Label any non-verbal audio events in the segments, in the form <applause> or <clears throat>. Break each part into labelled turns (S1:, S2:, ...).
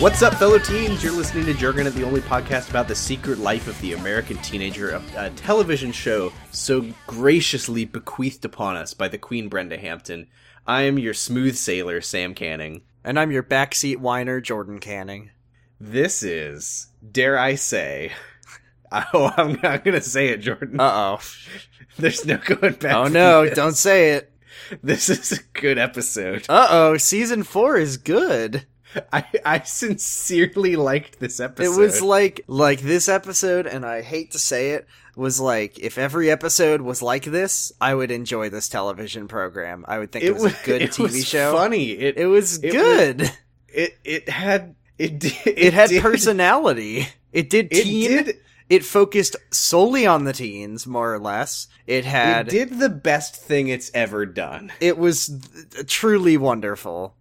S1: What's up, fellow teens? You're listening to Jurgen at the only podcast about the secret life of the American teenager, a, a television show so graciously bequeathed upon us by the Queen Brenda Hampton. I am your smooth sailor, Sam Canning.
S2: And I'm your backseat whiner, Jordan Canning.
S1: This is, dare I say, <laughs> oh, I'm not going to say it, Jordan.
S2: Uh oh.
S1: <laughs> There's no going back.
S2: <laughs> Oh
S1: from <laughs>
S2: no,
S1: this.
S2: don't say it.
S1: This is a good episode.
S2: Uh oh, season four is good.
S1: I, I sincerely liked this
S2: It
S1: episode.
S2: was like like this episode, and I hate to say it, was like if every episode was like this, I would enjoy this television program. I would think it, was, a good
S1: <laughs> it
S2: TV
S1: was
S2: show.
S1: Funny. It
S2: It was
S1: It was-
S2: good.
S1: it it had it did, it,
S2: it had
S1: did-
S2: personality. It did
S1: It
S2: teen. It,
S1: did
S2: focused solely on the teens, more or less. It had.
S1: it did the best thing it's ever done.
S2: it was th- truly wonderful.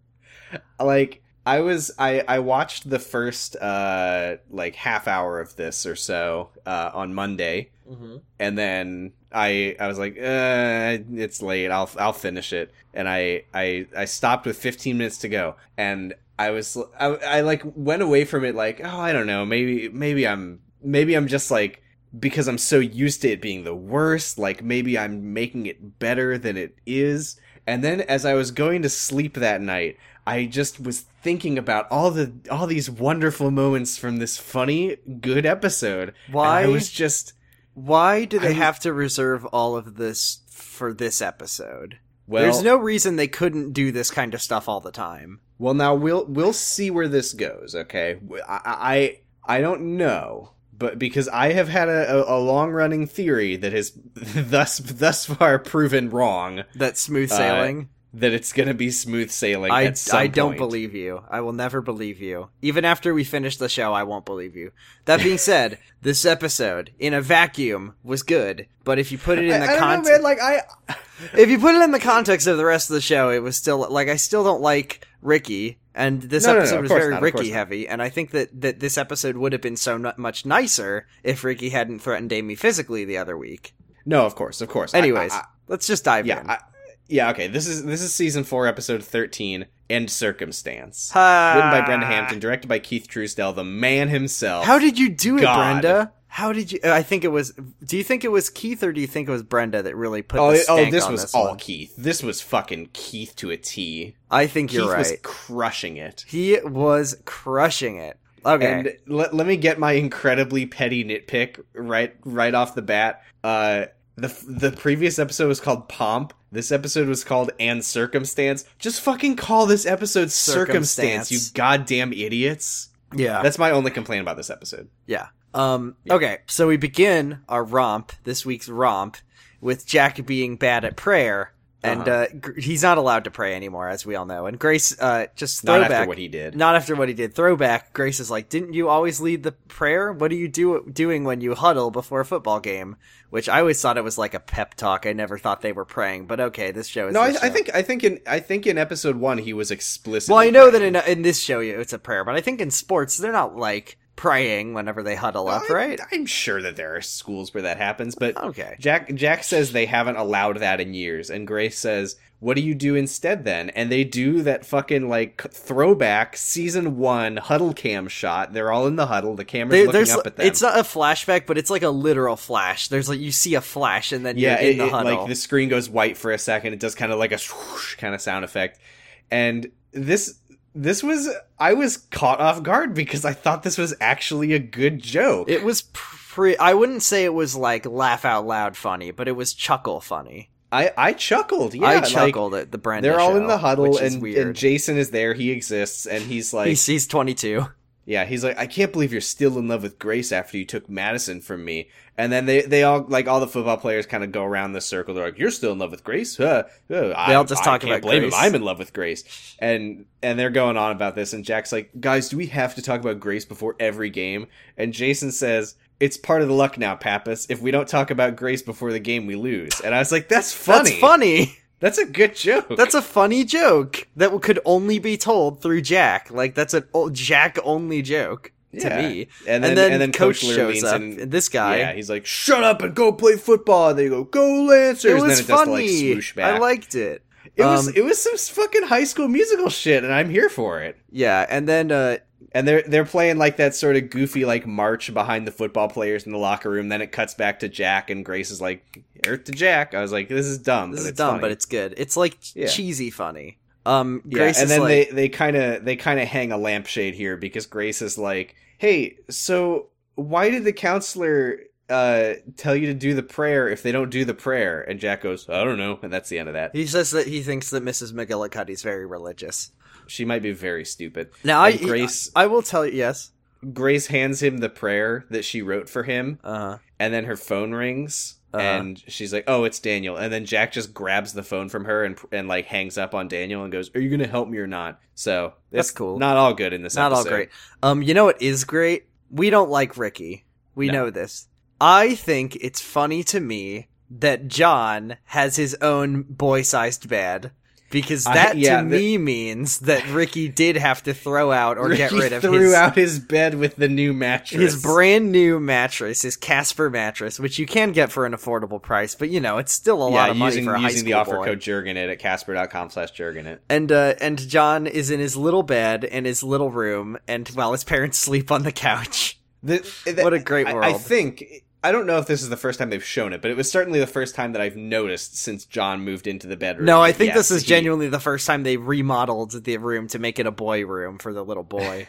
S1: Like I was I I watched the first uh like half hour of this or so uh on Monday
S2: Mm-hmm.
S1: and then I I was like uh it's late I'll I'll finish it and I I I stopped with 15 minutes to go and I was I, I like went away from it like oh I don't know maybe maybe I'm maybe I'm just like because I'm so used to it being the worst like maybe I'm making it better than it is and then as I was going to sleep that night I just was thinking about all the all these wonderful moments from this funny good episode and
S2: Why
S1: I was just
S2: Why do they
S1: I-
S2: have to reserve all of this for this episode?
S1: well
S2: There's no reason they couldn't do this kind of stuff all the time.
S1: Well, now we'll we'll see where this goes. Okay, W- I I, I don't know, but because I have had a, a, a long running theory that has <laughs> thus thus far proven wrong
S2: That smooth
S1: Uh,
S2: sailing.
S1: that it's going to be smooth sailing.
S2: I
S1: at some
S2: I don't
S1: point.
S2: believe you. I will never believe you. Even after we finish the show, I won't believe you. That
S1: <laughs>
S2: being said, this episode in a vacuum was good, but if you put it in
S1: I, I
S2: the
S1: don't know, man.
S2: context
S1: Like I,
S2: if you put it in the context of the rest of the show, it was still like I still don't like Ricky, and this
S1: No, no, no,
S2: episode
S1: of
S2: was
S1: course
S2: very
S1: not, of course
S2: Ricky
S1: not.
S2: heavy, and I think that that this episode would have been so nu- much nicer if Ricky hadn't threatened Amy physically the other week.
S1: no, of course, of course. I- I-
S2: Anyways,
S1: I-
S2: let's just dive
S1: yeah,
S2: in.
S1: I, yeah. Okay, this is this is season four, episode thirteen, and circumstance.
S2: Ha-
S1: Written by Brenda Hampton, directed by Keith Truesdell, the man himself.
S2: How did you do it,
S1: God.
S2: Brenda? How did you? I think it was. Do you think it was Keith or do you think it was Brenda that really put?
S1: Oh,
S2: the
S1: it- oh,
S2: stank
S1: this
S2: on
S1: was
S2: this
S1: all
S2: one?
S1: Keith. This was fucking Keith to a T.
S2: I think you're
S1: Keith
S2: right.
S1: was crushing it.
S2: He was crushing it. Okay.
S1: And let, let me get my incredibly petty nitpick right right off the bat. Uh, the the previous episode was called Pomp. This episode was called And Circumstance. Just fucking call this episode Circumstance,
S2: Circumstance.
S1: you goddamn idiots.
S2: yeah.
S1: That's my only complaint about this episode.
S2: Yeah. Um,
S1: Yeah.
S2: Okay, so we begin our romp, this week's romp, with Jack being bad at prayer. And uh
S1: Uh-huh.
S2: Gr- he's not allowed to pray anymore, as we all know. And Grace, uh, just
S1: Not
S2: throwback.
S1: after what he did.
S2: not after what he did. Throwback. Grace is like, "Didn't you always lead the prayer? What are you do- doing when you huddle before a football game?" Which I always thought it was like a pep talk. I never thought they were praying, but okay, this show is.
S1: No, I,
S2: this
S1: I
S2: show.
S1: think I think in I think in episode one he was explicit.
S2: Well, I know that in uh, in this show it's a prayer, but I think in sports they're not like praying whenever they huddle up,
S1: I-
S2: right?
S1: I'm sure that there are schools where that happens, but
S2: Okay.
S1: Jack Jack says they haven't allowed that in years, and Grace says, "What do you do instead then?" And they do that fucking like throwback season one huddle cam shot. They're all in the huddle. The camera's
S2: There-
S1: looking
S2: there's
S1: up at them.
S2: it's not a flashback, but it's like a literal flash. There's like you see a flash and then
S1: yeah,
S2: you're in
S1: it-
S2: the
S1: it-
S2: huddle.
S1: like the screen goes white for a second. It does kind of like a swoosh kind of sound effect, and this this was I was caught off guard because I thought this was actually a good joke.
S2: It was pre. I wouldn't say it was like laugh out loud funny, but it was chuckle funny.
S1: I I chuckled. Yeah,
S2: I
S1: like,
S2: chuckled at the brand.
S1: They're all in the huddle,
S2: which is
S1: and,
S2: weird.
S1: and Jason is there. He exists, and he's like,
S2: <laughs> he's, he's 22.
S1: yeah, he's like, I can't believe you're still in love with Grace after you took Madison from me. And then they, they all like all the football players kind of go around the circle. They're like, you're still in love with Grace? Huh? Huh. I,
S2: all just
S1: I
S2: talk
S1: can't
S2: about
S1: blame
S2: Grace."
S1: him. I'm in love with Grace. And and they're going on about this. And Jack's like, guys, do we have to talk about Grace before every game? And Jason says. It's part of the luck now, Pappas. If we don't talk about Grace before the game, we lose. And I was like, "That's funny.
S2: That's funny.
S1: That's a good joke.
S2: That's a funny joke that could only be told through Jack. Like that's an old Jack only joke to
S1: Yeah.
S2: me.
S1: And
S2: And
S1: then,
S2: then,
S1: and then,
S2: Coach,
S1: Coach Ler
S2: shows
S1: leans
S2: up.
S1: in-
S2: and this guy.
S1: Yeah, he's like, "Shut up and go play football." And they go, "Go Lancers!"
S2: it
S1: and then
S2: was
S1: it
S2: funny.
S1: Does the, like, swoosh back.
S2: I liked it.
S1: it was
S2: um,
S1: it was some fucking High School Musical shit, and I'm here for it.
S2: Yeah, and then uh
S1: And they're they're playing like that sort of goofy like march behind the football players in the locker room. Then it cuts back to Jack, and Grace is like, "Earth to Jack." I was like, "This is dumb.
S2: This
S1: but
S2: is
S1: it's
S2: dumb,
S1: funny.
S2: but it's good. It's like
S1: Yeah.
S2: cheesy funny. Um,
S1: Yeah,
S2: Grace
S1: and
S2: is
S1: then
S2: like,
S1: they they kind of they kind of hang a lampshade here because Grace is like, "Hey, so why did the counselor uh tell you to do the prayer if they don't do the prayer?" And Jack goes, "I don't know," and that's the end of that.
S2: he says that he thinks that Mrs. McGillicuddy's very religious.
S1: She might be very stupid.
S2: Now, I,
S1: And Grace
S2: I will tell you, yes.
S1: Grace hands him the prayer that she wrote for him,
S2: Uh,
S1: and then her phone rings,
S2: Uh-huh.
S1: and she's like, "Oh, it's Daniel." And then Jack just grabs the phone from her and and like hangs up on Daniel and goes, "Are you gonna help me or not?" So
S2: That's
S1: it's
S2: cool.
S1: Not all good in this.
S2: not all
S1: episode.
S2: great. Um, you know what is great? We don't like Ricky. We
S1: No.
S2: know this. I think it's funny to me that John has his own boy-sized bed because
S1: I-
S2: that
S1: yeah,
S2: to
S1: that-
S2: me means that Ricky did have to throw out or
S1: <laughs>
S2: get
S1: Ricky
S2: rid of
S1: threw
S2: his
S1: out his bed with the new mattress.
S2: his brand new mattress, his Casper mattress, which you can get for an affordable price, but you know it's still a
S1: yeah,
S2: lot of money
S1: using,
S2: for a high
S1: using the
S2: school
S1: offer
S2: boy.
S1: code Jurgenit at Casper.com slash Jurgenit.
S2: And uh, and John is in his little bed in his little room, and while his parents sleep on the couch.
S1: The- the-
S2: What a great
S1: I- I,
S2: world.
S1: think I don't know if this is the first time they've shown it, but it was certainly the first time that I've noticed since John moved into the bedroom.
S2: No, I
S1: that,
S2: think
S1: yes,
S2: this is
S1: he-
S2: genuinely the first time they remodeled the room to make it a boy room for the
S1: <laughs>
S2: little boy.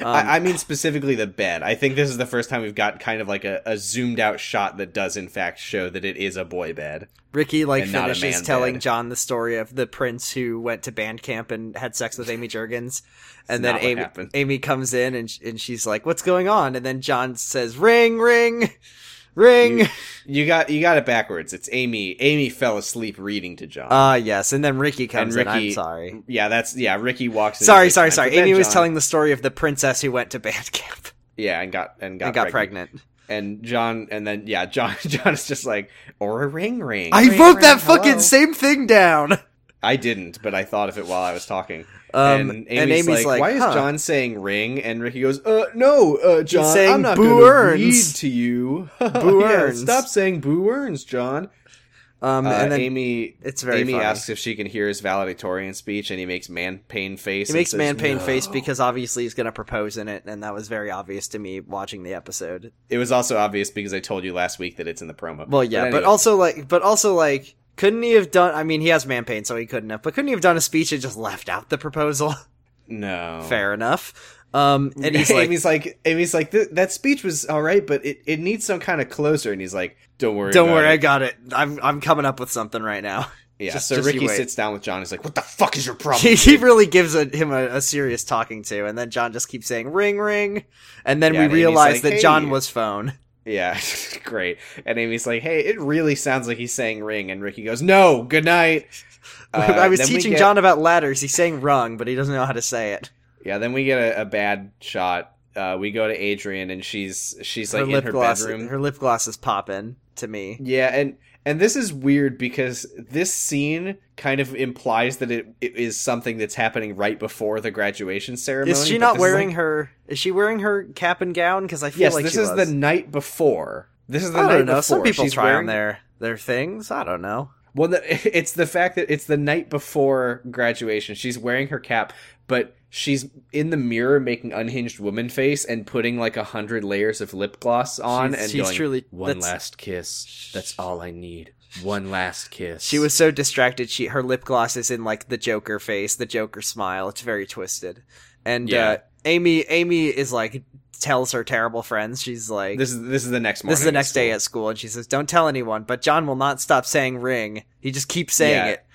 S2: Um,
S1: I, I mean specifically the bed. I think this is the first time we've got kind of like a, a zoomed out shot that does in fact show that it is a boy bed.
S2: Ricky like
S1: and not a
S2: finishes
S1: man
S2: telling
S1: bed.
S2: John the story of the prince who went to band camp and had sex with Amy Jurgens, and
S1: not
S2: then
S1: what
S2: Amy
S1: happened.
S2: Amy comes in and sh- and she's like, "What's going on?" And then John says, "Ring, ring, ring."
S1: You- You got you got it backwards. It's Amy. Amy fell asleep reading to John.
S2: <laughs> Ah, yes. And then Ricky comes
S1: And
S2: in. I'm
S1: Ricky-
S2: sorry.
S1: yeah, that's yeah. Ricky walks. in
S2: Sorry,
S1: big
S2: sorry,
S1: time.
S2: sorry.
S1: But then
S2: Amy was
S1: John-
S2: telling the story of the princess who went to band <laughs> camp
S1: Yeah, and got and got,
S2: and got
S1: pregnant.
S2: pregnant.
S1: and John, and then yeah, John. <laughs> John is just like, or a ring, ring.
S2: I
S1: ring,
S2: wrote
S1: ring,
S2: that fucking
S1: hello."
S2: same thing down.
S1: I didn't, but I thought of it while I was talking.
S2: Um,
S1: and, Amy's like, why
S2: huh.
S1: is John saying ring? And Ricky goes, uh, no, uh, John,
S2: saying
S1: I'm not
S2: Boo
S1: going to
S2: Earns."
S1: read to you. <laughs>
S2: Boo
S1: Yeah,
S2: Earns.
S1: stop saying Boo Earns, John.
S2: Um,
S1: Uh,
S2: and then
S1: Amy.
S2: it's very
S1: Amy
S2: funny.
S1: asks if she can hear his valedictorian speech, and he makes man pain face.
S2: He
S1: and
S2: makes
S1: says,
S2: man pain face
S1: "No."
S2: because obviously he's going to propose in it, and that was very obvious to me watching the episode.
S1: it was also obvious because I told you last week that it's in the promo.
S2: Well, yeah, but,
S1: anyway.
S2: also like, but also like, couldn't he have done? I mean, he has man pain, so he couldn't have. But couldn't he have done a speech and just left out the proposal? <laughs>
S1: Oh. no <laughs>
S2: Fair enough. Um, and he's like,
S1: Amy's like, Amy's like, "Th- that speech was all right, but it, it needs some kind of closer. And he's like, don't worry,
S2: "Don't
S1: about
S2: worry, I
S1: It.
S2: got it. I'm I'm coming up with something right now." <laughs>
S1: Yeah.
S2: just-
S1: so
S2: just you
S1: Ricky
S2: wait.
S1: sits down with John. He's like, what the fuck is your problem?
S2: he, <laughs> he really gives a, him a, a serious talking to, and then John just keeps saying "ring, ring," and then
S1: Yeah,
S2: we
S1: and Amy's
S2: realize
S1: like,
S2: that
S1: "Hey."
S2: John was phone. <laughs>
S1: yeah, <laughs> great. And Amy's like, hey, it really sounds like he's saying ring. And Ricky goes, no, good night. Uh,
S2: <laughs> I was
S1: then we
S2: teaching
S1: get-
S2: John about ladders. He's saying "rung," but he doesn't know how to say it.
S1: Yeah, then we get a, a bad shot. Uh, we go to Adrian, and she's she's like in her
S2: gloss,
S1: bedroom.
S2: Her lip gloss is popping to me.
S1: Yeah, and and this is weird because this scene kind of implies that it, it is something that's happening right before the graduation ceremony.
S2: Is she
S1: but
S2: not
S1: this is, like,
S2: wearing her? Is she wearing her cap and gown? Because I feel
S1: yes,
S2: like
S1: this
S2: she
S1: is
S2: was.
S1: the night before. This is the
S2: I
S1: night
S2: don't know.
S1: before.
S2: Some people
S1: She's
S2: try
S1: wearing,
S2: on their their things. I don't know.
S1: Well, the, <laughs> it's the fact that it's the night before graduation. She's wearing her cap, but she's in the mirror making unhinged woman face and putting like a hundred layers of lip gloss on
S2: She's-
S1: and
S2: she's
S1: going,
S2: truly-
S1: one
S2: that's-
S1: last kiss. That's all I need. One last kiss.
S2: She was so distracted. She her lip gloss is in like the Joker face, the Joker smile. It's very twisted. And uh,
S1: Yeah.
S2: Amy Amy is like tells her terrible friends. She's like
S1: This is this is the next morning.
S2: This is the
S1: at
S2: next day
S1: school.
S2: at school, and she says, "Don't tell anyone." But John will not stop saying "ring." He just keeps saying
S1: Yeah.
S2: it.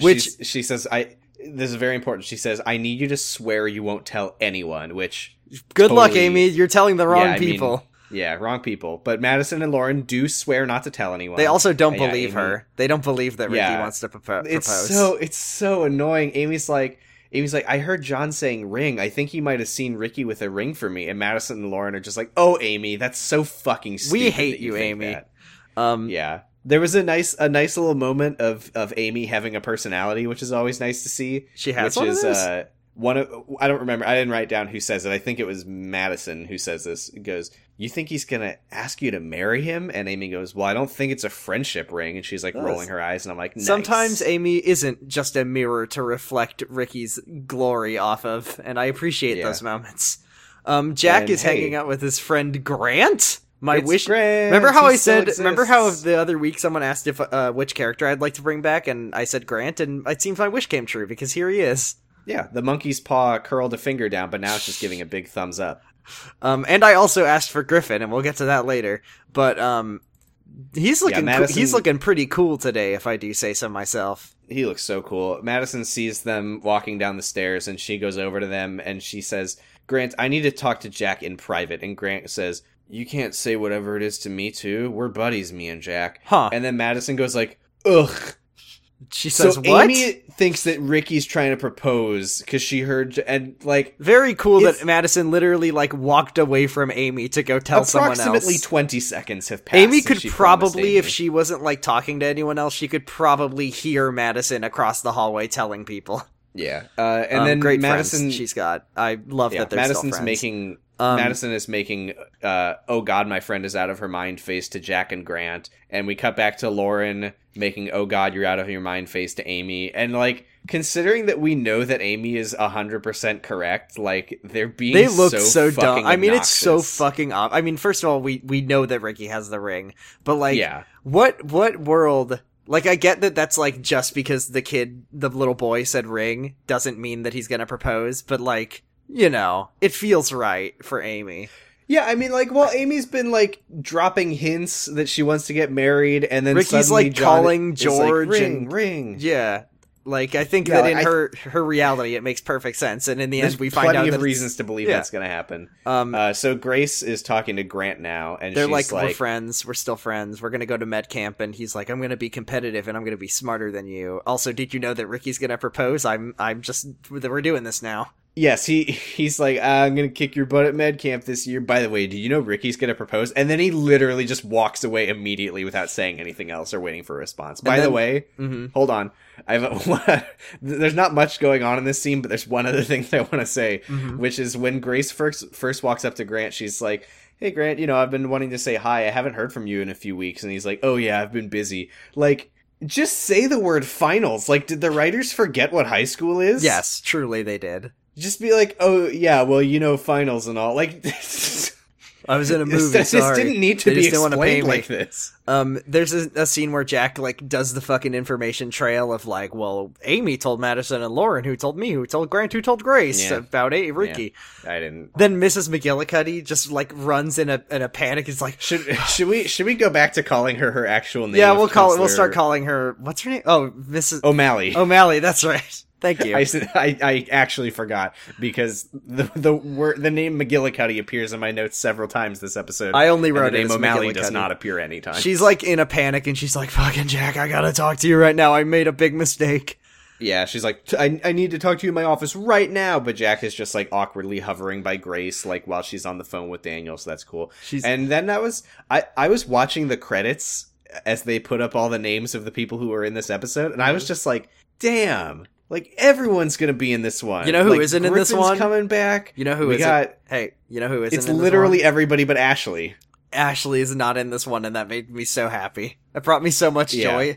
S2: Which-
S1: She's- she says, "I." This is very important. She says, "I need you to swear you won't tell anyone." Which,
S2: Good luck,
S1: Totally.
S2: Amy. You're telling the wrong
S1: Yeah, I mean,
S2: people.
S1: yeah, wrong people. But Madison and Lauren do swear not to tell anyone.
S2: they also don't
S1: yeah,
S2: believe
S1: Amy-
S2: her. They don't believe that Ricky
S1: Yeah.
S2: wants to propo- propose.
S1: It's so it's so annoying. Amy's like. Amy's like, I heard John saying ring. I think he might have seen Ricky with a ring for me. And Madison and Lauren are just like, oh, Amy, that's so fucking stupid.
S2: hate
S1: that
S2: you,
S1: think
S2: Amy.
S1: that."
S2: um,
S1: Yeah. There was a nice a nice little moment of of Amy having a personality, which is always nice to see.
S2: She has
S1: which
S2: one of
S1: is
S2: those?
S1: uh one of I don't remember. I didn't write down who says it. I think it was Madison who says this. It goes, "You think he's going to ask you to marry him?" And Amy goes, "Well, I don't think it's a friendship ring." And she's like
S2: Yes.
S1: rolling her eyes and I'm like, nice.
S2: Sometimes Amy isn't just a mirror to reflect Ricky's glory off of, and I appreciate
S1: Yeah.
S2: those moments. Um, Jack
S1: And
S2: is
S1: hey.
S2: hanging out with his friend Grant. My
S1: It's
S2: wish.
S1: Grant,
S2: Remember how
S1: he
S2: I
S1: still
S2: said? Remember how
S1: exists.
S2: the other week someone asked if uh, which character I'd like to bring back, and I said Grant, and it seems my wish came true because here he is.
S1: yeah the monkey's paw curled a finger down, but now it's just giving a big thumbs up.
S2: Um, and I also asked for Griffin, and we'll get to that later. But um, he's looking coo-
S1: Madison-
S2: he's looking pretty cool today, if I do say so myself.
S1: He looks so cool. Madison sees them walking down the stairs and she goes over to them and she says, Grant, I need to talk to Jack in private. And Grant says, You can't say whatever it is to me, too. We're buddies, me and Jack.
S2: Huh?
S1: And then Madison goes like, Ugh.
S2: she says
S1: so
S2: what?
S1: Amy thinks that Ricky's trying to propose because she heard J- and like
S2: Very cool
S1: It's-
S2: that Madison literally like walked away from Amy to go tell someone
S1: approximately
S2: else.
S1: twenty seconds have passed.
S2: Amy
S1: since
S2: could
S1: she promised
S2: probably, if
S1: Amy.
S2: she wasn't like talking to anyone else, she could probably hear Madison across the hallway telling people.
S1: yeah. Uh, and
S2: Um,
S1: then
S2: great
S1: Madison,
S2: friends she's got. I love
S1: yeah,
S2: that they're still
S1: Madison's
S2: friends.
S1: making
S2: um,
S1: Madison is making uh, "Oh God, my friend is out of her mind" face to Jack and Grant, and we cut back to Lauren making "Oh God, you're out of your mind" face to Amy, and like considering that we know that Amy is hundred percent correct, like they're being
S2: they
S1: so,
S2: looked so, dumb.
S1: fucking
S2: I mean, it's so
S1: obnoxious.
S2: fucking ob- I mean, first of all, we we know that Ricky has the ring, but like,
S1: yeah,
S2: what what world? Like, I get that that's like just because the kid, the little boy, said ring doesn't mean that he's gonna propose, but like, you know, it feels right for Amy.
S1: yeah. I mean, like, well, Amy's been like dropping hints that she wants to get married, and then
S2: Ricky's,
S1: suddenly
S2: like,
S1: John
S2: calling
S1: is like,
S2: George
S1: ring,
S2: and-
S1: ring.
S2: Yeah. Like I think
S1: Yeah,
S2: that
S1: like,
S2: in
S1: I-
S2: her her reality it makes perfect sense, and in the
S1: There's
S2: end we find
S1: plenty
S2: out
S1: of
S2: that it's-
S1: reasons to believe
S2: yeah.
S1: that's going to happen.
S2: um
S1: Uh, so Grace is talking to Grant now, and
S2: they're
S1: she's
S2: like, we're
S1: like
S2: friends, we're still friends, we're gonna go to med camp, and he's like, I'm gonna be competitive and I'm gonna be smarter than you. Also, did you know that Ricky's gonna propose? I'm I'm just that we're doing this now.
S1: Yes, he he's like, I'm gonna kick your butt at med camp this year. By the way, do you know Ricky's gonna propose? And then he literally just walks away immediately without saying anything else or waiting for a response. By the
S2: then-
S1: way,
S2: Mm-hmm.
S1: hold on. <laughs> I've there's not much going on in this scene, but there's one other thing that I want to say,
S2: Mm-hmm.
S1: which is when Grace first first walks up to Grant, she's like, "Hey Grant, you know I've been wanting to say hi. I haven't heard from you in a few weeks." And he's like, "Oh yeah, I've been busy." Like, just say the word finals. Like, did the writers forget what high school is?
S2: Yes, truly they did.
S1: just be like, oh yeah, well you know finals and all. Like <laughs> this,
S2: I was in a movie.
S1: this
S2: sorry.
S1: didn't need to
S2: They
S1: be
S2: just didn't
S1: explained
S2: wanna pay me.
S1: like this.
S2: Um, there's a, a scene where Jack like does the fucking information trail of like, well, Amy told Madison and Lauren, who told me, who told Grant, who told Grace
S1: Yeah.
S2: about A Ricky.
S1: I didn't.
S2: Then Mrs. McGillicuddy just like runs in a in a panic. It's like,
S1: Should should we should we go back to calling her her actual name?
S2: <laughs> yeah,
S1: of
S2: we'll call it. We'll
S1: Counselor
S2: start calling Oh, her. What's her name? Oh, Mrs.
S1: O'Malley.
S2: <laughs> O'Malley. That's right. <laughs> Thank you.
S1: I, said- I I actually forgot because the the word the name McGillicuddy appears in my notes several times this episode.
S2: I only
S1: and
S2: wrote
S1: the
S2: it
S1: name
S2: as
S1: O'Malley does
S2: McGillicuddy.
S1: not appear anytime.
S2: She's like in a panic and she's like, "Fucking Jack, I gotta talk to you right now. I made a big mistake."
S1: yeah, she's like "T- I I need to talk to you in my office right now, but Jack is just like awkwardly hovering by Grace like while she's on the phone with Daniel, so that's cool.
S2: She's
S1: and then that was I I was watching the credits as they put up all the names of the people who were in this episode, and I
S2: Mm-hmm.
S1: was just like, damn, like everyone's gonna be in this one.
S2: You know who
S1: Like,
S2: isn't in this
S1: Griffin's
S2: one?
S1: Coming back.
S2: you know who
S1: we
S2: is
S1: got-
S2: it? Hey, you know who isn't?
S1: it's
S2: in this
S1: literally everybody but Ashley.
S2: one? Ashley is not in this one, and that made me so happy. It brought me so much
S1: Yeah.
S2: joy.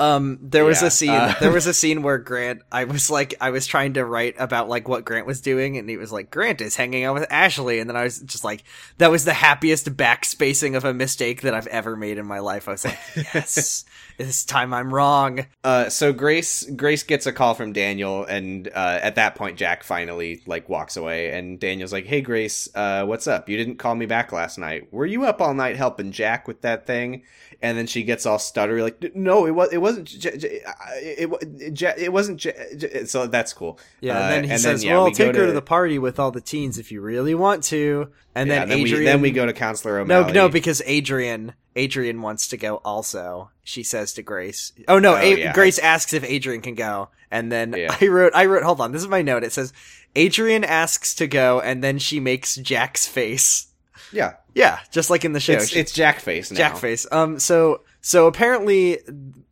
S2: Um, there was
S1: Yeah,
S2: a scene.
S1: uh,
S2: there
S1: <laughs>
S2: was a scene where Grant. I was like, I was trying to write about like what Grant was doing, and he was like, Grant is hanging out with Ashley, and then I was just like, that was the happiest backspacing of a mistake that I've ever made in my life. I
S1: <laughs>
S2: was like, yes, this time I'm wrong.
S1: Uh, so Grace Grace gets a call from Daniel, and uh, at that point, Jack finally like walks away, and Daniel's like, "Hey Grace, uh, what's up? You didn't call me back last night. Were you up all night helping Jack with that thing?" And then she gets all stuttery, like, "No, it was it wasn't J- J- I- it wa- J- it wasn't J- J-. So that's cool.
S2: Yeah,
S1: Uh,
S2: and then he says,
S1: yeah,
S2: "Well,
S1: we go
S2: take her to the party with all the teens if you really want to." And
S1: yeah,
S2: then Adrian,
S1: we, then we go to Counselor
S2: no,
S1: O'Malley.
S2: no, because Adrian, Adrian wants to go. Also, she says to Grace, "Oh no!"
S1: Oh,
S2: A-
S1: yeah.
S2: Grace asks if Adrian can go, and then
S1: Yeah.
S2: <laughs> I wrote, I wrote, hold on, this is my note. It says, "Adrian asks to go," and then she makes Jack's face.
S1: yeah,
S2: Yeah, just like in the show,
S1: it's
S2: She-
S1: it's Jack face now.
S2: Jackface. Um. So so apparently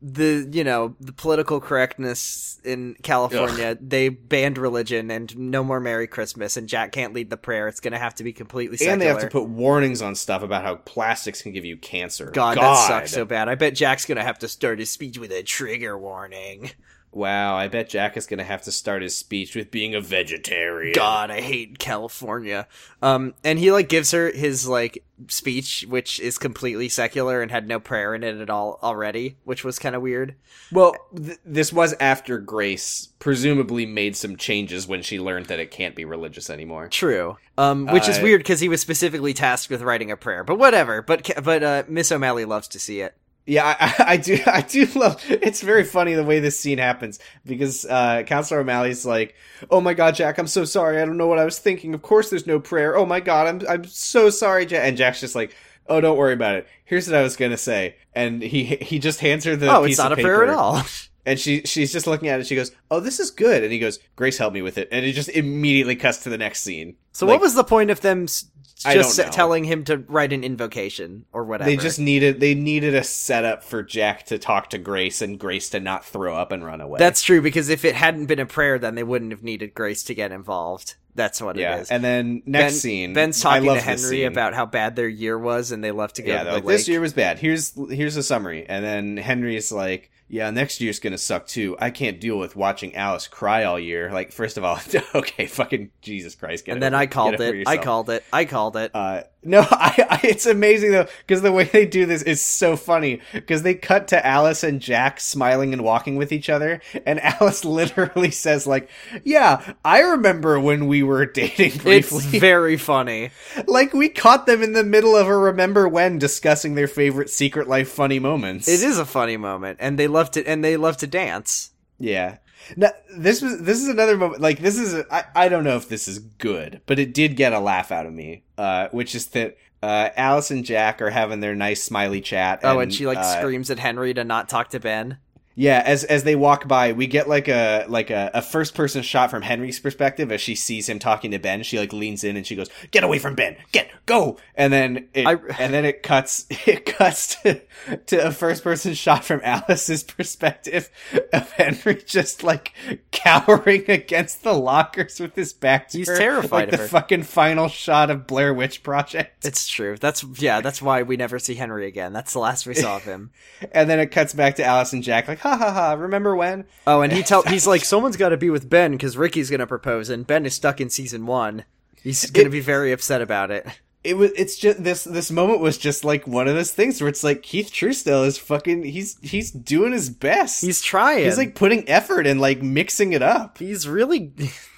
S2: the you know the political correctness in California they banned religion and no more Merry Christmas and Jack can't lead the prayer. It's gonna have to be completely secular.
S1: And they have to put warnings on stuff about how plastics can give you cancer.
S2: God, that sucks so bad. I bet Jack's gonna have to start his speech with a trigger warning.
S1: wow, I bet Jack is going to have to start his speech with being a vegetarian.
S2: God, I hate California. Um, and he like gives her his like speech, which is completely secular and had no prayer in it at all already, which was kind of weird.
S1: Well, th- this was after Grace presumably made some changes when she learned that it can't be religious anymore.
S2: True. Um, which is
S1: Uh,
S2: weird because he was specifically tasked with writing a prayer, but whatever. But ca- but uh, Miss O'Malley loves to see it.
S1: Yeah, I, I- I do. I do love. It's very funny the way this scene happens because uh, Counselor O'Malley's like, "Oh my God, Jack, I'm so sorry. I don't know what I was thinking. Of course, there's no prayer. Oh my God, I'm I'm so sorry, Jack." And Jack's just like, "Oh, don't worry about it. Here's what I was gonna say." And he he just hands her the
S2: oh,
S1: piece
S2: it's not
S1: of
S2: a prayer at
S1: paper.
S2: all. <laughs>
S1: And she she's just looking at it. She goes, "Oh, this is good." And he goes, "Grace, help me with it." And it just immediately cuts to the next scene.
S2: So
S1: Like,
S2: what was the point of them s-
S1: I
S2: just
S1: don't
S2: s-
S1: know.
S2: telling him to write an invocation or whatever?
S1: They just needed they needed a setup for Jack to talk to Grace and Grace to not throw up and run away.
S2: That's true because if it hadn't been a prayer, then they wouldn't have needed Grace to get involved. That's what
S1: yeah.
S2: it is.
S1: And then next
S2: Ben-
S1: scene,
S2: Ben's
S1: I
S2: talking
S1: love
S2: to
S1: this
S2: Henry
S1: scene.
S2: about how bad their year was, and they left to go
S1: yeah.
S2: to
S1: they're
S2: the
S1: Like,
S2: lake.
S1: this year was bad. Here's here's a summary. And then Henry's like, yeah, next year's gonna suck too. I can't deal with watching Alice cry all year. Like, first of all, <laughs> okay, fucking Jesus Christ. Get
S2: and then
S1: over-
S2: I
S1: <laughs> get
S2: called
S1: over
S2: it. I
S1: yourself.
S2: called it. I called it.
S1: Uh, no, <laughs> I, I, it's amazing though because the way they do this is so funny because they cut to Alice and Jack smiling and walking with each other, and <laughs> Alice literally says like, "Yeah, I remember when we were dating
S2: It's
S1: briefly." <laughs>
S2: very funny.
S1: like we caught them in the middle of a remember when discussing their favorite secret life funny moments.
S2: It is a funny moment, and they love to and they love to dance.
S1: Yeah. Now, this was this is another moment. Like this is I I I don't know if this is good, but it did get a laugh out of me. Uh, which is that uh, Alice and Jack are having their nice smiley chat.
S2: oh, and she like
S1: uh,
S2: screams at Henry to not talk to Ben.
S1: Yeah, as as they walk by, we get like a like a, a first person shot from Henry's perspective as she sees him talking to Ben. She like leans in and she goes, "Get away from Ben! Get go!" And then it
S2: I-
S1: and then it cuts <laughs> it cuts to, to a first person shot from Alice's perspective of Henry just like cowering against the lockers with his back to
S2: He's
S1: her,
S2: terrified
S1: like
S2: of
S1: the
S2: her.
S1: fucking final shot of Blair Witch Project.
S2: It's true. That's yeah. That's why we never see Henry again. That's the last we saw of him.
S1: And then it cuts back to Alice and Jack, like, "Ha ha ha! Remember when?"
S2: Oh, and
S1: <laughs>
S2: he tell he's like someone's got to be with Ben because Ricky's gonna propose, and Ben is stuck in season one. He's gonna be very upset about it.
S1: it was it's just this this moment was just like one of those things where it's like Keith Truesdale is fucking he's he's doing his best.
S2: He's trying.
S1: he's like putting effort and like mixing it up.
S2: he's really <laughs>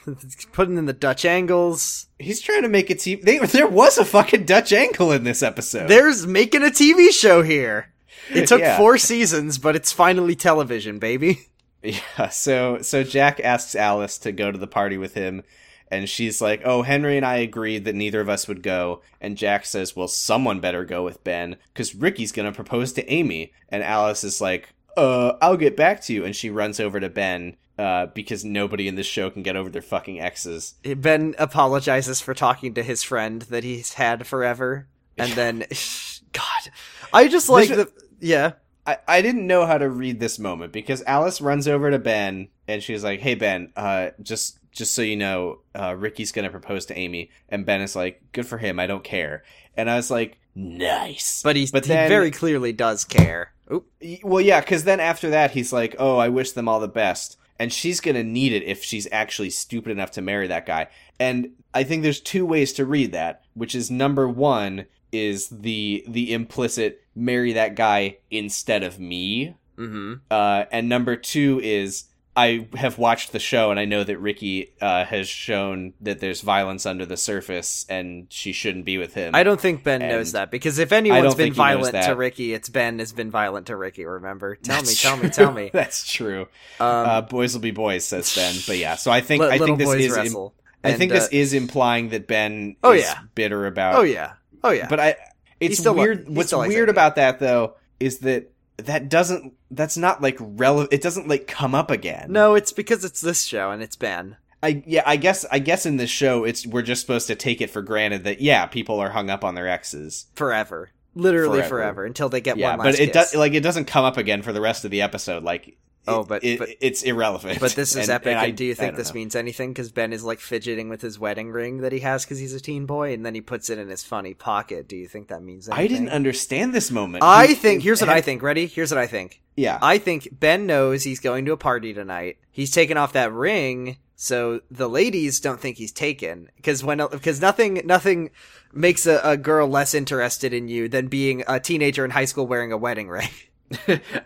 S2: putting in the Dutch angles.
S1: He's trying to make a TV. They, there was a fucking Dutch angle in this episode.
S2: There's making a TV show here. It took
S1: Yeah.
S2: four seasons, but it's finally television, baby.
S1: Yeah, so so Jack asks Alice to go to the party with him, and she's like, "Oh, Henry and I agreed that neither of us would go." And Jack says, "Well, someone better go with Ben because Ricky's gonna propose to Amy." And Alice is like, "Uh, I'll get back to you," and she runs over to Ben uh, because nobody in this show can get over their fucking exes.
S2: Ben apologizes for talking to his friend that he's had forever, and then <laughs> God, I just like
S1: This-
S2: the yeah.
S1: I, I didn't know how to read this moment because Alice runs over to Ben and she's like, "Hey Ben, uh, just just so you know, uh, Ricky's gonna propose to Amy." And Ben is like, "Good for him. I don't care." And I was like, "Nice."
S2: But he's
S1: But
S2: he
S1: then-
S2: very clearly does care. Oop.
S1: Y- well, yeah, because then after that, he's like, "Oh, I wish them all the best," and she's gonna need it if she's actually stupid enough to marry that guy. And I think there's two ways to read that, which is number one is the the implicit marry that guy instead of me
S2: Mm-hmm.
S1: Uh, and number two is I have watched the show and I know that Ricky uh, has shown that there's violence under the surface and she shouldn't be with him.
S2: I don't think Ben
S1: And
S2: knows that because if anyone's
S1: don't
S2: been
S1: think he knows
S2: violent to
S1: that.
S2: Ricky, it's Ben has been violent to Ricky. Remember? Tell
S1: That's
S2: me,
S1: true.
S2: tell me, tell me.
S1: <laughs> That's true.
S2: Um,
S1: uh, boys will be boys, says Ben. But yeah, so I think
S2: li-
S1: I
S2: little
S1: think this
S2: boys
S1: is im-
S2: wrestle.
S1: I think
S2: And,
S1: this
S2: uh,
S1: is implying that Ben
S2: Oh,
S1: is
S2: yeah.
S1: bitter about.
S2: oh yeah, oh yeah.
S1: But I, it's
S2: still li-
S1: weird.
S2: he
S1: what's
S2: still likes
S1: weird
S2: Ricky.
S1: about that though is that that doesn't that's not like relevant. It doesn't like come up again.
S2: no, it's because it's this show and it's Ben.
S1: I yeah, I guess I guess in this show it's we're just supposed to take it for granted that yeah, people are hung up on their exes.
S2: forever, literally forever,
S1: Forever.
S2: until they get
S1: yeah,
S2: one last
S1: but it
S2: kiss.
S1: does like it doesn't come up again for the rest of the episode. Like
S2: Oh, but-
S1: it-
S2: but-
S1: it's irrelevant.
S2: But this is
S1: And-
S2: epic.
S1: and
S2: And,
S1: I-
S2: do you
S1: I
S2: think
S1: don't
S2: this
S1: know.
S2: means anything? Because Ben is like fidgeting with his wedding ring that he has because he's a teen boy, and then he puts it in his funny pocket. Do you think that means anything?
S1: I didn't understand this moment.
S2: I
S1: He-
S2: think. Here's what I
S1: had-
S2: think. Ready? Here's what I think.
S1: <laughs>
S2: <laughs>
S1: Yeah,
S2: I think Ben knows he's going to a party tonight. He's taken off that ring, so the ladies don't think he's taken. Because when because nothing nothing makes a, a girl less interested in you than being a teenager in high school wearing a wedding ring.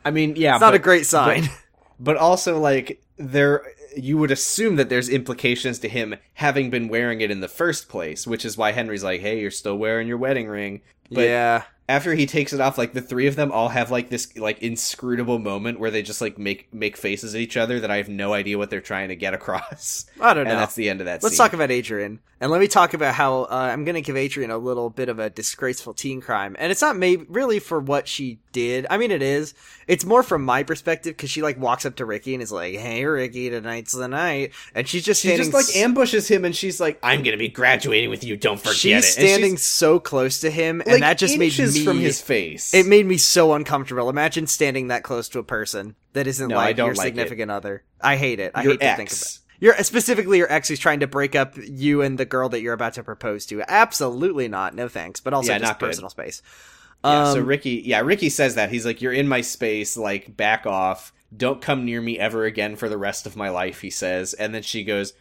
S1: I mean, yeah,
S2: It's not
S1: but,
S2: a great sign.
S1: but also like there, you would assume that there's implications to him having been wearing it in the first place, which is why Henry's like, "Hey, you're still wearing your wedding ring." But
S2: yeah.
S1: after he takes it off, like the three of them all have like this like inscrutable moment where they just like make make faces at each other that I have no idea what they're trying to get <laughs> across,
S2: I don't
S1: and
S2: know.
S1: that's the end of that.
S2: Let's
S1: scene.
S2: talk about Adrian, and let me talk about how uh, I'm going to give Adrian a little bit of a disgraceful teen crime, and it's not made really for what she did. I mean, it is. It's more from my perspective because she like walks up to Ricky and is like, "Hey, Ricky, tonight's the night," and she's just
S1: She
S2: standing.
S1: just like
S2: s-
S1: ambushes him, and she's like, "I'm gonna be graduating with you. Don't forget it."
S2: she's
S1: And
S2: standing so close to him, and that just made
S1: inches
S2: me
S1: from his face.
S2: It made me so uncomfortable. Imagine standing that close to a person that isn't
S1: No, I
S2: like
S1: don't
S2: your
S1: like it.
S2: significant other. I hate it. I
S1: Your
S2: hate to think about.
S1: ex.
S2: You're specifically your ex who's trying to break up you and the girl that you're about to propose to. Absolutely not. No thanks. But also
S1: Yeah,
S2: just
S1: not good.
S2: personal space.
S1: Yeah, so
S2: Um,
S1: Ricky, yeah, Ricky says that he's like, "You're in my space. Like, back off. Don't come near me ever again for the rest of my life." He says, and then she goes,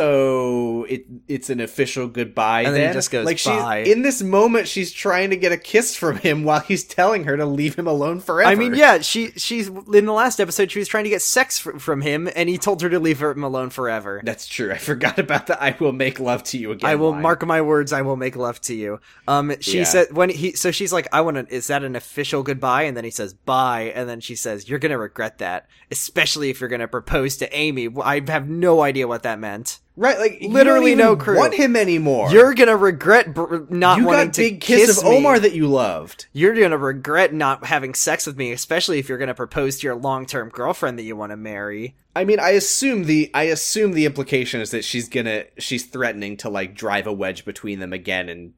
S1: "So it it's an official goodbye."
S2: And then he just goes,
S1: like she
S2: "Bye."
S1: in this moment, she's trying to get a kiss from him <laughs> while he's telling her to leave him alone forever.
S2: I mean, yeah, she she's in the last episode she was trying to get sex fr- from him, and he told her to leave her him alone forever.
S1: that's true. I forgot about the "I will make love to you again."
S2: I will
S1: line.
S2: mark my words. I will make love to you. Um, she
S1: Yeah.
S2: said when he so she's like, I want to. Is that an official goodbye? And then he says bye, and then she says, You're gonna regret that, especially if you're gonna propose to Amy. Well, I have no idea what that meant.
S1: right, like you
S2: literally
S1: don't even
S2: no crew.
S1: Want him anymore?
S2: You're gonna regret br- not
S1: you
S2: wanting
S1: got big
S2: to
S1: kiss, of
S2: me.
S1: Omar that you loved.
S2: You're gonna regret not having sex with me, especially if you're gonna propose to your long term girlfriend that you want to marry.
S1: I mean, I assume the I assume the implication is that she's gonna she's threatening to like drive a wedge between them again, and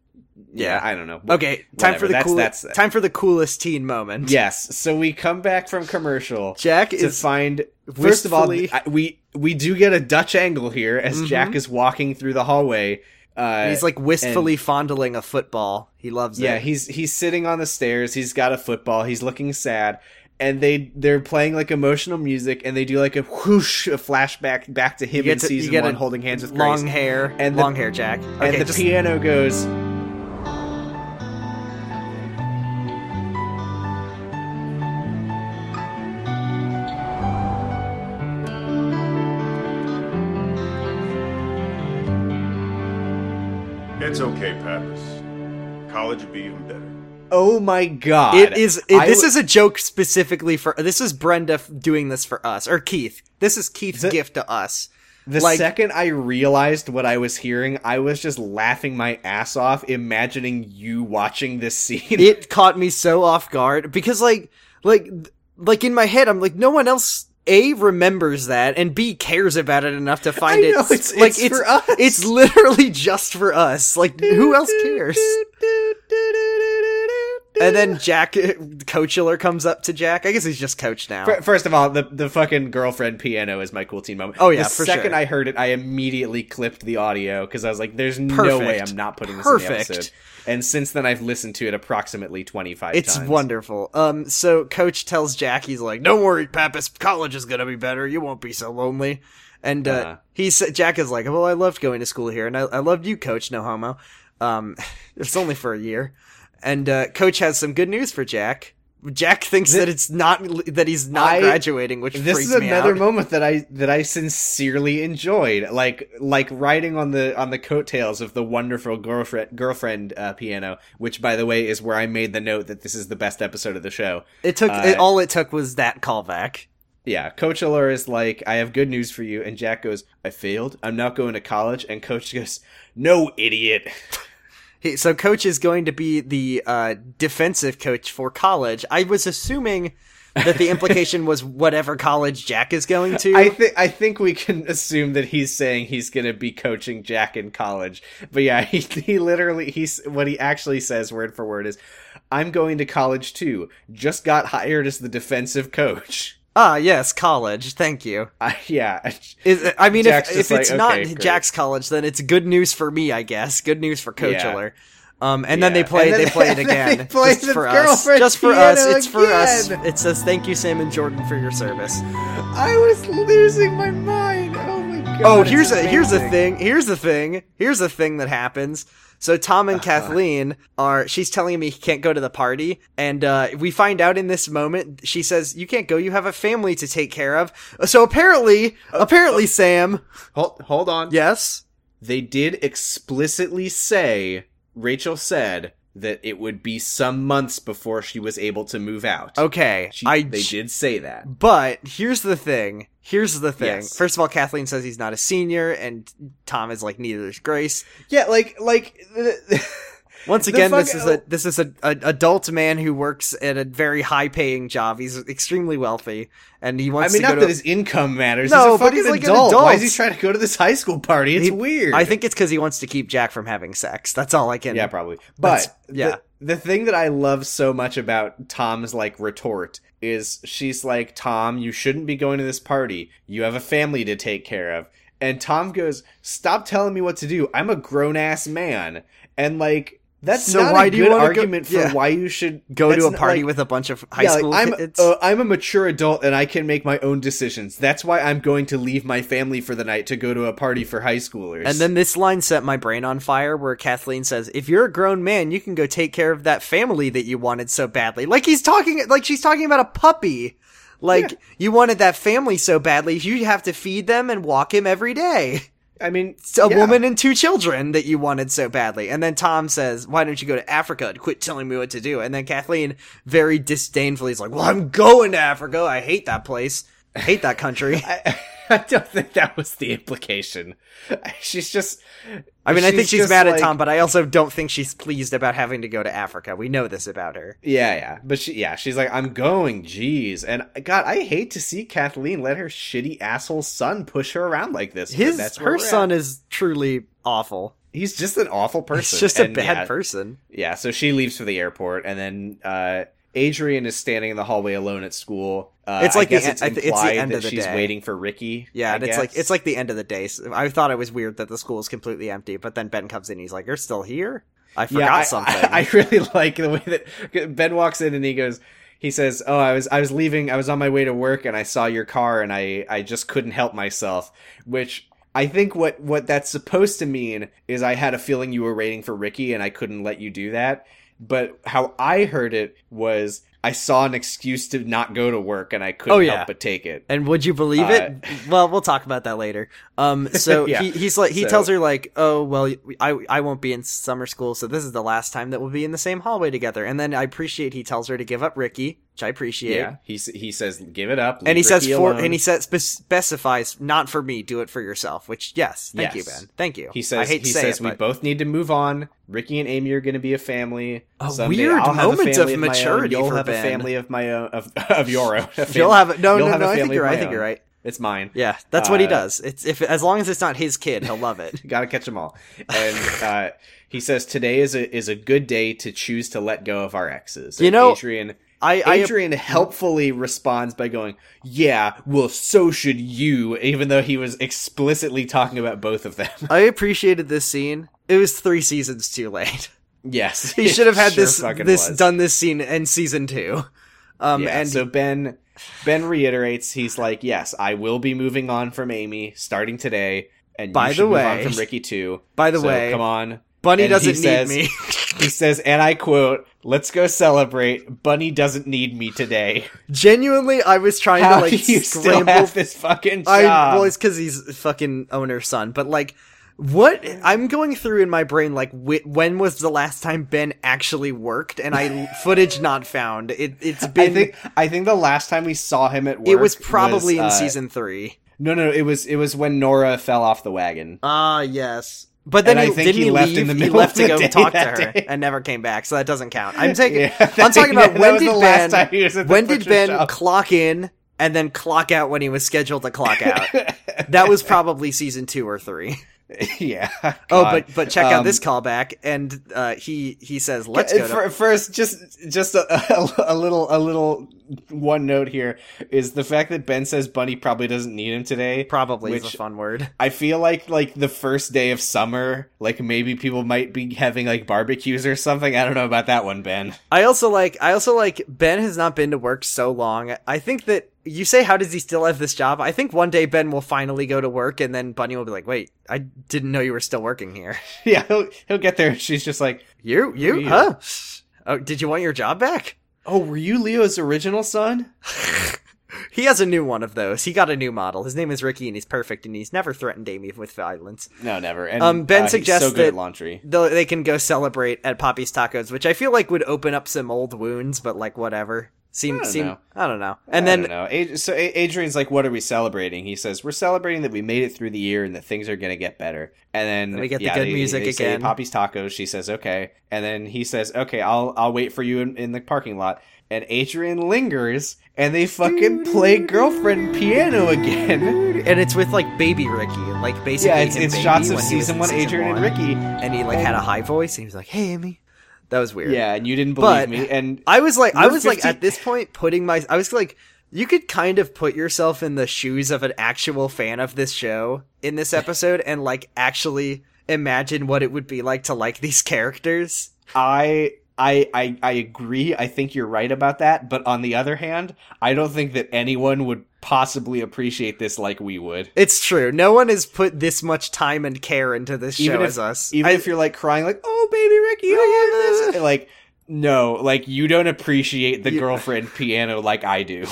S1: yeah,
S2: Yeah.
S1: I don't know.
S2: Okay, time
S1: Whatever,
S2: for the
S1: that's-
S2: coolest.
S1: that's-
S2: Time for the coolest teen moment.
S1: Yes, so we come back from commercial
S2: Jack
S1: to
S2: is
S1: find. First of all,
S2: wistfully-
S1: I, we we do get a Dutch angle here as
S2: Mhm.
S1: Jack is walking through the hallway. Uh,
S2: And he's like wistfully fondling a football. He loves
S1: yeah,
S2: it.
S1: he's he's sitting on the stairs. He's got a football. He's looking sad, and they they're playing like emotional music, and they do like a whoosh, a flashback back to him
S2: get
S1: in
S2: to- you
S1: season
S2: get a
S1: one, holding hands with
S2: long
S1: Grace.
S2: hair
S1: And
S2: and
S1: the-
S2: long hair, Jack. Okay,
S1: and the
S2: just-
S1: piano goes.
S3: It's okay, Pappas. College would be even better.
S1: Oh my god!
S2: it is. It,
S1: I
S2: this
S1: w-
S2: is a joke specifically for. This is Brenda f- doing this for us, or Keith. This is Keith's
S1: The-
S2: gift to us.
S1: the
S2: like-
S1: second I realized what I was hearing, I was just laughing my ass off, imagining you watching this scene.
S2: It caught me so off guard because, like, like, like in my head, I'm like, no one else. A remembers that, and B cares about it enough to find
S1: I know,
S2: it.
S1: it's-
S2: like
S1: it's for us.
S2: It's literally just for us. Like, who else cares?
S1: <laughs>
S2: And then Jack <laughs> Coachiller comes up to Jack. I guess he's just coach now.
S1: Fir- First of all, the, the fucking girlfriend piano is my cool teen moment.
S2: Oh, yeah,
S1: the
S2: for
S1: second
S2: sure.
S1: I heard it, I immediately clipped the audio because I was like, "There's no
S2: Perfect.
S1: way I'm not putting this in the
S2: Perfect.
S1: episode." And since then, I've listened to it approximately 25
S2: It's
S1: times.
S2: wonderful. Um, so Coach tells Jack, he's like, "Don't worry, Pappas. College is gonna be better. You won't be so lonely." And
S1: Uh-huh.
S2: uh, he sa Jack is like, "Well, I loved going to school here, and I, I loved you, Coach. No homo. Um, <laughs> it's only for a year." And uh, Coach has some good news for Jack. Jack thinks that it's not that he's not
S1: I-
S2: graduating, which
S1: this
S2: freaks
S1: is
S2: me
S1: another
S2: out.
S1: moment that I that I sincerely enjoyed, like like riding on the on the coattails of the wonderful girlfriend girlfriend uh, piano, which by the way is where I made the note that this is the best episode of the show.
S2: it took
S1: uh,
S2: it, all it took was that callback.
S1: Yeah, Coach Allure is like, I have good news for you, and Jack goes, I failed. I'm not going to college, and Coach goes, No, idiot.
S2: He, so coach is going to be the uh, defensive coach for college. I was assuming that the implication
S1: <laughs>
S2: was whatever college Jack is going to.
S1: I think I think we can assume that he's saying he's going to be coaching Jack in college. But yeah, <laughs> he, he literally he's what he actually says word for word is, "I'm going to college too. Just got hired as the defensive coach." <laughs>
S2: Ah, yes, college. Thank you.
S1: I, yeah, <laughs>
S2: Is, I mean,
S1: Jack's
S2: if, if
S1: just
S2: it's
S1: like,
S2: not
S1: okay, great.
S2: Jack's college, then it's good news for me, I guess. Good news for Coachella. Um, and then
S1: Yeah.
S2: they play,
S1: And then-
S2: they play it
S1: and then <laughs> they
S2: again.
S1: play
S2: just
S1: the
S2: for
S1: Girl
S2: us,
S1: for
S2: just for us.
S1: Piano
S2: It's for us.
S1: again.
S2: It says thank you, Sam and Jordan, for your service.
S1: I was losing my mind. Oh my god.
S2: Oh,
S1: it's
S2: here's a here's a
S1: amazing.
S2: thing. Here's a thing. Here's a thing that happens. So Tom
S1: Uh-huh.
S2: and Kathleen are. She's telling me he can't go to the party, and uh, we find out in this moment. She says, "You can't go. You have a family to take care of." So apparently, apparently, Sam.
S1: Hold, hold on.
S2: Yes.
S1: They did explicitly say Rachel said that it would be some months before she was able to move out.
S2: Okay.
S1: She-
S2: I.
S1: they did say that.
S2: But here's the thing. Here's the thing.
S1: Yes.
S2: First of all, Kathleen says he's not a senior, and Tom is like, neither is Grace.
S1: Yeah, like like <laughs>
S2: Once
S1: The
S2: again,
S1: fuck-
S2: this is a this is a, a adult man who works at a very high paying job. He's extremely wealthy, and he
S1: I
S2: wants
S1: mean
S2: to
S1: not
S2: go
S1: that
S2: to.
S1: his income matters.
S2: No,
S1: he's a
S2: but
S1: fucking
S2: he's like an
S1: adult. Why is he
S2: adult.
S1: trying to go to this high school party? It's
S2: He-
S1: weird.
S2: I think it's because he wants to keep Jack from having sex. That's all I can.
S1: Yeah, probably.
S2: That's-
S1: But
S2: yeah.
S1: the, the thing that I love so much about Tom's like retort is she's like, "Tom, you shouldn't be going to this party. You have a family to take care of." And Tom goes, "Stop telling me what to do. I'm a grown ass man." And like that's
S2: So
S1: not
S2: why
S1: a
S2: do you
S1: good
S2: wanna go-
S1: argument for
S2: Yeah.
S1: why you should
S2: go
S1: that's
S2: to a
S1: not,
S2: party
S1: like-
S2: with a bunch of high
S1: yeah,
S2: school
S1: like, I'm
S2: kids.
S1: uh, I'm a mature adult and I can make my own decisions. That's why I'm going to leave my family for the night to go to a party for high schoolers.
S2: and then this line set my brain on fire, where Kathleen says, "If you're a grown man, you can go take care of that family that you wanted so badly." Like he's talking, like she's talking about a puppy. Like you wanted that family so badly, you have to feed them and walk him every day.
S1: I mean,
S2: a
S1: yeah.
S2: woman and two children that you wanted so badly. And then Tom says, Why don't you go to Africa and quit telling me what to do? And then Kathleen very disdainfully is like, Well, I'm going to Africa. I hate that place. I hate that country.
S1: <laughs> I, I don't think that was the implication. She's just.
S2: I mean, I think she's
S1: just
S2: mad at
S1: like-
S2: Tom, but I also don't think she's pleased about having to go to Africa. We know this about her.
S1: Yeah, yeah, but she, yeah, she's like, I'm going, jeez, and God, I hate to see Kathleen let her shitty asshole son push her around like this. but
S2: His
S1: that's where
S2: her
S1: we're at.
S2: son is truly awful.
S1: he's just an awful person.
S2: He's just a
S1: and
S2: bad
S1: yeah,
S2: person.
S1: Yeah, so she leaves for the airport, and then uh, Adrian is standing in the hallway alone at school. Uh,
S2: It's like
S1: I guess
S2: the en-
S1: it's
S2: I thi- it's the
S1: implied
S2: end
S1: that
S2: of the
S1: she's
S2: day.
S1: waiting for Ricky.
S2: Yeah,
S1: I
S2: and it's like
S1: guess.
S2: it's like the end of the day. So I thought it was weird that the school is completely empty, but then Ben comes in. He's like, "You're still here? I forgot
S1: I-
S2: something."
S1: I, I really <laughs> like the way that Ben walks in and he goes, he says, "Oh, I was I was leaving. I was on my way to work and I saw your car and I I just couldn't help myself." Which I think what what that's supposed to mean is I had a feeling you were waiting for Ricky and I couldn't let you do that. But how I heard it was I saw an excuse to not go to work and I couldn't
S2: Oh, yeah.
S1: help but take it.
S2: And would you believe it? Well, we'll talk about that later.
S1: <laughs>
S2: Um, so
S1: Uh, Yeah.
S2: he, he's like, he
S1: So-
S2: tells her like, oh well, I I won't be in summer school, so this is the last time that we'll be in the same hallway together. And then I appreciate he tells her to give up Ricky, which I appreciate.
S1: Yeah, he s- he says, "Give it up."
S2: And he
S1: leave
S2: says
S1: Ricky
S2: for,
S1: alone."
S2: and he says spe- specifies not for me, do it for yourself. Which yes, thank you,
S1: Yes.
S2: Ben. Thank you.
S1: He says
S2: I hate
S1: he
S2: to say
S1: says
S2: it,
S1: we
S2: but-
S1: both need to move on. Ricky and Amy are going to be a family.
S2: A weird
S1: I'll have a
S2: moment of
S1: family my own.
S2: maturity
S1: You'll
S2: for
S1: have
S2: Ben.
S1: a family of my own of, <laughs> of your own. A
S2: <laughs>
S1: fam-
S2: You'll have it. No,
S1: you'll
S2: no,
S1: have a
S2: no. I think
S1: family
S2: you're
S1: of
S2: right. I
S1: my
S2: think you're
S1: own.
S2: right.
S1: It's mine.
S2: Yeah, that's what he
S1: Uh,
S2: does. It's if as long as it's not his kid, he'll love it.
S1: You Gotta catch them all. And <laughs> uh, he says today is a is a good day to choose to let go of our exes.
S2: You
S1: And
S2: know,
S1: Adrian.
S2: I, I
S1: Adrian helpfully responds by going, "Yeah, well, so should you," even though he was explicitly talking about both of them. <laughs>
S2: I appreciated this scene. It was three seasons too late. <laughs>
S1: yes,
S2: He should have
S1: <laughs>
S2: had
S1: Sure
S2: this
S1: fucking
S2: this
S1: was.
S2: done this scene in season two. Um,
S1: yeah,
S2: and
S1: so Ben Ben reiterates he's like, "Yes, I will be moving on from Amy starting today." And
S2: By
S1: you
S2: the
S1: should move
S2: way-
S1: on from Ricky too.
S2: by the
S1: So
S2: way,
S1: come on.
S2: Bunny
S1: and he
S2: doesn't need
S1: says-
S2: me. <laughs>
S1: <laughs> He says, and I quote, "Let's go celebrate." Bunny doesn't need me today.
S2: Genuinely, <laughs> I was trying
S1: How
S2: to like
S1: do you still
S2: scramble.
S1: have this fucking job?
S2: I well, it's because he's fucking owner's son. But like, what I'm going through in my brain, like, wh- when was the last time Ben actually worked?
S1: <laughs>
S2: And I footage not found. It it's
S1: I
S2: been.
S1: think I think the last time we saw him at work,
S2: it was probably in
S1: uh,
S2: season three.
S1: No, no, it was it was when Nora fell off the wagon. <laughs>
S2: Ah, yes. But then
S1: And I
S2: he
S1: think
S2: didn't
S1: he
S2: he
S1: left
S2: leave?
S1: in the
S2: He
S1: middle
S2: left
S1: of
S2: to
S1: the
S2: go
S1: day <laughs>
S2: talk to
S1: that
S2: her
S1: day.
S2: and never came back, so that doesn't
S1: <laughs>
S2: count. I'm taking.
S1: Yeah,
S2: I'm
S1: that-
S2: talking about
S1: that
S2: when
S1: was
S2: did
S1: the
S2: Ben?
S1: last time he was at the
S2: when did
S1: butcher
S2: Ben
S1: shop.
S2: clock in
S1: <laughs>
S2: and then clock out when he was scheduled to clock out? that was probably season two or three.
S1: yeah.
S2: Oh,
S1: God.
S2: <laughs> but but check out
S1: Um,
S2: this callback, and uh, he he says, "Let's
S1: Uh,
S2: go." To-
S1: fir- first, just just a, <laughs> a little a little one note here is the fact that Ben says Bunny probably doesn't need him today.
S2: Probably is
S1: which-
S2: a fun word.
S1: I feel like like the first day of summer, like maybe people might be having like barbecues or something. I don't know about that one, Ben. <laughs>
S2: I also like I also like Ben has not been to work so long. I think that you say how does he still have this job? I think one day Ben will finally go to work and then Bunny will be like, "Wait, I didn't know you were still working here." <laughs>
S1: yeah, he'll he'll get there. She's just like,
S2: You you
S1: Yeah.
S2: huh? Oh, did you want your job back?
S1: "Oh, were you Leo's original son?"
S2: He has a new one of those. He got a new model. His name is Ricky and he's perfect and he's never threatened Amy with violence.
S1: No, never. And,
S2: Um, Ben
S1: uh, he's
S2: suggests
S1: so good at
S2: that-
S1: laundry.
S2: Though they can go celebrate at Poppy's Tacos, which I feel like would open up some old wounds, but like whatever. Seem
S1: I don't
S2: seem
S1: know.
S2: I don't know. And
S1: I
S2: then
S1: don't know. Ad- so A- Adrian's like, "What are we celebrating?" He says, "We're celebrating that we made it through the year and that things are gonna get better." And then
S2: And we get the
S1: yeah,
S2: good
S1: they-
S2: music
S1: they say
S2: again.
S1: Poppy's tacos. She says, "Okay," and then he says, "Okay, I'll I'll wait for you in, in the parking lot." And Adrian lingers, and they fucking play girlfriend piano
S2: <laughs>
S1: again.
S2: and it's with like baby Ricky, like basically
S1: yeah, it's,
S2: him
S1: it's
S2: baby
S1: shots of
S2: when he was
S1: season
S2: in
S1: one, Adrian and
S2: one,
S1: Ricky.
S2: and he like had a high voice, and he was like, "Hey, Amy," that was weird.
S1: Yeah, and you didn't believe
S2: But-
S1: me. And
S2: I was like, I
S1: We're
S2: was like
S1: 50
S2: at this point putting my, I was like, you could kind of put yourself in the shoes of an actual fan of this show in this episode, and like actually imagine what it would be like to like these characters.
S1: I I I I agree. I think you're right about that. But on the other hand, I don't think that anyone would possibly appreciate this like we would.
S2: It's true. No one has put this much time and care into this show
S1: Even if-
S2: as us.
S1: Even
S2: I-
S1: if you're like crying, like "Oh, baby Ricky," oh, this," like no, like you don't appreciate the
S2: You-
S1: girlfriend piano like I do.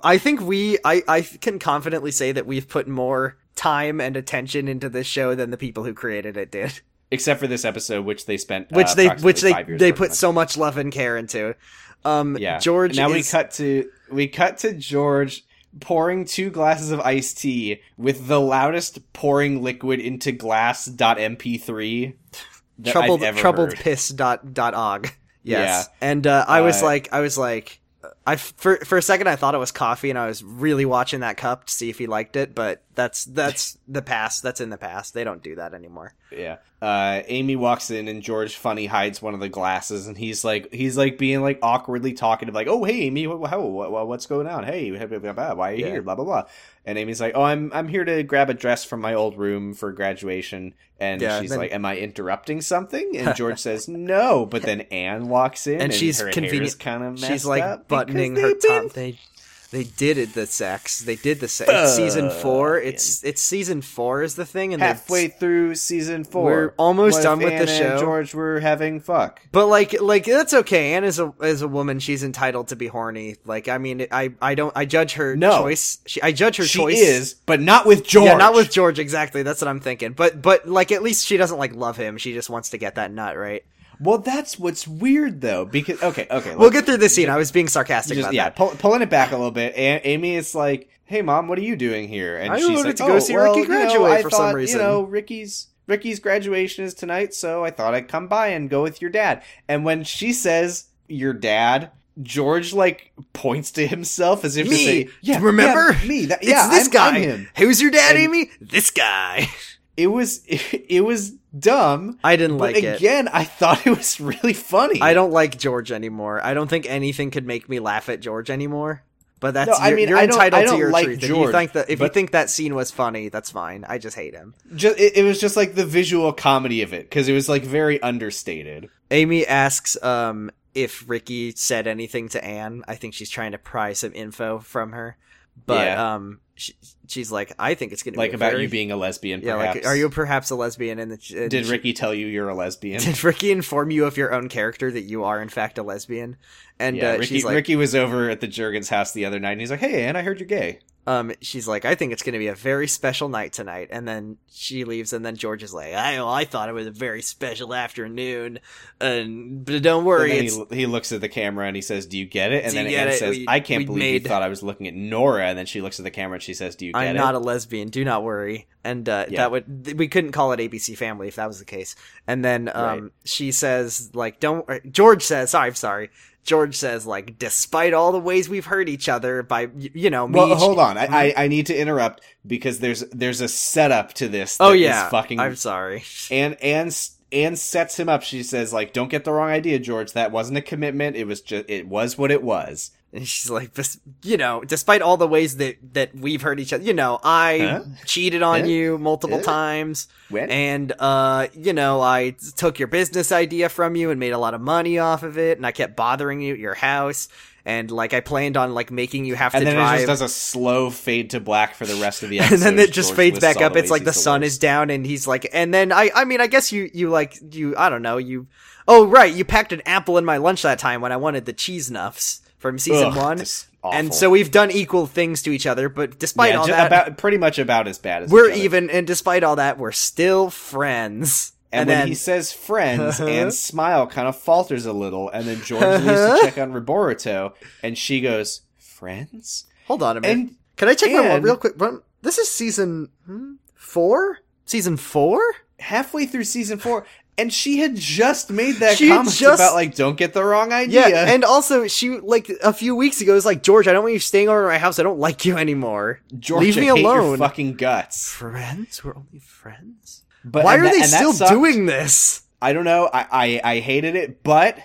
S2: I think we, I, I can confidently say that we've put more time and attention into this show than the people who created it did.
S1: Except for this episode, which they spent uh,
S2: Which they,
S1: approximately
S2: which they,
S1: five years
S2: they
S1: worth of
S2: put
S1: money.
S2: so much love and care into. Um,
S1: yeah.
S2: George.
S1: Now we
S2: is-
S1: cut to we cut to George pouring two glasses of iced tea with the loudest pouring liquid into glass.mp3 that
S2: troubled
S1: I've ever
S2: troubled
S1: heard.
S2: piss dot
S1: <laughs>
S2: dot og. Yes, and uh, I was
S1: Uh,
S2: like, I was like, I for for a second I thought it was coffee, and I was really watching that cup to see if he liked it. But
S1: <laughs>
S2: that's that's the past. That's in the past. They don't do that anymore.
S1: Yeah. Uh, Amy walks in and George funny hides one of the glasses and he's like he's like being like awkwardly talkative like oh hey Amy wh- wh- how, wh- wh- what's going on hey blah, blah, blah, blah, why are you
S2: Yeah.
S1: here blah blah blah and Amy's like oh I'm I'm here to grab a dress from my old room for graduation and
S2: Yeah,
S1: she's
S2: then-
S1: like am I interrupting something
S2: <laughs>
S1: and George says no but then Anne walks in and,
S2: And she's
S1: her
S2: convenient-
S1: kind of
S2: She's like buttoning her top. They they did it. The sex. They did the sex. It's season four. It's it's season four is the thing, and they've-
S1: halfway through season four
S2: We're almost
S1: What if
S2: done with the
S1: Anne and
S2: show.
S1: George were having fuck
S2: But like, like that's okay. Anne is a is a woman. She's entitled to be horny. Like, I mean, I I don't I judge her
S1: No.
S2: choice. She, I judge her
S1: she
S2: choice.
S1: is but not with George
S2: Yeah, not with George exactly. That's what I'm thinking. But but like, at least she doesn't like love him. She just wants to get that nut right.
S1: Well, that's what's weird though, because okay, okay,
S2: <laughs> We'll
S1: look,
S2: get through this scene. I was being sarcastic
S1: just,
S2: about
S1: yeah,
S2: that.
S1: pull, pulling it back a little bit. A- Amy is like, "Hey, mom, what are you doing here?" And
S2: I
S1: she's
S2: wanted
S1: like,
S2: to go
S1: "Oh,
S2: see
S1: well,
S2: Ricky
S1: you know,
S2: graduate
S1: I
S2: for some
S1: thought,
S2: reason."
S1: You know, Ricky's Ricky's graduation is tonight, so I thought I'd come by and go with your dad. And when she says your dad. George like points to himself as if to
S2: Me.
S1: say, "Yeah,
S2: Remember?
S1: yeah, me? That,
S2: It's
S1: yeah,
S2: this
S1: I'm-
S2: guy.
S1: I'm him."
S2: Who's your dad,
S1: And-
S2: Amy? This guy. <laughs>
S1: It was <laughs> it was dumb,
S2: I didn't
S1: but
S2: like it.
S1: again, I thought it was really funny.
S2: I don't like George anymore. I don't think anything could make me laugh at George anymore. But that's
S1: No, I
S2: you're,
S1: mean,
S2: you're
S1: I don't-
S2: entitled
S1: I don't
S2: to your
S1: like
S2: truth. if
S1: George,
S2: you think that if you
S1: but-
S2: think that scene was funny, that's fine. I just hate him.
S1: just it, it was just like the visual comedy of it because it was like very understated.
S2: Amy asks um if Ricky said anything to Anne. I think she's trying to pry some info from her. But
S1: Yeah.
S2: um she, she's like I think it's going to
S1: like
S2: be a
S1: about
S2: very-
S1: you being a lesbian.
S2: Yeah,
S1: Perhaps.
S2: like are you perhaps a lesbian and, the, and
S1: Did
S2: she-
S1: Ricky tell you you're a lesbian?
S2: <laughs> did Ricky inform you of your own character that you are in fact a lesbian? <laughs> And
S1: yeah,
S2: uh,
S1: Ricky,
S2: she's like
S1: Ricky was over at the Jurgens house the other night, and he's like, "Hey, Anne, I heard you're gay."
S2: um, she's like, I think it's going to be a very special night tonight. And then she leaves, and then George is like, I, well, I thought it was a very special afternoon, and but don't
S1: And
S2: worry,
S1: then
S2: it's
S1: he, he looks at the camera and he says, "Do you get it?" And
S2: Do you
S1: then
S2: get
S1: Anne
S2: it?
S1: says,
S2: We-
S1: "I can't
S2: we
S1: believe
S2: made-
S1: you thought I was looking at Nora." And then she looks at the camera and she says, "Do you get
S2: I'm
S1: it?"
S2: not a lesbian. Do not worry. And uh,
S1: Yeah.
S2: that would th- we couldn't call it ABC Family if that was the case. And then um, she says, like, don't. Or George says, sorry, I'm sorry. George says, like, despite all the ways we've hurt each other by, y- you know, me.
S1: Well,
S2: ch-
S1: hold on. I, I I need to interrupt because there's there's a setup to this.
S2: oh
S1: that is
S2: yeah,
S1: fucking
S2: I'm sorry.
S1: and and and sets him up. She says like, "Don't get the wrong idea, George. That wasn't a commitment. It was just it was what it was."
S2: And she's like, "This- you know, despite all the ways that that we've hurt each other, you know, I
S1: Huh?
S2: cheated on
S1: Huh?
S2: you multiple
S1: Huh?
S2: times,
S1: When
S2: and uh, you know, I took your business idea from you and made a lot of money off of it, and I kept bothering you at your house, and like I planned on like making you have
S1: and
S2: to
S1: then
S2: drive."
S1: it just does a slow fade to black for the rest of the episode.
S2: <laughs> and then
S1: as
S2: it just
S1: George
S2: fades
S1: lists
S2: back
S1: all
S2: up. It's
S1: ways
S2: like
S1: he's
S2: the sun
S1: worst.
S2: is down, and he's like, and then I, I mean, I guess you, you like, you, I don't know, you. Oh right, you packed an apple in my lunch that time when I wanted the cheese nuffs from season
S1: Ugh,
S2: one,
S1: dis-
S2: and
S1: awful.
S2: so we've done equal things to each other. But despite
S1: yeah,
S2: all
S1: ju-
S2: that,
S1: about pretty much about as bad as
S2: we're
S1: each other.
S2: even, and despite all that, we're still friends.
S1: And,
S2: And,
S1: when
S2: then
S1: he says
S2: <laughs>
S1: friends
S2: Uh-huh.
S1: and smile kind of falters a little, and then George leaves to check on Roboruto, and she goes, "Friends."
S2: hold on a minute.
S1: And
S2: Can I check my one
S1: and-
S2: real quick? One- This is season hmm, four. Season four.
S1: halfway through season four, and she had just made that
S2: She had
S1: comment
S2: just-
S1: about like, "Don't get the wrong
S2: Yeah,
S1: idea."
S2: and also she like a few weeks ago was like, George, I don't want you staying over at my house. I don't like you anymore.
S1: George,
S2: leave
S1: I
S2: me
S1: hate your
S2: alone.
S1: fucking guts.
S2: Friends? We're only friends.
S1: But
S2: Why
S1: and
S2: are
S1: that-
S2: they
S1: and that
S2: still
S1: sucked.
S2: doing this?
S1: I don't know. I, I I hated it, but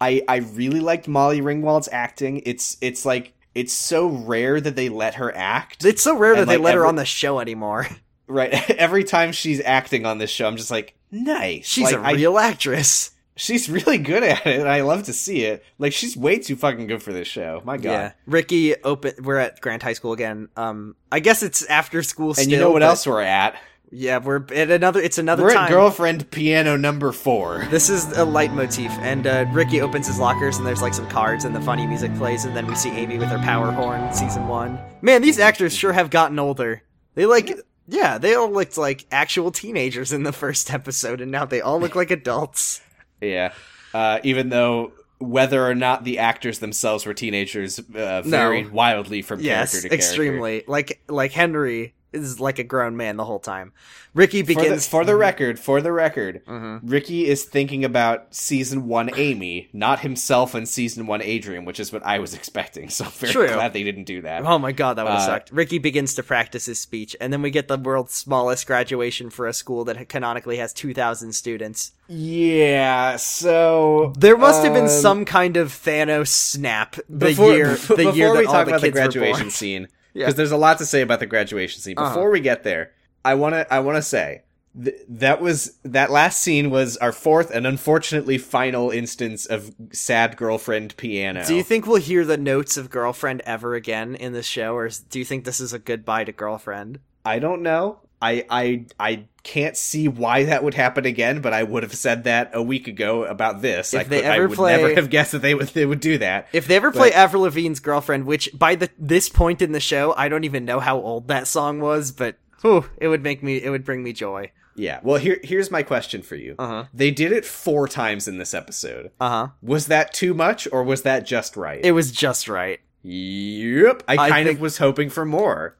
S1: I I really liked Molly Ringwald's acting. It's it's like it's so rare that they let her act.
S2: It's so rare that
S1: And,
S2: they
S1: like,
S2: let her
S1: every-
S2: on the show anymore. <laughs>
S1: Right. <laughs> Every time she's acting on this show, I'm just like, nice.
S2: She's
S1: Like, I-
S2: a real actress.
S1: she's really good at it, and I love to see it. Like she's way too fucking good for this show. My god.
S2: Yeah, Ricky. Open. We're at Grant High School again. Um, I guess it's after school.
S1: And you know what else we're at?
S2: Yeah, we're at another. It's another
S1: we're
S2: time.
S1: at girlfriend piano number four.
S2: This is a leitmotif, and uh, Ricky opens his lockers, and there's like some cards, and the funny music plays, and then we see Amy with her power horn, in season one. Man, these actors sure have gotten older. They like, yeah, they all looked like actual teenagers in the first <laughs> episode, and now they all look like
S1: <laughs>
S2: adults.
S1: Yeah. Uh, even though whether or not the actors themselves were teenagers uh,
S2: No.
S1: varied wildly from character to
S2: yes,
S1: character.
S2: extremely. Like, like Henry is like a grown man the whole time. Ricky
S1: For the,
S2: begins
S1: for the record, for the record,
S2: Mhm.
S1: Ricky is thinking about season one Amy, not himself in season one Adrian, which is what I was expecting. <laughs> So I'm very
S2: True.
S1: glad they didn't do that.
S2: Oh my god, that would have
S1: Uh,
S2: sucked. Ricky begins to practice his speech, and then we get the world's smallest graduation for a school that canonically has 2,000 students.
S1: Yeah. So
S2: There must have been
S1: um,
S2: some kind of Thanos snap the
S1: before, <laughs>
S2: year
S1: before,
S2: the year
S1: before
S2: that
S1: we
S2: all
S1: talk
S2: the
S1: about the
S2: kids were born.
S1: graduation scene
S2: <laughs> Yeah.
S1: because there's a lot to say about the graduation scene
S2: Uh-huh.
S1: before we get there i want to i want to say th- that was that last scene was our fourth and unfortunately final instance of sad girlfriend piano
S2: Do you think we'll hear the notes of girlfriend ever again in this show, or is- do you think this is a goodbye to girlfriend?
S1: i don't know I, I I can't see why that would happen again, but I would have said that a week ago about this.
S2: If
S1: I,
S2: they
S1: could- I
S2: ever
S1: would
S2: play-
S1: never have guessed that they would they would do that.
S2: If they ever play
S1: But-
S2: Avril Lavigne's girlfriend, which by the this point in the show, I don't even know how old that song was, but whew, it would make me it would bring me joy.
S1: Yeah. Well, here here's my question for you.
S2: Uh huh.
S1: They did it four times in this episode.
S2: Uh huh.
S1: Was that too much or was that just right?
S2: It was just right.
S1: yep. I
S2: I
S1: kind
S2: think-
S1: of was hoping for more.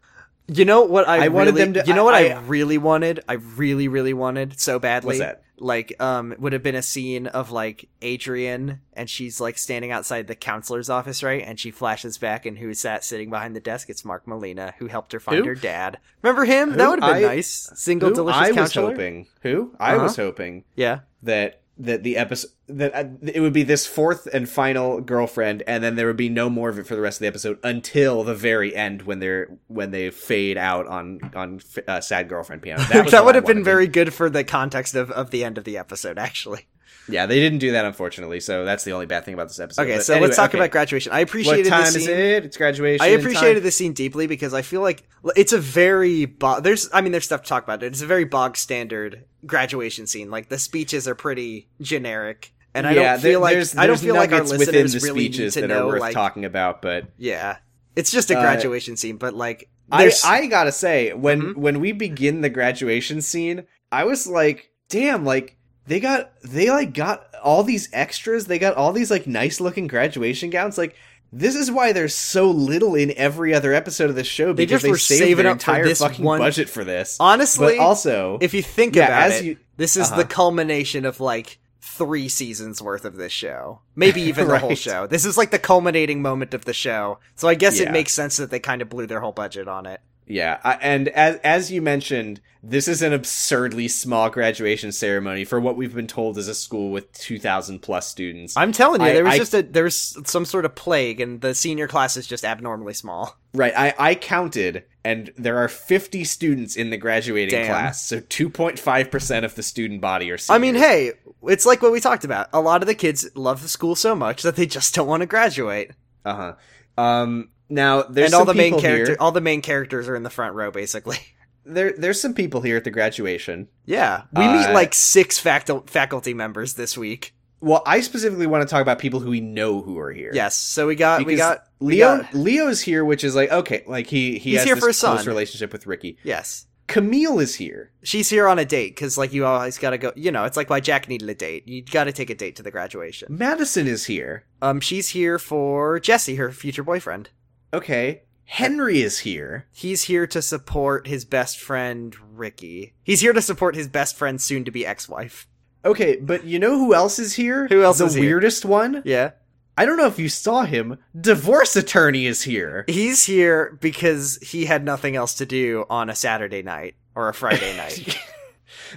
S2: You know what I,
S1: I wanted
S2: really-
S1: them to-
S2: You know what I,
S1: I- I-
S2: really wanted? I really, really wanted so badly.
S1: What's that?
S2: Like, um, would have been a scene of like Adrian and she's like standing outside the counselor's office, right? And she flashes back, and who's that sitting behind the desk? It's Mark Molina, who helped her find
S1: Who?
S2: her dad. Remember him?
S1: Who
S2: that would have been
S1: I-
S2: nice. Single
S1: Who
S2: delicious
S1: I was
S2: counselor.
S1: hoping. Who? I
S2: Uh-huh.
S1: was hoping
S2: Yeah.
S1: that that the episode that uh, it would be this fourth and final girlfriend and then there would be no more of it for the rest of the episode until the very end when they're when they fade out on on uh, sad girlfriend
S2: <laughs>
S1: piano
S2: That,
S1: was what
S2: would
S1: I
S2: have been
S1: wanted.
S2: very good for the context of, of the end of the episode, actually.
S1: yeah they didn't do that unfortunately so that's the only bad thing about this episode
S2: Okay,
S1: But
S2: so
S1: anyway,
S2: let's talk
S1: okay.
S2: about graduation. I appreciated
S1: what time
S2: this
S1: is
S2: scene.
S1: it it's graduation
S2: I appreciated
S1: time.
S2: this scene deeply because I feel like it's a very bo- there's I mean there's stuff to talk about. It's a very bog standard graduation scene. Like the speeches are pretty generic, and I
S1: Yeah,
S2: don't
S1: there-
S2: feel like
S1: there's-
S2: I don't
S1: there's
S2: feel like our
S1: nuggets within
S2: listeners
S1: the
S2: really need
S1: speeches
S2: to
S1: that
S2: know
S1: are worth
S2: like
S1: talking about, but
S2: yeah, it's just a
S1: Uh,
S2: graduation scene. But like
S1: I,
S2: there's Mm-hmm.
S1: I gotta say when when we begin the graduation scene, I was like, damn, like they got they like got all these extras, they got all these like nice looking graduation gowns, like. This is why there's so little in every other episode of the show
S2: They
S1: because
S2: just
S1: they,
S2: were
S1: saved
S2: saving
S1: their
S2: up for
S1: entire
S2: this
S1: fucking
S2: one-
S1: budget for this.
S2: honestly
S1: but also,
S2: if you think
S1: Yeah,
S2: about
S1: as
S2: it,
S1: you-
S2: this is
S1: Uh-huh.
S2: the culmination of like three seasons worth of this show,
S1: <laughs>
S2: maybe even the whole
S1: Right.
S2: show. This is like the culminating moment of the show, so I guess it
S1: Yeah.
S2: makes sense that they kind of blew their whole budget on it.
S1: Yeah, I, and as as you mentioned, this is an absurdly small graduation ceremony for what we've been told is a school with two thousand plus students.
S2: I'm telling you,
S1: I-
S2: there was
S1: I-
S2: just a there was some sort of plague, and the senior class is just abnormally small.
S1: right, I I counted, and there are fifty students in the graduating
S2: Damn.
S1: class, so two point five percent of the student body are.
S2: I
S1: Seniors.
S2: mean, hey, it's like what we talked about. A lot of the kids love the school so much that they just don't want to graduate.
S1: uh huh. Um, now there's
S2: and all
S1: some
S2: the main
S1: people here- Oh,
S2: character, all the main characters are in the front row, basically.
S1: There, there's some people here at the graduation.
S2: <laughs> Yeah, we meet
S1: Uh,
S2: like six facul- faculty members this week.
S1: Well, I specifically want to talk about people who we know who are here.
S2: Yes, so we got we
S1: Because
S2: got we
S1: Leo.
S2: got-
S1: Leo's here, which is like okay, like he he
S2: He's
S1: has
S2: here
S1: this
S2: for his
S1: close
S2: son.
S1: relationship with Ricky.
S2: yes,
S1: Camille is here.
S2: she's here on a date because like you always got to go. You know, it's like why Jack needed a date. You got to take a date to the graduation.
S1: Madison is here.
S2: Um, she's here for Jesse, her future boyfriend.
S1: Okay. Henry is here.
S2: He's here to support his best friend Ricky. He's here to support his best friend's soon to be ex wife.
S1: Okay, but you know who else is here?
S2: Who else
S1: the
S2: is here?
S1: weirdest one?
S2: Yeah.
S1: I don't know if you saw him. Divorce attorney is
S2: <laughs>
S1: here.
S2: He's here because he had nothing else to do on a Saturday night or a
S1: <laughs>
S2: Friday night.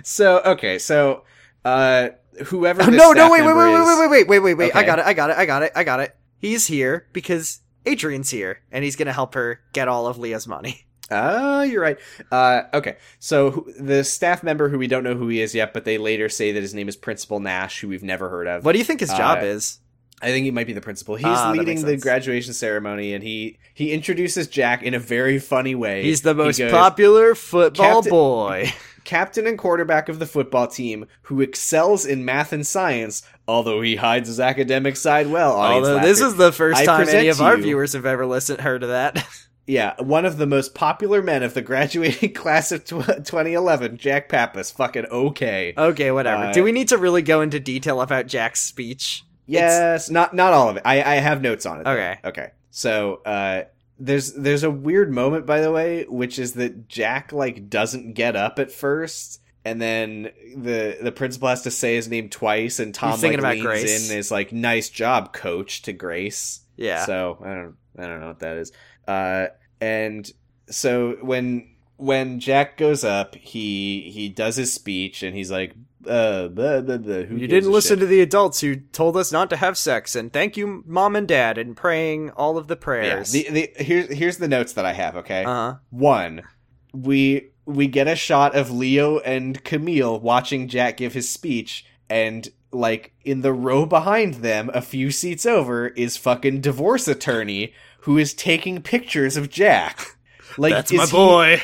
S1: so okay, so uh whoever
S2: Oh,
S1: this
S2: <laughs> no, no,
S1: staff
S2: wait, wait,
S1: member
S2: wait,
S1: is-
S2: wait, wait, wait, wait, wait, wait. I
S1: Okay.
S2: got it, I got it, I got it, I got it. He's here because Adrian's here, and he's gonna help her get all of Leah's money.
S1: Ah, you're right. Uh, okay, so who- the staff member who we don't know who he is yet, but they later say that his name is Principal Nash, who we've never heard of.
S2: What do you think his job
S1: Uh,
S2: is?
S1: I think he might be the principal. He's
S2: Ah, that makes
S1: leading the
S2: sense.
S1: graduation ceremony, and he he introduces Jack in a very funny way.
S2: He's the
S1: He
S2: most
S1: goes,
S2: popular football
S1: Captain-
S2: boy.
S1: captain and quarterback of the football team who excels in math and science, although he hides his academic side well. Audience
S2: Although this
S1: laughter.
S2: is the first
S1: I
S2: time
S1: present
S2: any of
S1: to
S2: our
S1: you-
S2: viewers have ever listened heard of that.
S1: yeah, one of the most popular men of the graduating <laughs> class of tw- 2011, Jack Pappas. Fucking okay.
S2: okay, whatever.
S1: Uh,
S2: do we need to really go into detail about Jack's speech?
S1: yes, not not all of it. I I have notes on it. though.
S2: Okay.
S1: Okay. So, uh there's there's a weird moment by the way, which is that Jack like doesn't get up at first and then the the principal has to say his name twice and Tom
S2: He's thinking
S1: like
S2: about
S1: leans
S2: Grace.
S1: in and is like nice job coach to Grace.
S2: Yeah.
S1: So, I don't I don't know what that is. Uh and so when when Jack goes up, he he does his speech and he's like uh blah, blah, blah, who
S2: you
S1: gives
S2: didn't
S1: a
S2: listen
S1: shit?
S2: to the adults who told us not to have sex, and thank you, mom and dad, and praying all of the
S1: yeah,
S2: prayers.
S1: the, the, here's here's the notes that I have, okay?
S2: uh-huh.
S1: One, we we get a shot of Leo and Camille watching Jack give his speech, and like in the row behind them, a few seats over, is fucking divorce attorney who is taking pictures of Jack. Like
S2: That's
S1: is
S2: my boy.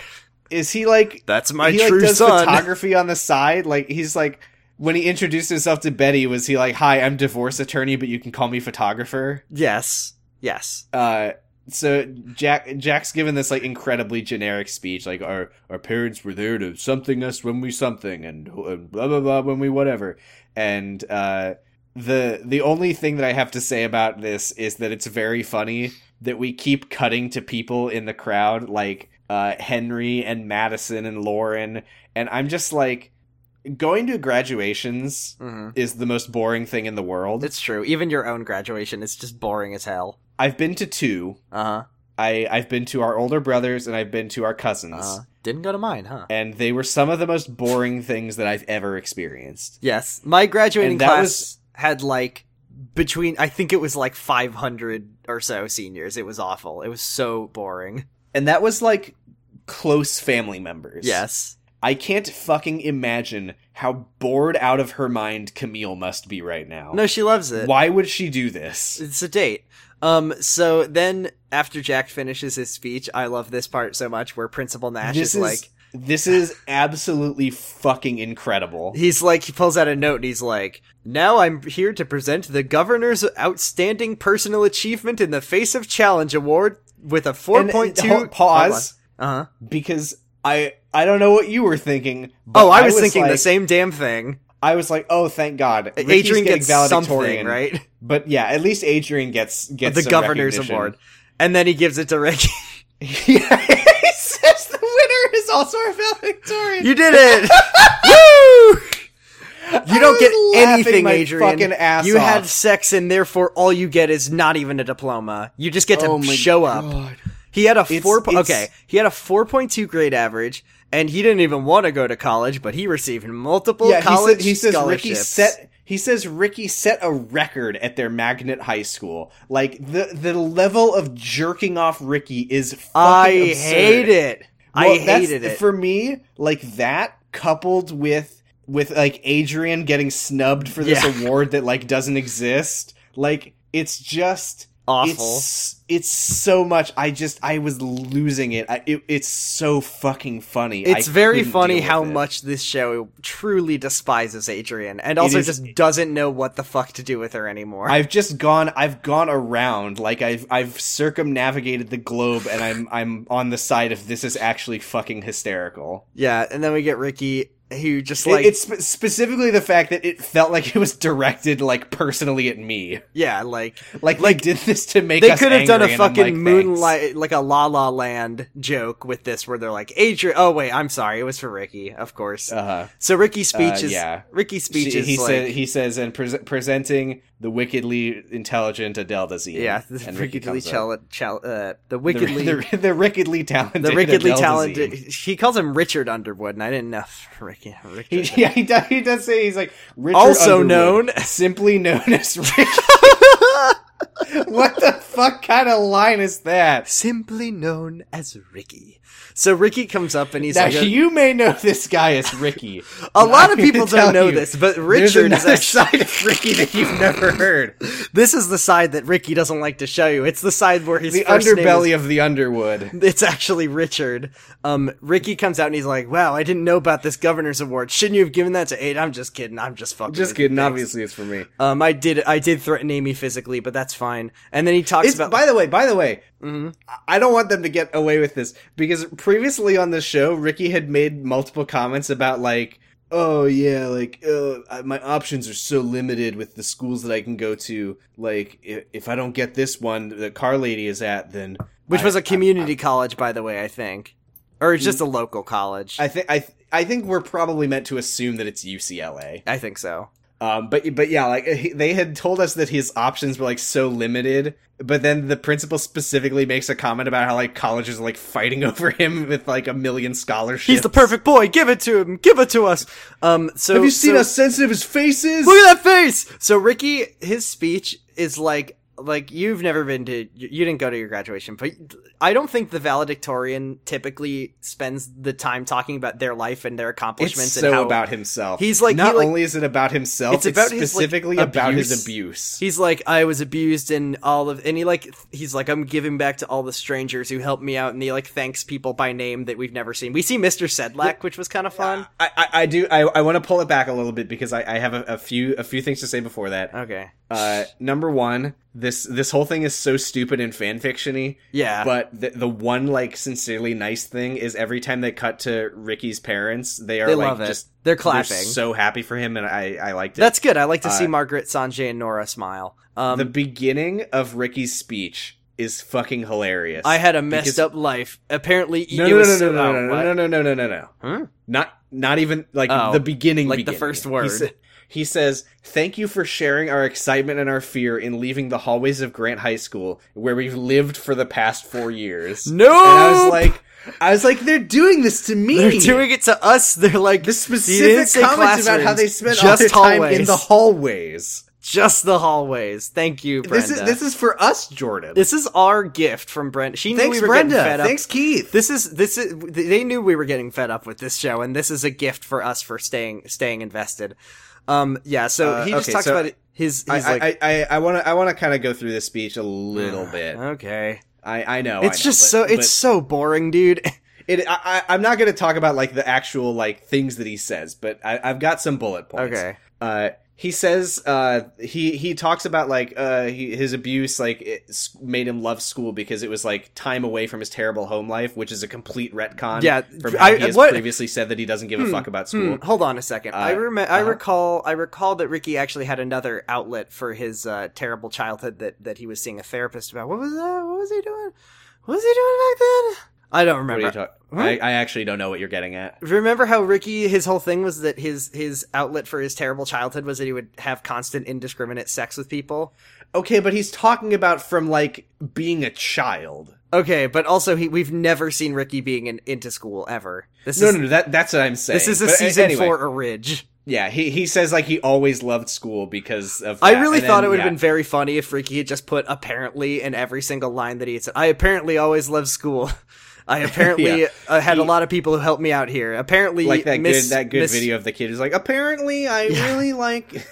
S1: He, is he like
S2: That's my
S1: he
S2: true
S1: like does <laughs>
S2: son.
S1: photography on the side? Like he's like when he introduced himself to Betty, was he like, "Hi, I'm divorce attorney, but you can call me photographer"?
S2: yes. Yes.
S1: uh so Jack Jack's given this like incredibly generic speech, like our our parents were there to something us when we something and, and blah blah blah when we whatever, and uh, the the only thing that I have to say about this is that it's very funny that we keep cutting to people in the crowd like uh, Henry and Madison and Lauren, and I'm just like going to graduations
S2: hmm
S1: is the most boring thing in the world.
S2: It's true. Even your own graduation is just boring as hell.
S1: I've been to two.
S2: Uh-huh.
S1: I I've been to our older brothers and I've been to our cousins,
S2: Uh, didn't go to mine, huh?
S1: and they were some of the most boring things that I've ever experienced.
S2: Yes. My graduating
S1: And that
S2: class
S1: was-
S2: had like between I think it was like 500 or so seniors. It was awful. It was so boring.
S1: And that was like close family members.
S2: Yes.
S1: I can't fucking imagine how bored out of her mind Camille must be right now.
S2: No, she loves it.
S1: Why would she do this?
S2: It's a date. Um so then after Jack finishes his speech, I love this part so much where Principal Nash
S1: this
S2: is like
S1: this is absolutely fucking incredible.
S2: He's like, he pulls out a note and he's like, Now I'm here to present the governor's outstanding personal achievement in the face of challenge award with a
S1: And- and
S2: 4.2.
S1: hold- pause
S2: Uh huh.
S1: because I I don't know what you were thinking. but
S2: Oh, I was, thinking the
S1: like-
S2: same damn thing.
S1: I was like, oh, thank God, Ricky's
S2: Adrian
S1: getting
S2: gets something,
S1: valedictorian,
S2: right?
S1: But yeah, at least Adrian gets gets
S2: the
S1: some
S2: governor's
S1: recognition. <laughs>
S2: award. And then he gives it to Ricky.
S1: he <laughs> says the winner is also our valedictorian.
S2: you did it! Woo! You don't
S1: was
S2: get
S1: laughing
S2: anything,
S1: my
S2: Adrian.
S1: fucking ass
S2: you
S1: off.
S2: had sex, and therefore all you get is not even a diploma. You just get to
S1: Oh my
S2: show up.
S1: God.
S2: He had a
S1: It's-
S2: four. Po-
S1: it's-
S2: okay, he had a four point two grade average, and he didn't even want to go to college, but he received multiple
S1: yeah, he,
S2: college
S1: said, he says
S2: scholarships.
S1: Ricky set. He says Ricky set a record at their magnet high school. Like the the level of jerking off Ricky is. Fucking
S2: I
S1: absurd.
S2: hate it. I
S1: Well, that's-
S2: hated it.
S1: For me, like that coupled with with like Adrian getting snubbed for this
S2: Yeah.
S1: award that like doesn't exist, like it's just
S2: Awful.
S1: It's it's so much. I just I was losing it. I, it it's so fucking funny.
S2: It's
S1: I
S2: very
S1: couldn't
S2: funny
S1: deal with
S2: how
S1: it.
S2: much this show truly despises Adrian, and also
S1: is-
S2: just doesn't know what the fuck to do with her anymore.
S1: I've just gone. I've gone around like I've I've circumnavigated the globe, and I'm I'm on the side of this is actually fucking hysterical.
S2: yeah, and then we get Ricky, who just
S1: It-
S2: like
S1: it's spe- specifically the fact that it felt like it was directed like personally at me.
S2: yeah, like
S1: Like like did this to make
S2: they
S1: us
S2: could have done a
S1: angry, and I'm
S2: fucking
S1: like, "Thanks."
S2: moonlight like a la la land joke with this where they're like adrian oh wait i'm sorry it was for ricky of course
S1: Uh-huh.
S2: so ricky's speech
S1: uh,
S2: is
S1: yeah.
S2: ricky's speech
S1: She-
S2: is
S1: he
S2: like
S1: said he says and pres presenting the wickedly intelligent Adelda Z.
S2: yeah the
S1: and Ricky
S2: wickedly
S1: comes up.
S2: chal- chal- uh, the
S1: The-
S2: wickedly
S1: the,
S2: the,
S1: the, wickedly talented
S2: wickedly
S1: Adelda Z.
S2: talented he calls him richard underwood and i didn't know ricky richard.
S1: He, <laughs> yeah, he does, he does say he's like Richard
S2: Also
S1: Underwood,
S2: known-
S1: simply known
S2: <laughs>
S1: as Ricky. what the fuck kind of line is that?
S2: simply known as ricky so ricky comes up and he's
S1: Now
S2: like a,
S1: you may know this guy as Ricky.
S2: <laughs> a
S1: but
S2: lot
S1: I'm
S2: of people
S1: gonna tell
S2: don't know
S1: you,
S2: this but
S1: there's
S2: richard is
S1: another
S2: actually
S1: <laughs> side of Ricky that you've never heard.
S2: this is the side that ricky doesn't like to show you it's the side where his
S1: the
S2: first name is
S1: underbelly of the Underwood.
S2: it's actually Richard. Um, Ricky comes out and he's like, "Wow, I didn't know about this governor's award. Shouldn't you have given that to Aid? I'm just kidding. I'm just fucking.
S1: Just
S2: with you.
S1: kidding.
S2: Thanks."
S1: Obviously, it's for me.
S2: Um, I did. I did threaten Amy physically, but that's fine. And then he talks
S1: It's,
S2: about.
S1: by the way, by the way, I- I don't want them to get away with this because previously on the show, Ricky had made multiple comments about like, oh yeah, like uh, I- my options are so limited with the schools that I can go to. Like if, if I don't get this one that car lady is at, then
S2: which
S1: I-
S2: was a
S1: I-
S2: community college, by the way, I think, or it's just a local college.
S1: I
S2: I,
S1: think I th- I think we're probably meant to assume that it's UCLA.
S2: think so.
S1: Um, but but yeah, like he, they had told us that his options were like so limited. But then the principal specifically makes a comment about how like colleges are like fighting <laughs> over him with like a million scholarships.
S2: He's the perfect boy. Give it to him. Give it to us. Um, so
S1: Have you seen
S2: so-
S1: how sensitive his face is?
S2: Look at that face. So Ricky, his speech is like like you've never been to you didn't go to your graduation, but I don't think the valedictorian typically spends the time talking about their life and their
S1: It's
S2: accomplishments
S1: so
S2: and how
S1: about himself.
S2: He's like-
S1: not
S2: he like-
S1: only is it about himself,
S2: It's
S1: it's,
S2: about his, like,
S1: specifically about his abuse.
S2: He's like, I was abused and all of, and he like, th- he's like, I'm giving back to all the strangers who helped me out, and he like thanks people by name that we've never seen. We see Mr. Sedlak, which was kind of fun.
S1: I, I, I do. I, I want to pull it back a little bit because I, I have a, a few a few things to say before that.
S2: Okay,
S1: Uh, number one, this this whole thing is so stupid and fanfictiony.
S2: yeah,
S1: But the, the one like sincerely nice thing is every time they cut to Ricky's parents, they are
S2: They
S1: like
S2: love it.
S1: just
S2: They're clapping.
S1: so happy for him, and I I liked it.
S2: that's good. I like to see
S1: uh,
S2: Margaret, Sanjay, and Nora smile. Um,
S1: the beginning of Ricky's speech is fucking hilarious.
S2: I had a messed
S1: Because-
S2: up life. Apparently,
S1: no
S2: it
S1: no
S2: was
S1: no no
S2: so-
S1: no
S2: oh,
S1: no
S2: what?
S1: no no no no no no no
S2: Huh?
S1: not not even like
S2: Oh,
S1: the beginning
S2: like the
S1: beginning.
S2: first
S1: He
S2: word.
S1: sa- he says thank you for sharing our excitement and our fear in leaving the hallways of grant high school where we've lived for the past four years
S2: Nope!
S1: and i was like i was like they're doing this to me
S2: They're doing it to us. They're like
S1: the
S2: "You
S1: specific
S2: didn't say
S1: comments about how
S2: classrooms,
S1: they spent all
S2: just
S1: their time
S2: hallways,
S1: in the hallways
S2: just the hallways. Thank you, Brenda.
S1: this is this is for us jordan
S2: This is our gift from Brenda. She knew
S1: thanks
S2: we were
S1: brenda
S2: getting fed up.
S1: thanks keith
S2: This is this is they knew we were getting fed up with this show, and this is a gift for us for staying staying invested. Um, yeah. So
S1: Uh,
S2: he just
S1: okay,
S2: talks
S1: so
S2: about it- his. He's
S1: I,
S2: like, Uh,
S1: I, I, I want to I want to kind of go through this speech a little bit.
S2: okay.
S1: I, I know Oh, I
S2: it's
S1: know,
S2: just
S1: but-
S2: so
S1: but
S2: it's so boring, dude. <laughs>
S1: it. I, I, I'm not going to talk about like the actual like things that he says, but I, I've got some bullet points.
S2: okay.
S1: Uh, he says uh, he he talks about like uh, he, his abuse like it s- made him love school because it was like time away from his terrible home life, which is a complete retcon.
S2: Yeah,
S1: from how
S2: I-
S1: he has
S2: what-
S1: previously said that he doesn't give a fuck about
S2: Hmm,
S1: school.
S2: hold on a second. I
S1: Uh,
S2: rem- I
S1: uh-huh.
S2: recall I recall that Ricky actually had another outlet for his uh, terrible childhood that that he was seeing a therapist about. What was that? What was he doing? What was he doing back then? I don't
S1: What are
S2: remember.
S1: you talk- I, I actually don't know what you're getting at.
S2: Remember how Ricky his whole thing was that his his outlet for his terrible childhood was that he would have constant indiscriminate sex with people.
S1: Okay, but he's talking about from like being a child.
S2: Okay, but also he we've never seen Ricky being in, into school ever. This
S1: No,
S2: is
S1: no, no that that's what I'm saying.
S2: this is a
S1: But a-
S2: season
S1: anyway,
S2: four ridge.
S1: Yeah, he he says like he always loved school because of.
S2: I
S1: that,
S2: really
S1: and
S2: thought
S1: then-
S2: it would
S1: yeah.
S2: have been very funny if Ricky had just put apparently in every single line that he had said. I apparently always loved school. <laughs> I
S1: <laughs>
S2: apparently
S1: Yeah.
S2: uh, had a
S1: He-
S2: lot of people who helped me out here. Apparently,
S1: like that
S2: Miss-
S1: good that good
S2: Miss-
S1: video of the kid who's like apparently i
S2: Yeah.
S1: really
S2: <laughs>
S1: like <laughs>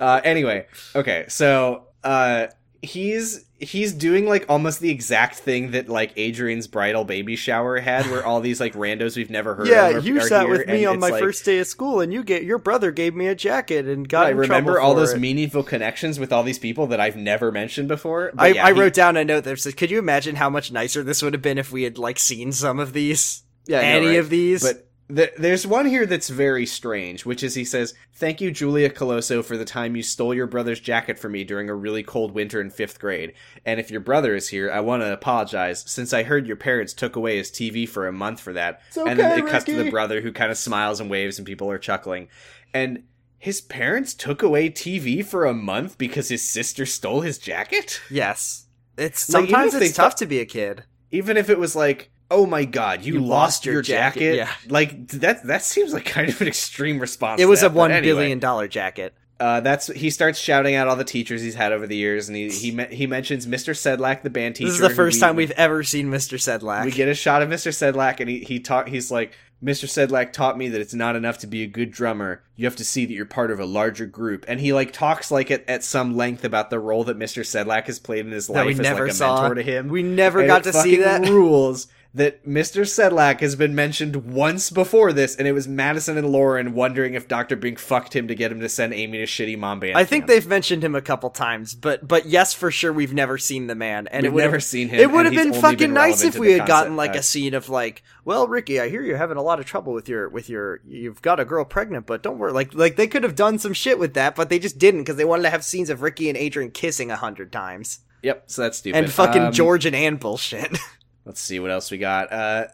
S1: uh anyway okay so uh he's he's doing like almost the exact thing that like adrian's bridal baby shower had where all these like randos we've never heard
S2: Yeah,
S1: of are-
S2: you
S1: are
S2: sat
S1: here,
S2: with me
S1: and
S2: on
S1: it's
S2: my
S1: like,
S2: first day of school, and you get your brother gave me a jacket and got
S1: I
S2: in
S1: remember
S2: trouble
S1: all
S2: for
S1: those
S2: it.
S1: meaningful connections with all these people that I've never mentioned before. But
S2: I,
S1: yeah,
S2: I
S1: he-
S2: wrote down a note that said, "Could you imagine how much nicer this would have been if we had like seen some of these,
S1: yeah, I know,
S2: any
S1: right?
S2: of these?"
S1: But th- there's one here that's very strange, which is he says, "Thank you, Julia Coloso, for the time you stole your brother's jacket from me during a really cold winter in fifth grade. And if your brother is here, I want to apologize since I heard your parents took away his TV for a month for that." and then it cuts to the brother who kind of smiles and waves, and people are chuckling. And his parents took away TV for a month because his sister stole his jacket.
S2: yes, it's
S1: Like, even
S2: sometimes
S1: if
S2: it's
S1: they
S2: tough to be a kid.
S1: Even if it was like. Oh my God! You, lost, your, jacket.
S2: yeah.
S1: Like that. That seems like kind of an extreme response.
S2: It
S1: to
S2: was
S1: that,
S2: a
S1: but
S2: one
S1: anyway.
S2: billion dollar jacket.
S1: Uh, that's he starts shouting out all the teachers he's had over the years, and he he, me- he mentions Mr. Sedlak, the band teacher.
S2: This is the
S1: who
S2: first
S1: we-
S2: time we've ever seen Mr. Sedlak.
S1: we get a shot of Mr. Sedlak, and he he taught he's like Mr. Sedlak taught me that it's not enough to be a good drummer. You have to see that you're part of a larger group, and he like talks like at, at some length about the role that Mr. Sedlak has played in his
S2: that
S1: life
S2: we
S1: as
S2: never
S1: like a
S2: saw.
S1: mentor to him.
S2: We never
S1: And
S2: got
S1: it
S2: to see
S1: fucking
S2: that.
S1: rules that Mr. Sedlak has been mentioned once before this, and it was Madison and Lauren wondering if Dr. Bink fucked him to get him to send Amy to shitty mom band.
S2: I think
S1: camp.
S2: they've mentioned him a couple times, but but yes, for sure we've never seen the man, and
S1: We've
S2: it would
S1: never seen him,
S2: It would
S1: and
S2: have
S1: he's
S2: been
S1: only
S2: fucking
S1: been
S2: nice
S1: relevant
S2: if
S1: to
S2: we
S1: the
S2: had gotten
S1: concept
S2: like a
S1: art.
S2: scene of like, well, Ricky, I hear you're having a lot of trouble with your with your you've got a girl pregnant, but don't worry, like like they could have done some shit with that, but they just didn't because they wanted to have scenes of Ricky and Adrian kissing a hundred times
S1: Yep, so that's stupid.
S2: and fucking
S1: Um,
S2: George and Anne bullshit. <laughs>
S1: Let's see what else we got. Uh,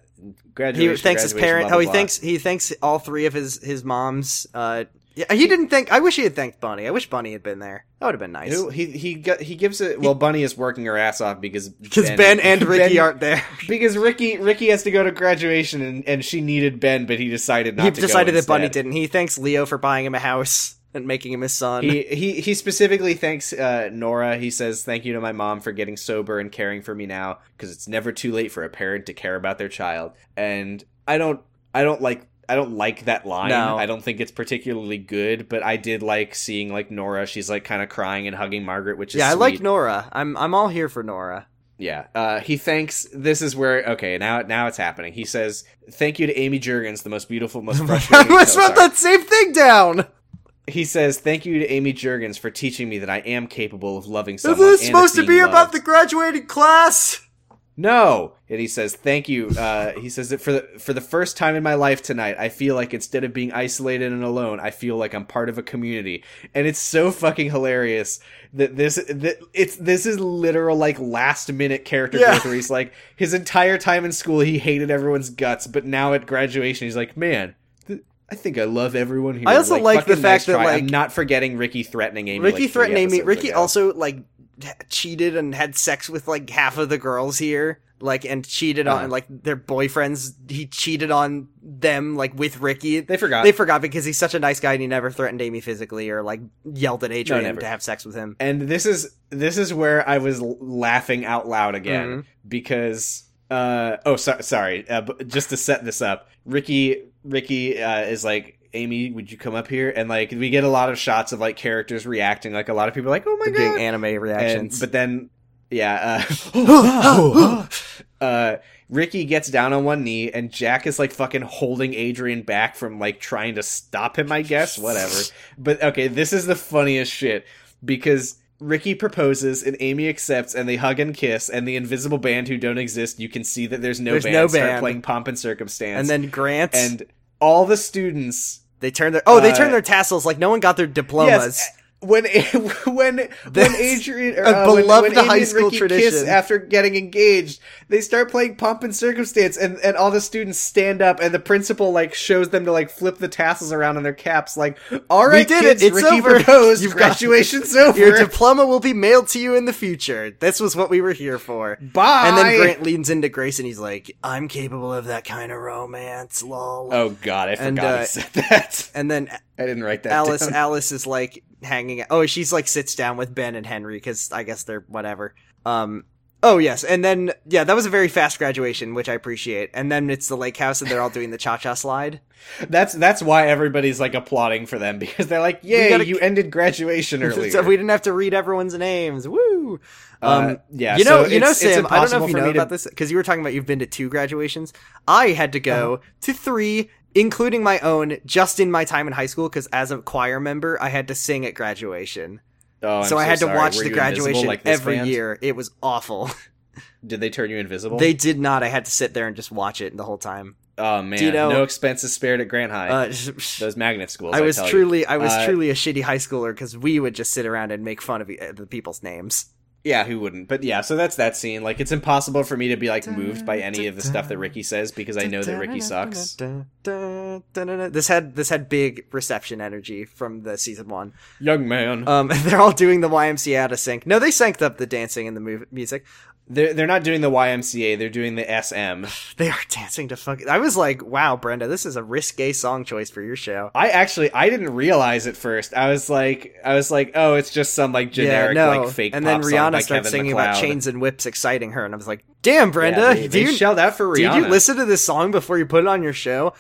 S1: graduation.
S2: he thanks his
S1: graduation,
S2: parent.
S1: blah, blah,
S2: oh, he
S1: blah.
S2: thanks he thanks all three of his his moms. Uh, yeah, he didn't thank. I wish he had thanked Bunny. I wish Bunny had been there. That would have been nice.
S1: Who- he he got, he gives it. Well, Bunny is working her ass off because
S2: Because ben, and Ricky aren't there.
S1: because Ricky Ricky has to go to graduation and, and she needed Ben, but he decided not.
S2: <laughs> he
S1: to
S2: decided
S1: go
S2: that Bunny
S1: instead.
S2: didn't. He thanks Leo for buying him a house and making him his son.
S1: He, he he specifically thanks uh, Nora. He says thank you to my mom for getting sober and caring for me now because it's never too late for a parent to care about their child. And I don't I don't like I don't like that line.
S2: No.
S1: I don't think it's particularly good, but I did like seeing like Nora. She's like kind of crying and hugging Margaret, which is
S2: yeah, I
S1: sweet.
S2: like Nora. I'm I'm all here
S1: <laughs>
S2: for Nora.
S1: Yeah. Uh, he thanks. This is where okay now now it's happening. He says thank you to Amy Jurgens, the most beautiful,
S2: <laughs>
S1: most frustrating.
S2: I almost
S1: no,
S2: wrote
S1: sorry.
S2: that same thing down.
S1: He says, "Thank you to Amy Jurgens for teaching me that I am capable of loving someone."
S2: This is
S1: and
S2: supposed
S1: of
S2: to be
S1: being
S2: about
S1: loved."
S2: the graduating class.
S1: No, and he says, "Thank you." Uh, he says that for the for the first time in my life tonight, I feel like instead of being isolated and alone, I feel like I'm part of a community, and it's so fucking hilarious that this that it's this is literal like last minute character
S2: Yeah.
S1: growth where he's like his entire time in school he hated everyone's guts, but now at graduation he's like, man. th- I think I love everyone here.
S2: I also like the
S1: fucking
S2: fact that,
S1: try.
S2: like-
S1: I'm not forgetting Ricky threatening Amy.
S2: Ricky
S1: like, three
S2: threatened Amy.
S1: episodes
S2: Ricky
S1: ago.
S2: also like cheated and had sex with like half of the girls here. Like and cheated on
S1: Uh-huh.
S2: like their boyfriends. He cheated on them like with Ricky.
S1: they forgot.
S2: They forgot because he's such a nice guy and he never threatened Amy physically or like yelled at Adrian
S1: never.
S2: to have sex with him.
S1: and this is this is where I was l- laughing out loud again
S2: Mm-hmm.
S1: because uh oh so- sorry uh, but just to set this up Ricky Ricky uh, is like Amy would you come up here and like we get a lot of shots of like characters reacting like a lot of people are like oh my
S2: The big
S1: god
S2: anime
S1: and,
S2: reactions.
S1: but then yeah
S2: <gasps>
S1: uh, <gasps> uh Ricky gets down on one knee and Jack is like fucking holding Adrian back from like trying to stop him I guess whatever but okay this is the funniest shit because Ricky proposes and Amy accepts and they hug and kiss and the invisible band who don't exist you can see that there's no
S2: There's
S1: band
S2: no
S1: start
S2: band.
S1: playing pomp and circumstance
S2: and then Grant
S1: and all the students
S2: they turn their oh they
S1: uh,
S2: turn their tassels like no one got their diplomas.
S1: Yes, uh, when <laughs> when when
S2: That's
S1: Adrian or,
S2: a
S1: uh, when-
S2: beloved
S1: when Andy
S2: high
S1: and
S2: school
S1: Ricky
S2: tradition.
S1: kiss after getting engaged, they start playing Pomp and Circumstance, and and all the students stand up, and the principal like shows them to like flip the tassels around on their caps, like all right,
S2: did
S1: kids,
S2: it. It's
S1: Ricky
S2: over.
S1: proposed,
S2: You've got-
S1: graduation's
S2: Your
S1: over,
S2: diploma will be mailed to you in the future. This was what we were here for.
S1: bye.
S2: And then Grant leans into Grace and he's like, I'm capable of that kind of romance, lol.
S1: Oh God, I forgot
S2: And,
S1: he
S2: uh,
S1: said that.
S2: And then
S1: <laughs> I didn't write that.
S2: Alice
S1: down.
S2: Alice is like hanging out. Oh, she's like sits down with Ben and Henry cuz I guess they're whatever. Um Oh yes, and then yeah, that was a very fast graduation, which I appreciate. And then it's the lake house, and they're all doing the cha cha slide. <laughs>
S1: That's that's why everybody's like applauding for them <laughs> because they're like, "Yay,
S2: gotta-
S1: you ended
S2: <laughs>
S1: graduation earlier."
S2: so we didn't have to read everyone's names. Woo! Um,
S1: Uh, yeah,
S2: you know,
S1: so
S2: you know,
S1: it's- it's
S2: Sam. I don't know
S1: impossible
S2: if you
S1: for
S2: know
S1: me to-
S2: about this because you were talking about you've been to two graduations. I had to go
S1: Uh-huh.
S2: to three, including my own, just in my time in high school. Because as a choir member, I had to sing at graduation,
S1: Oh, I'm
S2: so, I had to
S1: sorry.
S2: watch
S1: Were
S2: the
S1: you invisible
S2: graduation
S1: like this
S2: every
S1: band?
S2: year. It was awful.
S1: Did they turn you invisible?
S2: they did not. I had to sit there and just watch it the whole time.
S1: Oh man,
S2: you know-
S1: no expenses spared at Grant High.
S2: Uh, <laughs>
S1: Those magnet schools. I,
S2: I was
S1: tell you.
S2: truly, I was
S1: Uh,
S2: truly a shitty high schooler because we would just sit around and make fun of uh, the people's names.
S1: Yeah, who wouldn't? But yeah, so that's that scene. Like, it's impossible for me to be like moved by any of the stuff that Ricky says because I know that Ricky sucks.
S2: This had this had big reception energy from the season one.
S1: Young man,
S2: Um, <laughs> they're all doing the YMCA to sync. No, they synced up the dancing and the mu- music.
S1: they're they're not doing the YMCA. They're doing the SM.
S2: They are dancing to fuck. I was like, wow, Brenda, this is a risque song choice for your show.
S1: I actually I didn't realize at first. I was like I was like, oh, it's just some like generic
S2: yeah, no.
S1: like fake.
S2: and
S1: pop
S2: then
S1: song
S2: Rihanna
S1: by
S2: starts
S1: Kevin
S2: singing
S1: MacLeod.
S2: about chains and whips, exciting her, and I was like, damn, Brenda,
S1: Yeah, they,
S2: do
S1: they
S2: you
S1: shelled out for Rihanna.
S2: did you listen to this song before you put it on your show?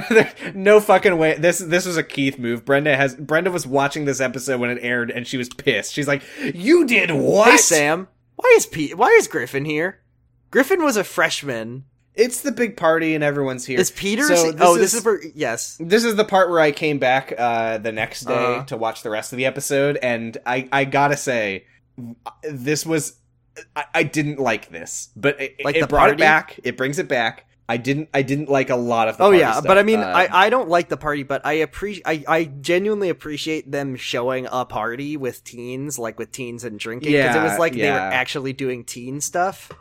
S1: <laughs> no fucking way. This this was a Keith move. Brenda has Brenda was watching this episode when it aired and she was pissed. She's like, "You did what?"
S2: Hey, Sam, why is Pete? Why is Griffin here? Griffin was a freshman.
S1: It's the big party and everyone's here.
S2: Is Peter?
S1: So this
S2: oh,
S1: is-
S2: this is where. Yes,
S1: this is the part where I came back uh, the next day
S2: Uh-huh.
S1: to watch the rest of the episode, and I, I gotta say, this was I, I didn't like this, but it,
S2: Like
S1: it
S2: the
S1: brought
S2: party?
S1: it back. It brings it back. I didn't I didn't like a lot of the
S2: oh
S1: party
S2: yeah
S1: stuff.
S2: but i mean
S1: Uh,
S2: I, I don't like the party but i appreciate I, I genuinely appreciate them showing a party with teens like with teens and drinking because
S1: Yeah,
S2: it was like they were
S1: yeah.
S2: actually doing teen stuff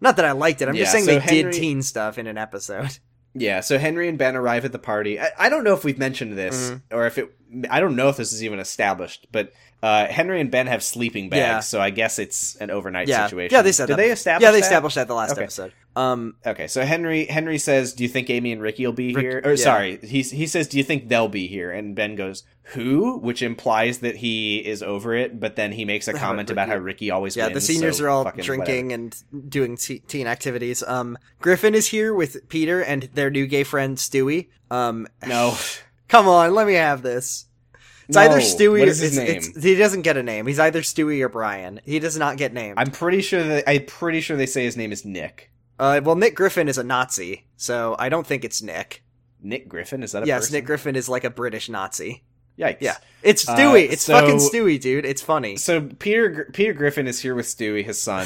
S2: not that i liked it i'm just
S1: Yeah,
S2: saying
S1: so
S2: they did
S1: Henry-
S2: teen stuff in an episode
S1: Yeah, so Henry and Ben arrive at the party. I, I don't know if we've mentioned this
S2: Mhm.
S1: or if it. I don't know if this is even established, but uh, Henry and Ben have sleeping bags,
S2: Yeah.
S1: so I guess <laughs> it's an overnight
S2: Yeah.
S1: situation.
S2: Yeah, they said
S1: Did
S2: that.
S1: they establish?
S2: yeah they
S1: that?
S2: established that the last
S1: Okay.
S2: episode um
S1: Okay, so Henry Henry says, "Do you think Amy and Ricky will be
S2: Rick-
S1: here?" Or
S2: yeah.
S1: sorry, he he says, "Do you think they'll be here?" And Ben goes, "Who?" Which implies that he is over it, but then he
S2: <laughs>
S1: makes a
S2: How about
S1: comment about
S2: Ricky?
S1: how Ricky always
S2: yeah
S1: wins.
S2: the seniors
S1: so
S2: are all
S1: fucking
S2: drinking and doing te- teen activities um griffin is here with peter and their new gay friend stewie um
S1: whatever. <laughs> No,
S2: come on let me have this It's
S1: No.
S2: either Stewie.
S1: What
S2: or
S1: is his
S2: it's-
S1: name?
S2: it's- he doesn't get a name. He's either Stewie or Brian. He does not get named.
S1: I'm pretty sure that I'm pretty sure they say his name is Nick.
S2: Uh, well, Nick Griffin is a Nazi, so I don't think it's Nick.
S1: Nick Griffin is that a
S2: Yes,
S1: person?
S2: Nick Griffin is like a British Nazi.
S1: Yikes!
S2: Yeah, it's
S1: Uh,
S2: Stewie. it's
S1: so-
S2: fucking Stewie, dude. It's funny.
S1: So Peter Gr- Peter Griffin is here with Stewie, his
S2: <laughs>
S1: son,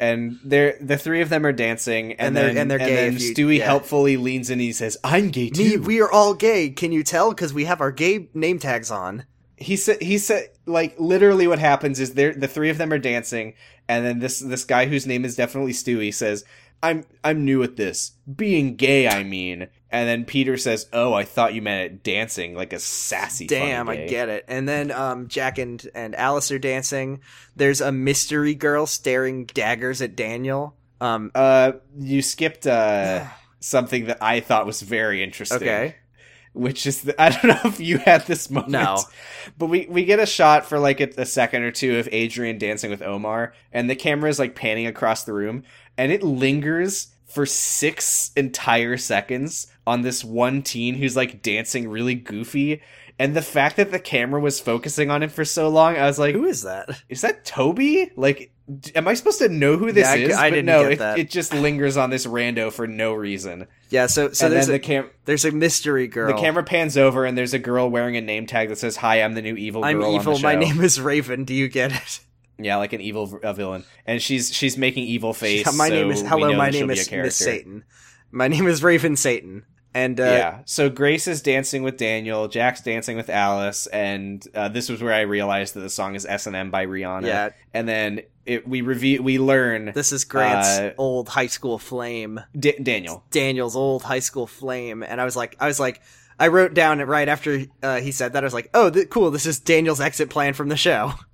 S1: and they're the three of them are dancing,
S2: And
S1: and,
S2: they're-
S1: then
S2: and they're gay
S1: then
S2: if you-
S1: Stewie
S2: yeah.
S1: helpfully leans in and he says, "I'm gay too."
S2: Me, we are all gay. Can you tell? Because we have our gay name tags on.
S1: he said he said like literally what happens is they the three of them are dancing and then this this guy whose name is definitely Stewie says I'm I'm new at this being gay I mean and then Peter says oh I thought you meant it dancing like a sassy funny
S2: Damn, I
S1: gay.
S2: get it. And then um, Jack and and Alice are dancing. There's a mystery girl staring daggers at Daniel. Um,
S1: uh you skipped
S2: <sighs>
S1: uh something that I thought was very interesting
S2: okay.
S1: which is the, <laughs> I don't know if you had this moment
S2: No.
S1: but we we get a shot for like a, a second or two of Adrian dancing with Omar, and the camera is like panning across the room, and it lingers for six entire seconds on this one teen who's like dancing really goofy. And the fact that the camera was focusing on him for so long, I was like,
S2: Who is that?
S1: "Is that Toby? Like, d- am I supposed to know who this
S2: Yeah, I g-
S1: is?"
S2: I
S1: But
S2: didn't
S1: no,
S2: get
S1: it,
S2: that.
S1: it just lingers on this rando for no reason.
S2: Yeah. So so
S1: and
S2: there's
S1: then
S2: a,
S1: the cam-
S2: there's a mystery girl.
S1: the camera pans over and there's a girl wearing a name tag that says, "Hi, I'm the new evil girl."
S2: I'm
S1: on the
S2: evil. My
S1: show."
S2: name is Raven. Do you get it?
S1: <laughs>
S2: <laughs>
S1: Yeah, like an evil v- a villain, and she's she's making evil face.
S2: my name
S1: so
S2: is
S1: we
S2: hello.
S1: know
S2: My
S1: that she'll
S2: name
S1: be a
S2: is Miss
S1: character.
S2: Satan. My name is Raven Satan. And uh,
S1: yeah. So Grace is dancing with Daniel, Jack's dancing with Alice, and uh, this was where I realized that the song is S and M by Rihanna.
S2: yeah,
S1: And then it, we review we learn
S2: this is Grant's
S1: Uh,
S2: old high school flame.
S1: D- Daniel.
S2: Daniel's old high school flame, and I was like, I was like, I wrote down it right after uh, he said that. I was like, oh, th- cool, this is Daniel's exit plan from the show. <laughs>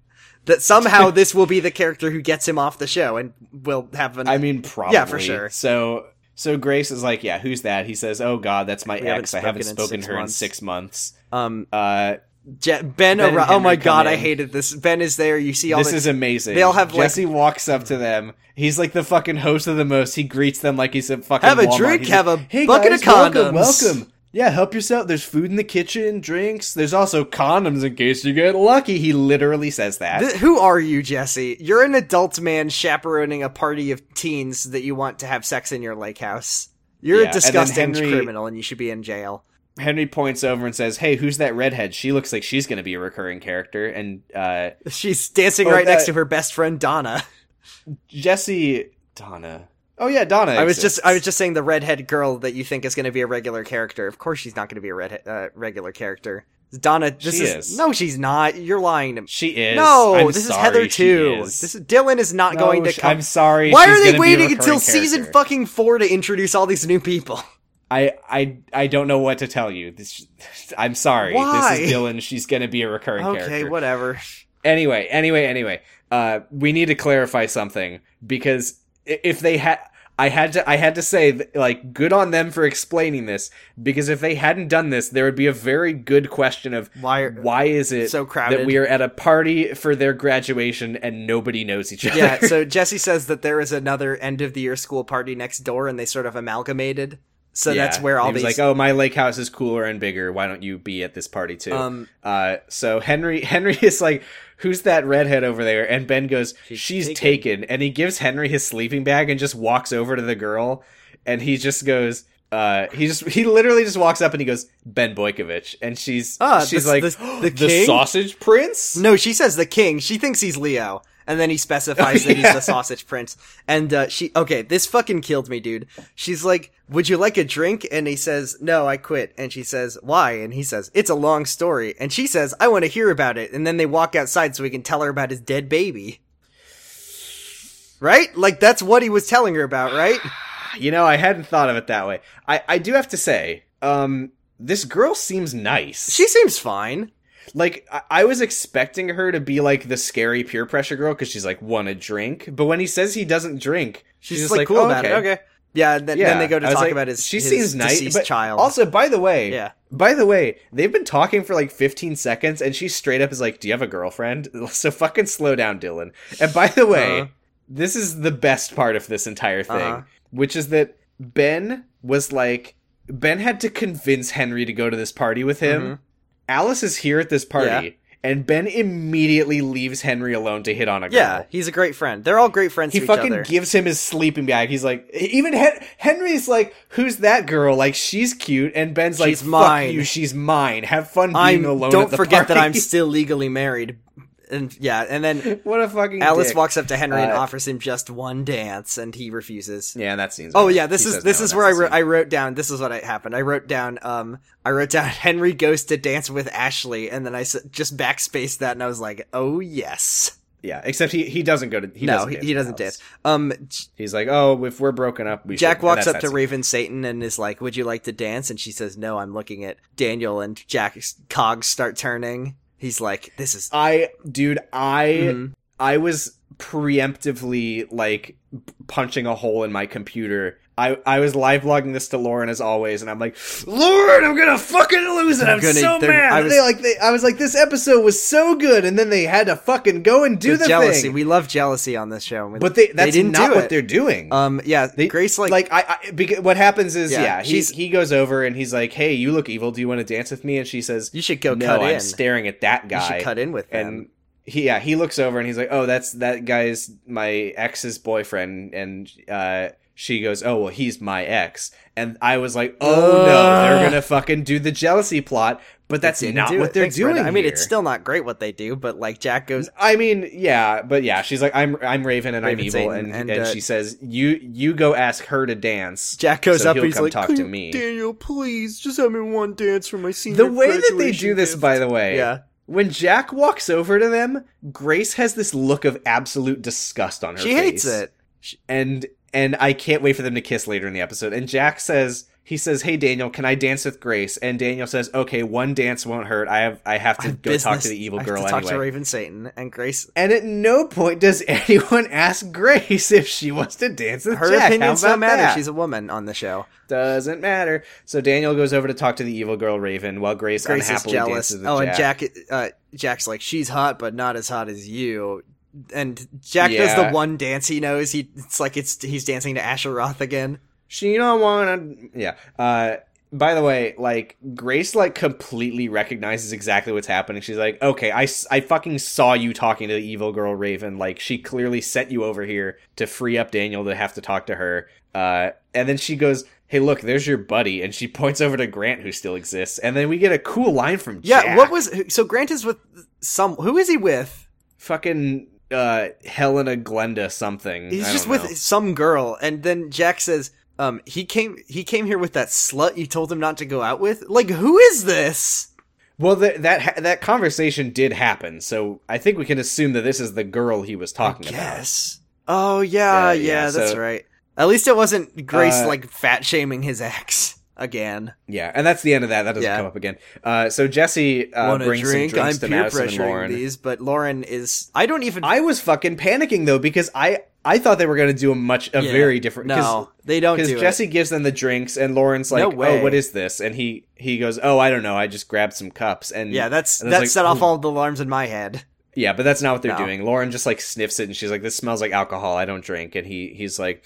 S1: <laughs>
S2: that somehow this will be the character who gets him off the show, and will have an.
S1: I mean, probably.
S2: for sure.
S1: So so Grace is like, yeah, who's that? He says, oh God, that's my
S2: We haven't
S1: ex. I haven't
S2: spoken
S1: spoken
S2: in six
S1: to her
S2: months."
S1: in six months.
S2: um,
S1: Uh,
S2: Je- Ben,
S1: Ben and
S2: arri- oh
S1: Henry
S2: my
S1: come
S2: god, I
S1: in.
S2: hated this. Ben is there. You see all
S1: this
S2: the-
S1: is amazing.
S2: they all have, like-
S1: Jesse walks up to them. He's like the fucking host of the most. He greets them like he's a fucking
S2: Have a
S1: Walmart.
S2: drink,
S1: He's
S2: have
S1: like,
S2: a
S1: "Hey,
S2: bucket
S1: guys,
S2: of
S1: welcome,
S2: condoms."
S1: Welcome. Yeah, help yourself. There's food in the kitchen, drinks. There's also condoms in case you get lucky. He literally says that.
S2: Th- who are you, Jesse? You're an adult man chaperoning a party of teens that you want to have sex in your lake house.
S1: Yeah,
S2: You're a
S1: and then
S2: disgusting
S1: Henry-
S2: criminal, and you should be in jail.
S1: Henry points over and says, "Hey, who's that redhead? She looks like she's going to be a recurring character." And uh,
S2: She's dancing
S1: Oh,
S2: right next
S1: that-
S2: to her best friend Donna.
S1: Jesse Donna. Oh yeah, Donna.
S2: I was
S1: exists.
S2: just I was just saying the redhead girl that you think is going to be a regular character. Of course, she's not going to be a red uh, regular character. Donna, this
S1: She
S2: is,
S1: is.
S2: no, she's not. You're lying to me.
S1: She is.
S2: no,
S1: I'm
S2: this is
S1: sorry,
S2: Heather
S1: she
S2: too.
S1: is.
S2: This is Dylan is not
S1: No,
S2: going to
S1: sh-
S2: come.
S1: I'm sorry.
S2: Why
S1: she's
S2: are they
S1: gonna be a
S2: waiting until
S1: recurring
S2: season
S1: character.
S2: fucking four to introduce all these new people?
S1: I I I don't know what to tell you. This, <laughs> I'm sorry.
S2: Why?
S1: This is Dylan. She's gonna be a recurring
S2: Okay,
S1: character.
S2: whatever.
S1: Anyway, anyway, anyway. Uh, we need to clarify something because i- if they had, I had to, I had to say th- like, good on them for explaining this because if they hadn't done this, there would be a very good question of
S2: Why? are-
S1: why is it
S2: So
S1: that
S2: crowded.
S1: we are at a party for their graduation and nobody knows each other.
S2: <laughs> yeah.
S1: <laughs>
S2: So Jesse says that there is another end of the year school party next door, and they sort of amalgamated. So that's
S1: Yeah.
S2: where all
S1: he was
S2: these.
S1: like, oh, my lake house is cooler and bigger. Why don't you be at this party too?
S2: um,
S1: Uh, so Henry <laughs> Henry is like, "Who's that redhead over there?" And Ben goes, "She's,
S2: She's
S1: taken. And he gives Henry his sleeping bag and just walks over to the girl, and he just goes, uh, he just he literally just walks up and he goes, "Ben Boykovich," and she's
S2: Ah,
S1: she's
S2: the-
S1: like,
S2: the-
S1: "The, <gasps>
S2: the king?"
S1: sausage prince."
S2: No, she says the king. She thinks he's Leo. And then he specifies that he's
S1: Oh, Yeah.
S2: the sausage prince. And uh, she, okay, this fucking killed me, dude. She's like, Would you like a drink? And he says, No, I quit. And she says, Why? And he says, It's a long story. And she says, I want to hear about it. And then they walk outside so he can tell her about his dead baby. Right? Like, that's what he was telling her about, right?
S1: You know, I hadn't thought of it that way. I I do have to say, um, this girl seems nice.
S2: She seems fine.
S1: like I, I was expecting her to be like the scary peer pressure girl because she's like want a drink but when he says he doesn't drink
S2: She's,
S1: she's, just
S2: like,
S1: like,
S2: cool
S1: "Oh,
S2: about
S1: okay.
S2: it. Okay. Yeah, and then,
S1: Yeah.
S2: then they go to
S1: I was
S2: talk
S1: like,
S2: about his,
S1: she
S2: his
S1: seems nice
S2: deceased
S1: but
S2: child.
S1: also by the way
S2: Yeah.
S1: by the way they've been talking for like 15 seconds and she straight up is like do you have a girlfriend <laughs> so fucking slow down dylan and by the way
S2: Uh-huh.
S1: this is the best part of this entire thing
S2: Uh-huh.
S1: which is that ben was like ben had to convince henry to go to this party with him
S2: Mhm.
S1: alice is here at this party And Ben immediately leaves Henry alone to hit on a girl.
S2: Yeah, he's a great friend. They're all great friends
S1: He
S2: to
S1: fucking
S2: each other.
S1: gives him his sleeping bag. He's like, even Hen- Henry's like, "Who's that girl? Like, she's cute." And Ben's like,
S2: She's
S1: "Fuck
S2: mine."
S1: you, she's mine. Have fun being
S2: I'm
S1: alone."
S2: don't
S1: at the
S2: forget that I'm
S1: party."
S2: still legally married. And yeah, and then
S1: <laughs> what a <laughs> fucking
S2: Alice
S1: dick.
S2: walks up to Henry and
S1: Uh,
S2: offers him just one dance and he refuses.
S1: Yeah, that scene's.
S2: Oh
S1: weird.
S2: yeah, this
S1: He
S2: is
S1: says
S2: this
S1: no,
S2: is
S1: and
S2: where I
S1: that's the
S2: wrote,
S1: scene.
S2: I wrote down this is what I happened. I wrote down um I wrote down <laughs> Henry goes to dance with Ashley and then I s- just backspaced that and I was like, "Oh yes."
S1: yeah, except he he doesn't go to. He
S2: no,
S1: doesn't
S2: he,
S1: dance
S2: he
S1: with
S2: doesn't
S1: Alice.
S2: dance. Um J-
S1: He's like, "Oh, if we're broken up, we." should.
S2: Jack
S1: And
S2: walks
S1: that's
S2: up
S1: that
S2: to
S1: scene.
S2: Raven Satan and is like, "Would you like to dance?" And she says, "No, I'm looking at Daniel." And Jack's cogs start turning. He's like, "This is
S1: I, dude, I.
S2: mhm.
S1: I was preemptively like p- punching a hole in my computer. I, I was live blogging this to Lauren as always, and I'm like, Lauren, I'm gonna fucking lose it.
S2: They're
S1: I'm
S2: gonna-
S1: so
S2: they're-
S1: mad.
S2: I
S1: I
S2: was-
S1: was, they, like, they, I was like, this episode was so good, and then they had to fucking go and do
S2: The
S1: the
S2: jealousy.
S1: thing.
S2: We love jealousy on this show. and we-
S1: but they that's
S2: didn't
S1: not
S2: do
S1: what
S2: it.
S1: they're doing.
S2: um, yeah,
S1: They-
S2: Grace like,
S1: like, I, I because what happens is
S2: Yeah,
S1: yeah, he,
S2: she's-
S1: he goes over and he's like, hey, you look evil. Do you want to dance with me? And she says,
S2: you should go
S1: no,
S2: cut
S1: I'm
S2: in.
S1: staring at that
S2: you
S1: guy
S2: should cut in with them.
S1: and he yeah he looks over and he's like oh that's that guy's my ex's boyfriend and uh she goes oh well he's my ex and i was like oh no
S2: Ugh.
S1: they're gonna fucking do the jealousy plot But that's
S2: didn't
S1: not
S2: do
S1: what
S2: it.
S1: they're
S2: Thanks,
S1: doing.
S2: Brenda. I mean, it's
S1: here.
S2: still not great what they do, but like Jack goes,
S1: I mean, yeah, but yeah, she's like, I'm I'm Raven and
S2: Raven
S1: I'm evil,
S2: Satan,
S1: and
S2: and,
S1: and,
S2: uh,
S1: she says, you you go ask her to dance.
S2: Jack goes
S1: So
S2: up and
S1: he'll
S2: he's
S1: come
S2: like,
S1: talk
S2: "Can
S1: to
S2: you-
S1: me."
S2: Daniel, please just have me one dance for my senior.
S1: the way that they do
S2: graduation
S1: this,
S2: gift."
S1: by the way,
S2: yeah,
S1: when Jack walks over to them, Grace has this look of absolute disgust on her.
S2: she hates
S1: face.
S2: it.
S1: and and I can't wait for them to kiss later in the episode. And Jack says he says, "Hey Daniel, can I dance with Grace?" And Daniel says, "Okay, one dance won't hurt. I have I have to
S2: I have
S1: go talk to
S2: business-
S1: the evil
S2: I have to
S1: girl
S2: talk to
S1: anyway."
S2: Raven Satan and Grace.
S1: and at no point does <laughs> anyone ask Grace if she wants to dance with
S2: Her
S1: Jack. How
S2: opinions
S1: about
S2: don't matter.
S1: that?
S2: She's a woman on the show.
S1: doesn't matter. So Daniel goes over to talk to the evil girl Raven, while Grace,
S2: Grace is
S1: unhappily
S2: jealous.
S1: dances with
S2: Oh,
S1: Jack.
S2: and Jack, uh, Jack's like, she's hot, but not as hot as you. And Jack does
S1: Yeah.
S2: the one dance he knows. He it's like it's he's dancing to Asher Roth again.
S1: She don't wanna. Yeah. Uh, by the way, like Grace, like completely recognizes exactly what's happening. She's like, "Okay, I, s- I fucking saw you talking to the evil girl Raven. Like, she clearly sent you over here to free up Daniel to have to talk to her." Uh, and then she goes, "Hey, look, there's your buddy," and she <laughs> points over to Grant, who still exists. And then we get a cool line from
S2: Yeah,
S1: Jack.
S2: what was so Grant is with some who is he with?
S1: fucking uh Helena Glenda something?
S2: He's
S1: I
S2: just
S1: don't
S2: with
S1: know.
S2: some girl and then Jack says, um, he came he came here with that slut you told him not to go out with? Like who is this?
S1: Well, that that ha- that conversation did happen, so I think we can assume that this is the girl he was talking about.
S2: Yes. Oh yeah, yeah,
S1: Yeah, yeah,
S2: that's
S1: so-
S2: right. At least it wasn't Grace
S1: Uh,
S2: like fat shaming his ex again.
S1: Yeah, and that's the end of that. That doesn't
S2: Yeah.
S1: come up again. Uh, so Jesse uh,
S2: Want a
S1: brings
S2: drink?
S1: some drinks
S2: I'm
S1: to
S2: peer
S1: Madison and
S2: pressuring
S1: Lauren.
S2: these, but Lauren is. I don't even.
S1: I was fucking panicking though because I I thought they were going to do a much a
S2: Yeah.
S1: very different.
S2: No, they don't
S1: because
S2: do
S1: Jesse gives them the drinks and Lauren's like,
S2: No way.
S1: "Oh, what is this?" And he he goes, "Oh, I don't know. I just grabbed some cups."
S2: it.
S1: And
S2: Yeah, that's
S1: and I
S2: that
S1: was like,
S2: set off
S1: "Ooh."
S2: all the alarms in my head.
S1: Yeah, but that's not what they're
S2: No.
S1: doing. Lauren just like sniffs it and she's like, "This smells like alcohol. I don't drink." And he he's like,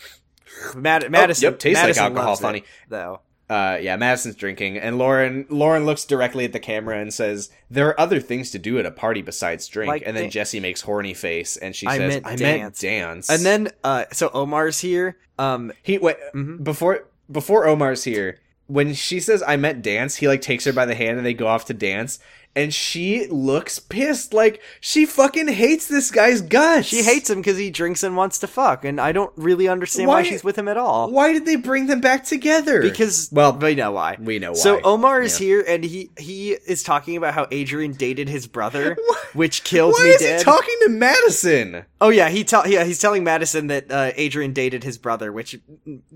S2: Mad- Madison.
S1: "Oh, yep, tastes
S2: Madison
S1: like alcohol.
S2: loves it,
S1: Funny."
S2: though.
S1: uh yeah madison's drinking and lauren lauren looks directly at the camera and says there are other things to do at a party besides drink
S2: Like
S1: and then
S2: dan-
S1: jesse makes horny face and she
S2: I
S1: says
S2: meant
S1: i meant
S2: dance."
S1: dance
S2: And then, uh, so Omar's here. Um,
S1: he wait
S2: mhm.
S1: before before omar's here when she says i meant dance he like takes her by the hand and they go off to dance and she looks pissed like she fucking hates this guy's guts
S2: she hates him because he drinks and wants to fuck, and I don't really understand why,
S1: Why-
S2: she's with him at all.
S1: why did they bring them back together
S2: Because
S1: Well,
S2: well, we know why.
S1: we know why
S2: So Omar is
S1: Yeah.
S2: here, and he he is talking about how Adrian dated his brother,
S1: <laughs> What?
S2: which killed
S1: why
S2: me
S1: is
S2: dead.
S1: he talking to madison
S2: Oh yeah, he tell yeah he's telling Madison that uh, Adrian dated his brother, which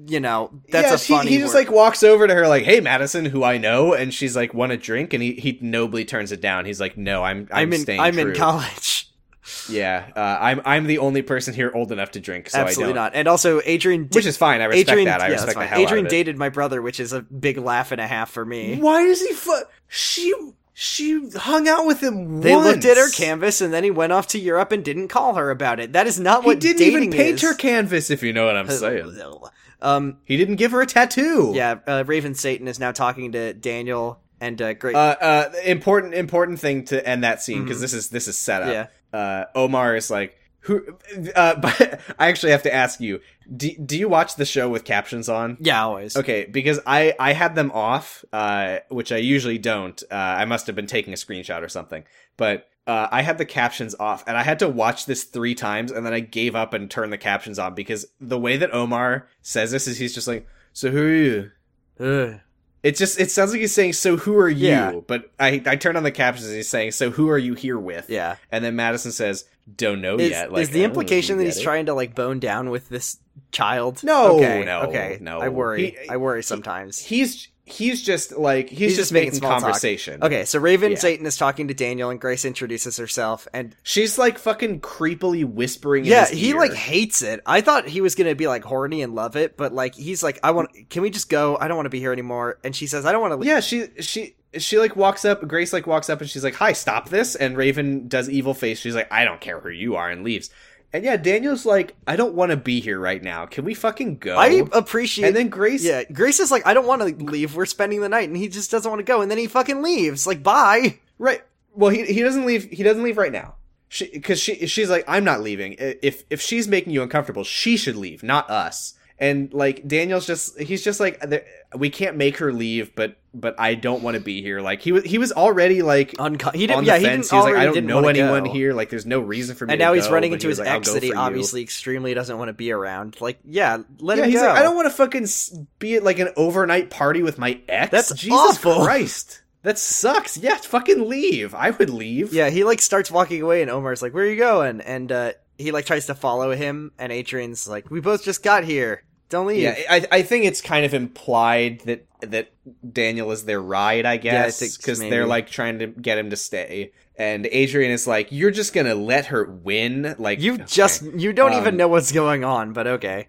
S2: you know that's
S1: yeah,
S2: a
S1: she-
S2: funny.
S1: He just
S2: word.
S1: like walks over to her like, "Hey, Madison, who I know," and she's like, "Want a drink?" And he, he nobly turns it down. He's like, "No, I'm I'm,
S2: I'm in
S1: staying
S2: I'm
S1: true.
S2: in college,
S1: Yeah, uh, I'm I'm the only person here old enough to drink, <laughs> so
S2: absolutely
S1: I don't.
S2: not. And also Adrian, da-
S1: Which is fine. I respect
S2: Adrian,
S1: that. I
S2: yeah, that's
S1: respect the
S2: fine.
S1: hell
S2: Adrian
S1: out of it.
S2: dated my brother, which is a big laugh and a half for me.
S1: Why does he fu- She she hung out with him.
S2: They looked at her
S1: once.
S2: canvas, and then he went off to Europe and didn't call her about it. That is not
S1: He
S2: what
S1: didn't
S2: dating
S1: even paint
S2: is. <laughs>
S1: her canvas, if you know what I'm saying.
S2: Um,
S1: He didn't give her a tattoo.
S2: yeah, uh, Raven Satan is now talking to Daniel and uh, Great.
S1: Uh, uh, important important thing to end that scene because
S2: Mhm.
S1: this is this is set up.
S2: yeah,
S1: uh, Omar is like, who? Uh, <laughs> but I actually have to ask you: do, do you watch the show with captions on?
S2: yeah, always.
S1: Okay, because I I had them off, uh, which I usually don't. Uh, I must have been taking a screenshot or something, but. Uh, I had the captions off, and I had to watch this three times, and then I gave up and turned the captions on because the way that Omar says this is he's just like, "So who are you?"
S2: Ugh.
S1: It just it sounds like he's saying, "So who are you?"
S2: Yeah.
S1: But I I turned on the captions, and he's saying, "So who are you here with?"
S2: Yeah.
S1: And then Madison says, "Don't know
S2: Is,
S1: yet."
S2: is
S1: I
S2: the
S1: don't
S2: implication that
S1: get
S2: he's
S1: it.
S2: trying to like bone down with this child?
S1: No,
S2: okay,
S1: no,
S2: okay.
S1: no.
S2: I worry.
S1: He-
S2: I worry sometimes.
S1: He's he's just like he's,
S2: He's
S1: just,
S2: just making
S1: making,
S2: small talk.
S1: conversation.
S2: okay, so Raven
S1: Yeah.
S2: Satan is talking to Daniel, and Grace introduces herself, and
S1: she's like fucking creepily whispering. in
S2: yeah,
S1: his
S2: he
S1: ear.
S2: like hates it. I thought he was gonna be like horny and love it, but like he's like, I want. Can we just go? I don't want to be here anymore. And she says, I don't want to.
S1: yeah. She she she like walks up. Grace like walks up and she's like, "Hi, stop this!" And Raven does evil face. She's like, "I don't care who you are," and leaves. And yeah, Daniel's like, "I don't want to be here right now. Can we fucking go?"
S2: I appreciate.
S1: and then Grace
S2: yeah, Grace is like, I don't want to leave. We're spending the night, and he just doesn't want to go. And then he fucking leaves. Like, bye.
S1: Right. Well, he he doesn't leave. He doesn't leave right now. She because she she's like I'm not leaving. I- If if she's making you uncomfortable, she should leave, not us. and like Daniel's just he's just like "There- we can't make her leave, but but I don't want to be here. Like he was he was already like
S2: Unco- Uh, he
S1: on
S2: didn't.
S1: the
S2: Yeah, he
S1: fence.
S2: didn't.
S1: He was like,
S2: already
S1: I don't
S2: didn't
S1: know
S2: wanna
S1: anyone
S2: go.
S1: here. Like there's no reason for me.
S2: And
S1: to
S2: now he's
S1: go,"
S2: running
S1: but
S2: into
S1: he was
S2: his
S1: like, "I'll
S2: ex
S1: go
S2: that he
S1: for you."
S2: obviously extremely doesn't want to be around. Like, yeah, let
S1: Yeah,
S2: him
S1: he's
S2: go.
S1: like, I don't want to fucking s- be at like an overnight party with my ex.
S2: That's
S1: Jesus
S2: awful.
S1: Christ. That sucks. Yeah, fucking leave. I would leave.
S2: yeah, he like starts walking away, and Omar's like, "Where are you going?" And uh, he like tries to follow him, and Adrian's like, "We both just got here. Don't leave."
S1: Yeah, I, I think it's kind of implied that that Daniel is their ride, I
S2: Yeah, I
S1: guess,
S2: think
S1: because
S2: maybe.
S1: they're like trying to get him to stay. And Adrian is like, "You're just gonna let her win." Like
S2: you
S1: okay.
S2: just you don't even
S1: Um,
S2: know what's going on, but okay.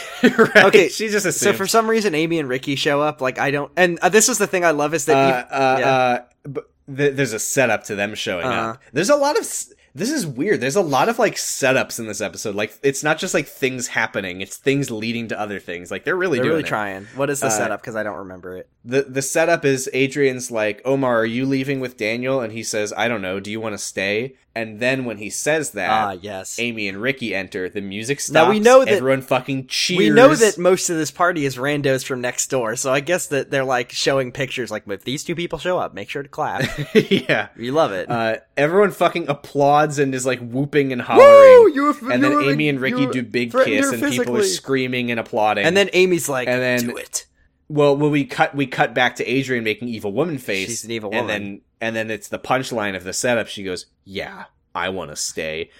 S1: <laughs> right?
S2: Okay,
S1: She just
S2: So
S1: assumes.
S2: for some reason, Amy and Ricky show up. Like I don't, and uh, this is the thing I love is
S1: uh,
S2: that even-
S1: uh,
S2: yeah.
S1: uh, but th- there's a setup to them showing
S2: Uh-huh.
S1: up. There's a lot of s- this is weird. There's a lot of like setups in this episode. Like it's not just like things happening; it's things leading to other things. Like they're really
S2: they're
S1: doing
S2: really
S1: it.
S2: trying. What is the
S1: Uh,
S2: setup? Because I don't remember it.
S1: the the setup is Adrian's like, "Omar, are you leaving with Daniel?" and he says, "I don't know. Do you want to stay?" And then when he says
S2: Ah,
S1: that,
S2: yes.
S1: Amy and Ricky enter. The music stops.
S2: Now we know that-
S1: everyone fucking cheers.
S2: We know that most of this party is randos from next door, so I guess that they're like showing pictures. Like, if these two people show up, make sure to clap.
S1: <laughs> <laughs> yeah.
S2: we love it.
S1: Uh, everyone fucking applauds and is like whooping and hollering.
S2: Woo! You,
S1: and then Amy and Ricky do big kiss, and people are screaming and applauding.
S2: And then Amy's like,
S1: And then-
S2: "Do it."
S1: well, when we cut, we cut back to Adrian making evil woman face.
S2: She's an evil
S1: and
S2: woman.
S1: then and then it's the punchline of the setup. She goes, "Yeah, I want to stay."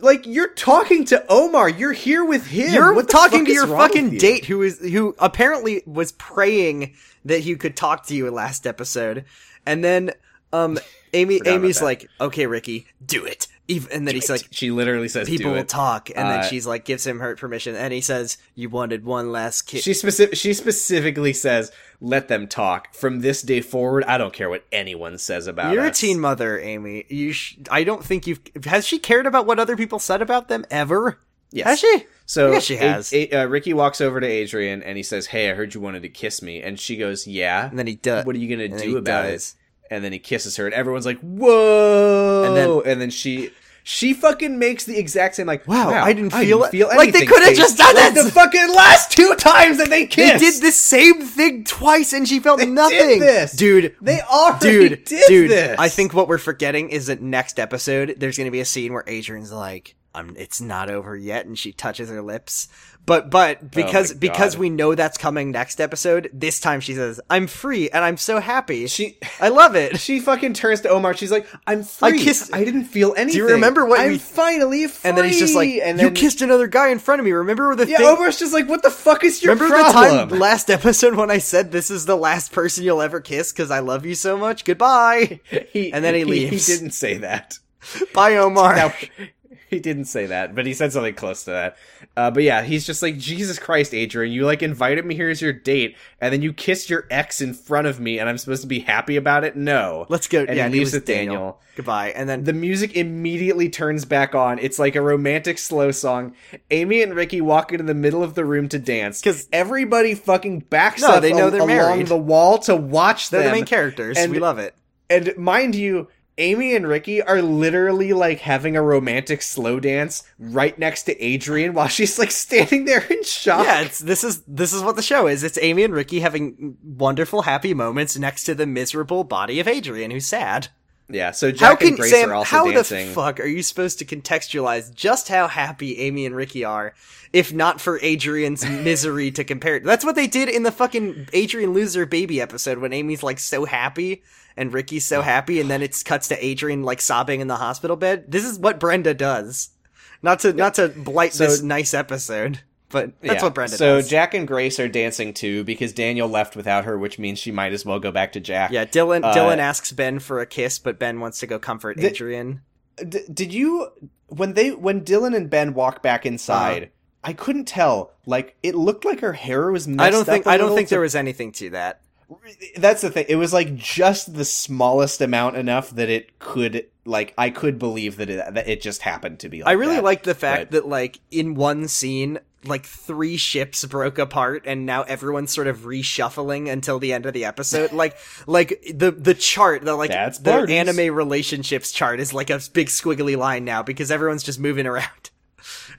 S1: Like you're talking to Omar. You're here with him.
S2: You're
S1: What the
S2: talking
S1: fuck
S2: to
S1: is
S2: your
S1: wrong with
S2: fucking
S1: you?
S2: date who is who apparently was praying that he could talk to you last episode. And then
S1: <laughs>
S2: um Amy
S1: Forgot about
S2: Amy's
S1: that.
S2: like, "Okay, Ricky, do it." Even, and then he's like,
S1: she literally says,
S2: "People
S1: "Do
S2: will
S1: it."
S2: talk." And
S1: Uh,
S2: then she's like gives him her permission and he says, "You wanted one last kiss."
S1: She specific. She specifically says, "Let them talk. From this day forward, I don't care what anyone says about
S2: You're
S1: us."
S2: a teen mother, Amy. You sh- I don't think you've has she cared about what other people said about them ever?
S1: Yes.
S2: Has she?
S1: So
S2: Yeah, she
S1: A-
S2: has.
S1: A- uh, Ricky walks over to Adrian and he says, "Hey, I heard you wanted to kiss me," and she goes, "Yeah."
S2: And then he does.
S1: what are you gonna
S2: and then
S1: do
S2: he
S1: about
S2: does.
S1: it? And then he kisses her, and everyone's like, "Whoa!" And then,
S2: then-
S1: she she fucking makes the exact same like,
S2: Wow, I didn't feel it."
S1: feel
S2: Like, they
S1: anything,
S2: could've
S1: Kate."
S2: just done
S1: Like
S2: this!
S1: The fucking last two times that they
S2: They
S1: kissed,
S2: did the same thing twice and she felt
S1: They did
S2: nothing.
S1: this.
S2: Dude,
S1: They already
S2: dude,
S1: did
S2: dude,
S1: this.
S2: I think what we're forgetting is that next episode there's going to be a scene where Adrian's like, "I'm it's not over yet," and she touches her lips. But but because
S1: Oh God.
S2: because we know that's coming next episode, this time she says, "I'm free and I'm so happy.
S1: She
S2: I
S1: <laughs>
S2: love it."
S1: she fucking turns to Omar. She's like, "I'm free. I
S2: kissed-
S1: didn't feel anything.
S2: remember what
S1: I'm
S2: we-
S1: finally free?"
S2: and then he's just like,
S1: and
S2: "You
S1: then-
S2: kissed another guy in front of me. Remember the
S1: Yeah,
S2: thing?
S1: Omar's just like, "What the fuck is your
S2: Remember
S1: problem?"
S2: the time <laughs> last episode when I said this is the last person you'll ever kiss because I love you so
S1: <laughs>
S2: much? Goodbye.
S1: He-
S2: and then he leaves.
S1: He didn't say that.
S2: Bye, Omar. <laughs>
S1: Now, <laughs> he didn't say that, but he said something close to that. Uh, but yeah, he's just like, Jesus Christ, Adrian, you like invited me here as your date, and then you kissed your ex in front of me, and I'm supposed to be happy about it? No.
S2: Let's go.
S1: And he
S2: yeah,
S1: leaves
S2: was
S1: with Daniel.
S2: Goodbye. And then
S1: The music immediately turns back on. It's like a romantic slow song. Amy and Ricky walk into the middle of the room to dance
S2: 'Cause-
S1: everybody fucking backs
S2: No,
S1: up
S2: they know
S1: al-
S2: they're
S1: along
S2: married.
S1: the wall to watch
S2: they're
S1: them.
S2: the main characters.
S1: and-
S2: we love it.
S1: And mind you, Amy and Ricky are literally like having a romantic slow dance right next to Adrian while she's like standing there in shock.
S2: Yeah, it's this is this is what the show is. It's Amy and Ricky having wonderful, happy moments next to the miserable body of Adrian, who's sad.
S1: Yeah, so Jack
S2: how can
S1: and Grace
S2: Sam?
S1: are also
S2: how
S1: dancing.
S2: the fuck are you supposed to contextualize just how happy Amy and Ricky are, if not for Adrian's
S1: <laughs>
S2: misery to compare? it? That's what they did in the fucking Adrian loser baby episode when Amy's like so happy and Ricky's so happy, and then it cuts to Adrian like sobbing in the hospital bed. This is what Brenda does. Not to not to blight
S1: So-
S2: this nice episode, but that's
S1: Yeah.
S2: what Brenda
S1: So
S2: does.
S1: Jack and Grace are dancing too because Daniel left without her, which means she might as well go back to Jack.
S2: yeah, Dylan
S1: uh,
S2: Dylan asks Ben for a kiss, but Ben wants to go comfort
S1: The-
S2: Adrian.
S1: D- did you when they when Dylan and Ben walk back inside? I couldn't tell. Like it looked like her hair was messed
S2: Uh-huh. I don't think
S1: up a
S2: I don't
S1: little
S2: think
S1: to
S2: there was anything to that.
S1: that's the thing it was like just the smallest amount enough that it could like i could believe that it, that it just happened to be like
S2: I really
S1: that.
S2: like the fact that like in one scene like three ships broke apart and now everyone's sort of reshuffling until the end of
S1: <laughs>
S2: the episode like like the the chart the like
S1: That's
S2: the
S1: parties.
S2: anime relationships chart <laughs> is like a big squiggly line now because everyone's just moving around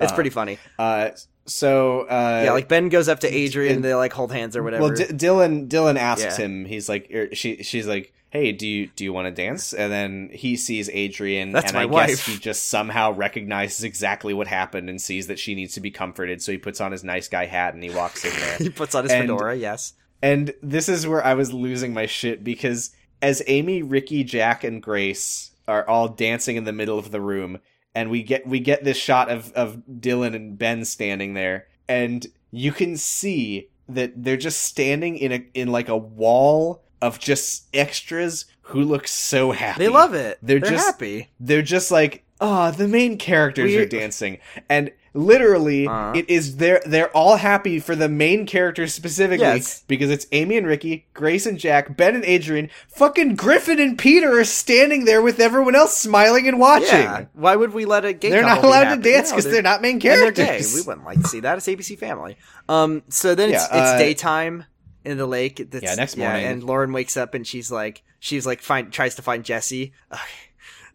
S2: it's pretty funny
S1: uh so uh,
S2: yeah, like Ben goes up to Adrian
S1: and-
S2: and they like hold hands or whatever.
S1: well, D- Dylan Dylan asks
S2: Yeah.
S1: him. He's like, er, she she's like, hey, do you do you want to dance? And then he sees Adrian,
S2: That's
S1: and
S2: my
S1: I
S2: wife.
S1: guess he just somehow recognizes exactly what happened and sees that she needs to be comforted. So he puts on his nice guy hat and he walks in there.
S2: <laughs> he puts on his
S1: and-
S2: fedora, yes.
S1: And this is where I was losing my shit because as Amy, Ricky, Jack, and Grace are all dancing in the middle of the room, and we get we get this shot of of Dylan and Ben standing there, and you can see that they're just standing in a in like a wall of just extras who look so happy.
S2: They love it.
S1: They're
S2: They're,
S1: just-
S2: happy.
S1: They're just like, ah, the main characters
S2: We-
S1: are dancing, and literally,
S2: Uh-huh.
S1: it is they're they're all happy for the main characters specifically
S2: Yes.
S1: because it's Amy and Ricky, Grace and Jack, Ben and Adrian, fucking Griffin and Peter are standing there with everyone else smiling and watching.
S2: Yeah. Why would we let a gay?
S1: They're not
S2: couple be
S1: allowed to
S2: happy?
S1: dance
S2: No,
S1: because they're not main
S2: and they're
S1: characters.
S2: gay. We wouldn't like to see that. It's ABC Family. Um, so then it's,
S1: Yeah, uh,
S2: it's daytime in the lake. That's,
S1: Yeah, next morning.
S2: and Lauren wakes up and she's like, she's like, find tries to find Jesse. Ugh,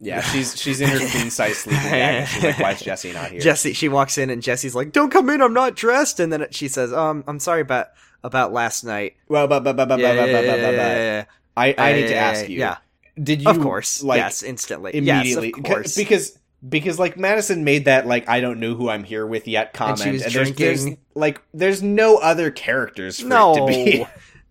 S1: yeah, she's she's
S2: <laughs>
S1: in her queen size sleeping bag. And she's like, why is Jesse not here?
S2: Jesse, she walks in and Jesse's like, "Don't come in, I'm not dressed." And then she says, "Um, I'm sorry about about last night."
S1: well, but, but, but, but,
S2: Yeah,
S1: but,
S2: yeah,
S1: but,
S2: yeah,
S1: but, but,
S2: yeah,
S1: but.
S2: yeah,
S1: I I need to
S2: yeah,
S1: ask you.
S2: Yeah,
S1: Did you
S2: of course.
S1: like
S2: yes, instantly,
S1: immediately
S2: Yes, of
S1: 'Cause-
S2: course.
S1: because because like Madison made that like I don't know who I'm here with yet comment
S2: she was
S1: there's- there's,
S2: drinking.
S1: like there's no other characters for it to <laughs>
S2: no.
S1: be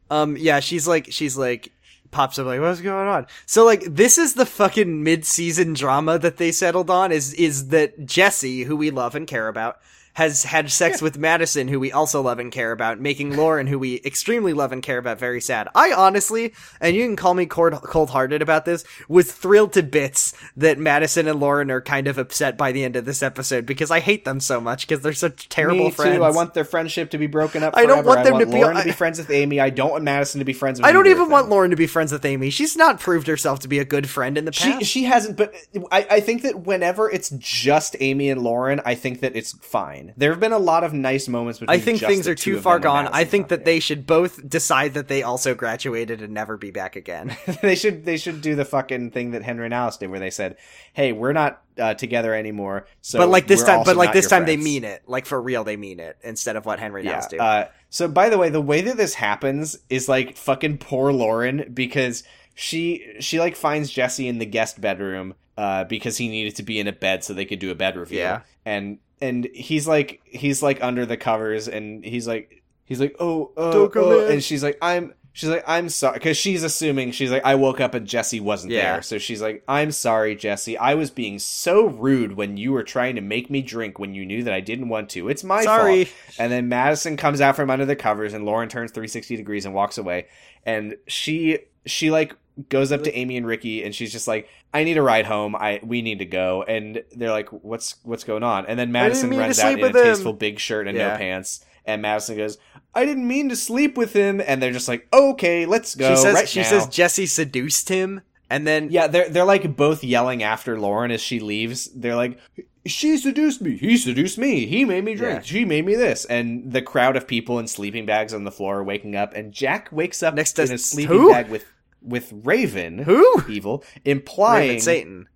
S2: um, yeah, she's like, she's like, pops up like, what's going on? So like, this is the fucking mid-season drama that they settled on is is that Jesse, who we love and care about, has had sex with Madison, who we also love and care about, making Lauren, who we extremely love and care about, very sad. I honestly, and you can call me cold hearted about this, was thrilled to bits that Madison and Lauren are kind of upset by the end of this episode because I hate them so much because they're such terrible
S1: Me
S2: friends.
S1: too. I want their friendship to be broken up.
S2: I don't
S1: forever.
S2: want them
S1: I
S2: to be-
S1: Lauren
S2: I-
S1: to be friends with Amy. I don't want Madison to be friends. with
S2: I don't
S1: either of
S2: even want
S1: them.
S2: Lauren to be friends with Amy. She's not proved herself to be a good friend in the past.
S1: She she hasn't. But I I think that whenever it's just Amy and Lauren, I think that it's fine. There have been a lot of nice moments between.
S2: I think
S1: just
S2: things
S1: the
S2: are
S1: two
S2: too
S1: of
S2: far
S1: them when
S2: gone. I
S1: Madison's
S2: think
S1: not
S2: that they should both decide that they also graduated and never be back again. <laughs>
S1: <laughs> they should they should do the fucking thing that Henry and Alice did, where they said, "Hey, we're not uh, together anymore." So,
S2: but like this
S1: we're
S2: time,
S1: also
S2: but like
S1: not
S2: this
S1: your
S2: time they
S1: friends."
S2: mean it. Like for real, they mean it instead of what Henry now
S1: Yeah.
S2: Now's do.
S1: Uh, so, by the way, the way that this happens is like fucking poor Lauren because she she like finds Jesse in the guest bedroom uh, because he needed to be in a bed so they could do a bed review.
S2: Yeah.
S1: and and he's like he's like under the covers and he's like he's like oh uh,
S2: Don't come
S1: uh,"
S2: in.
S1: and she's like I'm. She's like, I'm sorry, because she's assuming she's like, I woke up and Jesse wasn't
S2: Yeah.
S1: there, so she's like, I'm sorry, Jesse. I was being so rude when you were trying to make me drink when you knew that I didn't want to. It's my fault.
S2: Sorry.
S1: And then Madison comes out from under the covers, and Lauren turns 360 degrees and walks away. And she she like goes up to Amy and Ricky, and she's just like, "I need a ride home. I we need to go." And they're like, "What's what's going on?" And then Madison
S2: mean to
S1: runs
S2: sleep
S1: out in a
S2: with him.
S1: tasteful big shirt and
S2: Yeah.
S1: no pants. And Madison goes, "I didn't mean to sleep with him." And they're just like, "Okay, let's go."
S2: she says
S1: right
S2: she
S1: now."
S2: says Jesse seduced him, and then
S1: Yeah, they're they're like both yelling after Lauren as she leaves. They're like, "She seduced me. He seduced me. He made me drink.
S2: Yeah.
S1: She made me this." And the crowd of people in sleeping bags on the floor are waking up, and Jack wakes up
S2: Next to
S1: in a sleeping
S2: who?
S1: bag with with Raven,
S2: who?
S1: evil,
S2: Raven
S1: implying
S2: Satan.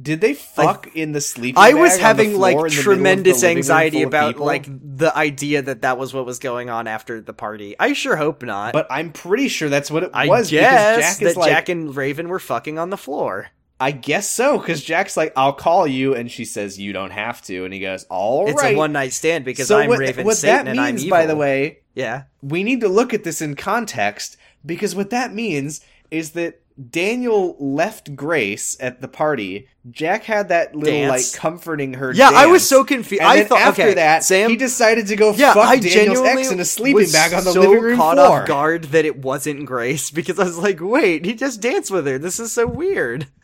S1: did they fuck in the sleeping?
S2: I
S1: bag
S2: was
S1: on the
S2: having
S1: floor in the
S2: like
S1: middle of
S2: tremendous
S1: the living room
S2: anxiety
S1: full of
S2: about
S1: people?
S2: like the idea that that was what was going on after the party. I sure hope not.
S1: But I'm pretty sure that's what it
S2: I
S1: was because
S2: guess
S1: Jack
S2: that
S1: is like,
S2: Jack and Raven were fucking on the floor.
S1: I guess so, because Jack's like, I'll call you, and she says, you don't have to, and he goes, all right.
S2: It's a one night stand because
S1: so
S2: I'm
S1: what,
S2: Raven
S1: what
S2: Satan
S1: that
S2: and I'm
S1: means,
S2: evil.
S1: by the way,
S2: yeah,
S1: we need to look at this in context because what that means is that Daniel left Grace at the party. Jack had that little
S2: Dance.
S1: like comforting her.
S2: yeah. I was
S1: dance.
S2: so confused.
S1: And
S2: I
S1: then
S2: thought
S1: after
S2: okay,
S1: that,
S2: Sam,
S1: he decided to go
S2: yeah,
S1: fuck
S2: I
S1: Daniel's
S2: genuinely
S1: ex in a sleeping
S2: was
S1: bag on the
S2: so
S1: living room
S2: caught
S1: floor.
S2: off guard that it wasn't Grace <laughs> because I was like, wait, he just danced with her. This is so weird. <laughs>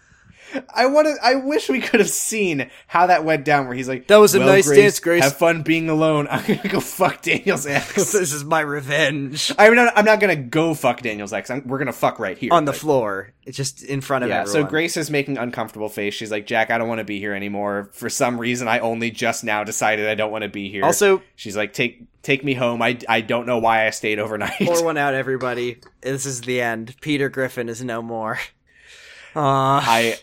S1: I wanted. I wish we could have seen how that went down. Where he's like,
S2: That was a
S1: "Well,
S2: nice dance, Grace."
S1: Have fun being alone. <laughs> I'm gonna go fuck Daniel's ex." <laughs>
S2: this is my revenge
S1: I'm not. I'm not gonna go fuck Daniel's ex. I'm, we're gonna fuck right here
S2: on the
S1: But-
S2: floor, just in front of
S1: Yeah,
S2: everyone.
S1: so Grace is making uncomfortable face. She's like, Jack, I don't want to be here anymore. For some reason, I only just now decided I don't want to be here.
S2: Also,
S1: she's like, take take me home. I, I don't know why I stayed overnight.
S2: pour one out, everybody. This is the end. Peter Griffin is no more. Aw,
S1: <laughs> I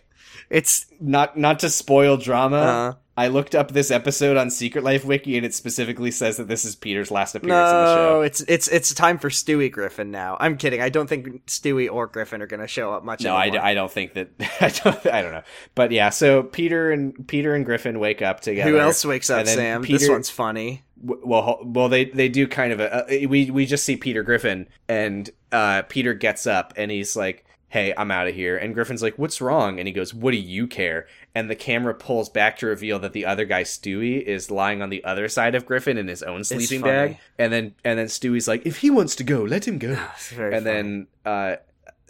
S2: it's
S1: not not to spoil drama,
S2: Uh-huh.
S1: I looked up this episode on Secret Life Wiki, and it specifically says that this is Peter's last appearance in the
S2: No,
S1: show.
S2: it's it's it's time for Stewie Griffin now. I'm kidding. I don't think Stewie or Griffin are going to show up much.
S1: No, I, d-
S2: anymore.
S1: I don't think that <laughs> I don't I don't know, but yeah. So Peter and Peter and Griffin wake up together.
S2: Who else wakes up,
S1: And then
S2: Sam? this
S1: Peter-
S2: one's funny.
S1: W- well ho- well they they do kind of a uh, we we just see Peter Griffin and uh Peter gets up and he's like hey I'm out of here and Griffin's like what's wrong and he goes what do you care and the camera pulls back to reveal that the other guy Stewie is lying on the other side of Griffin in his own sleeping
S2: funny.
S1: bag and then and then Stewie's like if he wants to go let him go <laughs>
S2: It's very
S1: and
S2: funny.
S1: then uh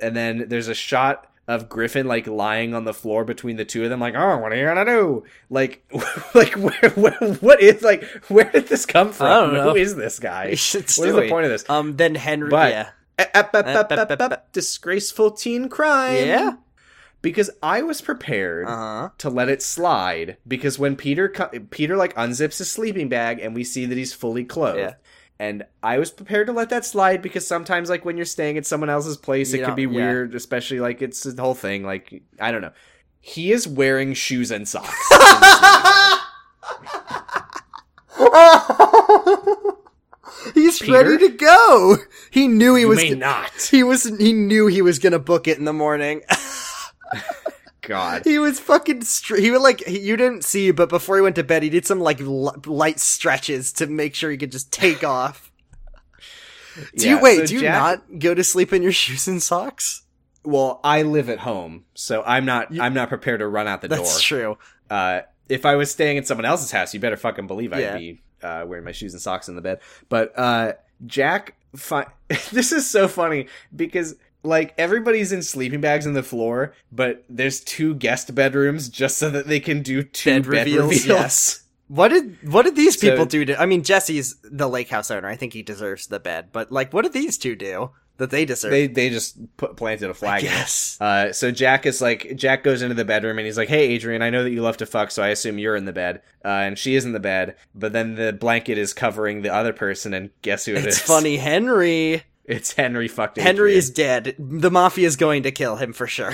S1: and then there's a shot of Griffin like lying on the floor between the two of them, like, oh, what are you gonna do? Like, <laughs> like where, where, what is like, where did this come from?
S2: I don't know.
S1: Who is this
S2: <laughs>
S1: guy?
S2: It's
S1: What is the
S2: Stewie.
S1: point of this? Eh,
S2: Um, then Henry.
S1: But-
S2: yeah.
S1: Up, up, up,
S2: up,
S1: up,
S2: up,
S1: up, Disgraceful teen crime.
S2: Yeah.
S1: because I was prepared
S2: Uh huh.
S1: to let it slide because when Peter co- Peter like unzips his sleeping bag and we see that he's fully clothed.
S2: Yeah.
S1: And I was prepared to let that slide because sometimes like when you're staying at someone else's place
S2: You
S1: it can
S2: don't-
S1: be
S2: yeah.
S1: weird especially like it's the whole thing like I don't know. He is wearing shoes and socks.
S2: <laughs> He's
S1: Peter?
S2: ready to go. He knew <laughs> he
S1: you
S2: was.
S1: may
S2: g-
S1: not.
S2: He was. He knew he was gonna book it in the morning.
S1: God.
S2: <laughs> he was fucking. Str- he would like. He, you didn't see, but before he went to bed, he did some like l- light stretches to make sure he could just take <laughs> off. Do
S1: Yeah,
S2: you wait?
S1: so
S2: do you
S1: Jack-
S2: not go to sleep in your <laughs> shoes and socks?
S1: Well, I live at home, so I'm not
S2: You-
S1: I'm not prepared to run out the door.
S2: That's true.
S1: uh, if I was staying in someone else's house, you better fucking believe I'd
S2: Yeah.
S1: be uh, wearing my shoes and socks in the bed. But uh, Jack, fi- <laughs> this is so funny because like everybody's in sleeping bags on the floor, but there's two guest bedrooms just so that they can do two bed,
S2: Bed
S1: reveals.
S2: reveals, yes. What did what did these
S1: So-
S2: people do to I mean Jesse's the lake house owner. I think he deserves the bed, but like what did these two do that they
S1: <laughs>
S2: deserve?
S1: They they just put, planted a flag. in it.
S2: yes.
S1: Uh, so Jack is like, Jack goes into the bedroom and he's like, "Hey, Adrian, I know that you love to fuck, so I assume you're in the bed." Uh, and she is in the bed, but then the blanket is covering the other person, and guess who it
S2: It's
S1: is?
S2: funny Henry.
S1: It's Henry fucked.
S2: Henry
S1: Adrian.
S2: is dead. The mafia is going to kill him for sure.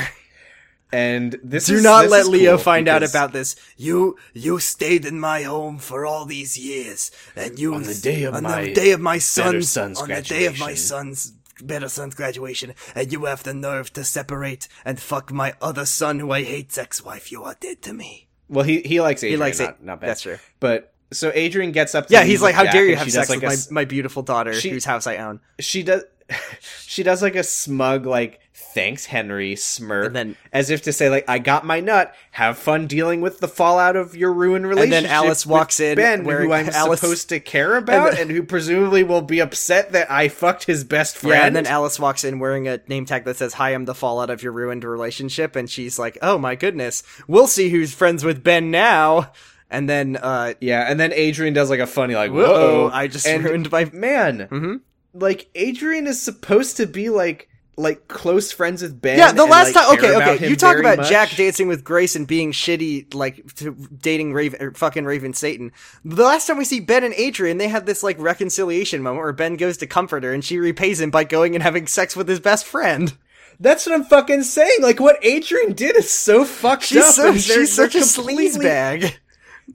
S1: and this
S2: Do
S1: is-
S2: not
S1: this
S2: let
S1: is
S2: Leo
S1: cool
S2: find out
S1: because
S2: about this. You you stayed in my home for all these years, and you
S1: On the day of
S2: on
S1: my
S2: the day of my son's,
S1: son's
S2: on the day of my
S1: graduation.
S2: son's better son's graduation, and you have the nerve to separate and fuck my other son, who I hate's ex-wife. You are dead to me.
S1: well he he likes Adrian,
S2: he likes
S1: not,
S2: it.
S1: not bad
S2: That's true.
S1: but so Adrian gets up to
S2: Yeah,
S1: leave
S2: he's
S1: with
S2: like, how
S1: Jack,
S2: dare you
S1: and
S2: have
S1: she
S2: sex
S1: does
S2: with
S1: like a
S2: my,
S1: s-
S2: my beautiful daughter,
S1: She-
S2: whose house I own,
S1: she does <laughs> she does like a smug like thanks Henry smirk
S2: and then
S1: as if to say like I got my nut have fun dealing with the fallout of your ruined
S2: then
S1: relationship
S2: Alice
S1: with
S2: walks in
S1: Ben
S2: wearing-
S1: who I'm
S2: Alice-
S1: supposed to care about and,
S2: then-
S1: who presumably will be upset that I fucked his best friend
S2: Yeah, and then Alice walks in wearing a name tag that says, Hi, I'm the fallout of your ruined relationship. And she's like, Oh my goodness, we'll see who's friends with Ben now. And then, uh,
S1: yeah and then Adrian does like a funny like
S2: whoa,
S1: whoa
S2: I just
S1: and
S2: ruined my.
S1: man
S2: Mhm.
S1: like Adrian is supposed to be like like close friends with Ben.
S2: Yeah, the
S1: and,
S2: last
S1: like,
S2: time.
S1: care
S2: Okay,
S1: about
S2: okay.
S1: him
S2: You talk
S1: very
S2: about
S1: much.
S2: Jack dancing with Grace and being shitty, like to dating Raven, or fucking Raven Satan. The last time we see Ben and Adrian, they had this like reconciliation moment where Ben goes to comfort her and she repays him by going and having sex with his best friend.
S1: That's what I'm fucking saying. Like what Adrian did is so fucked up.
S2: She's, so,
S1: and they're-
S2: she's such a
S1: they're
S2: sleaze
S1: completely-
S2: bag.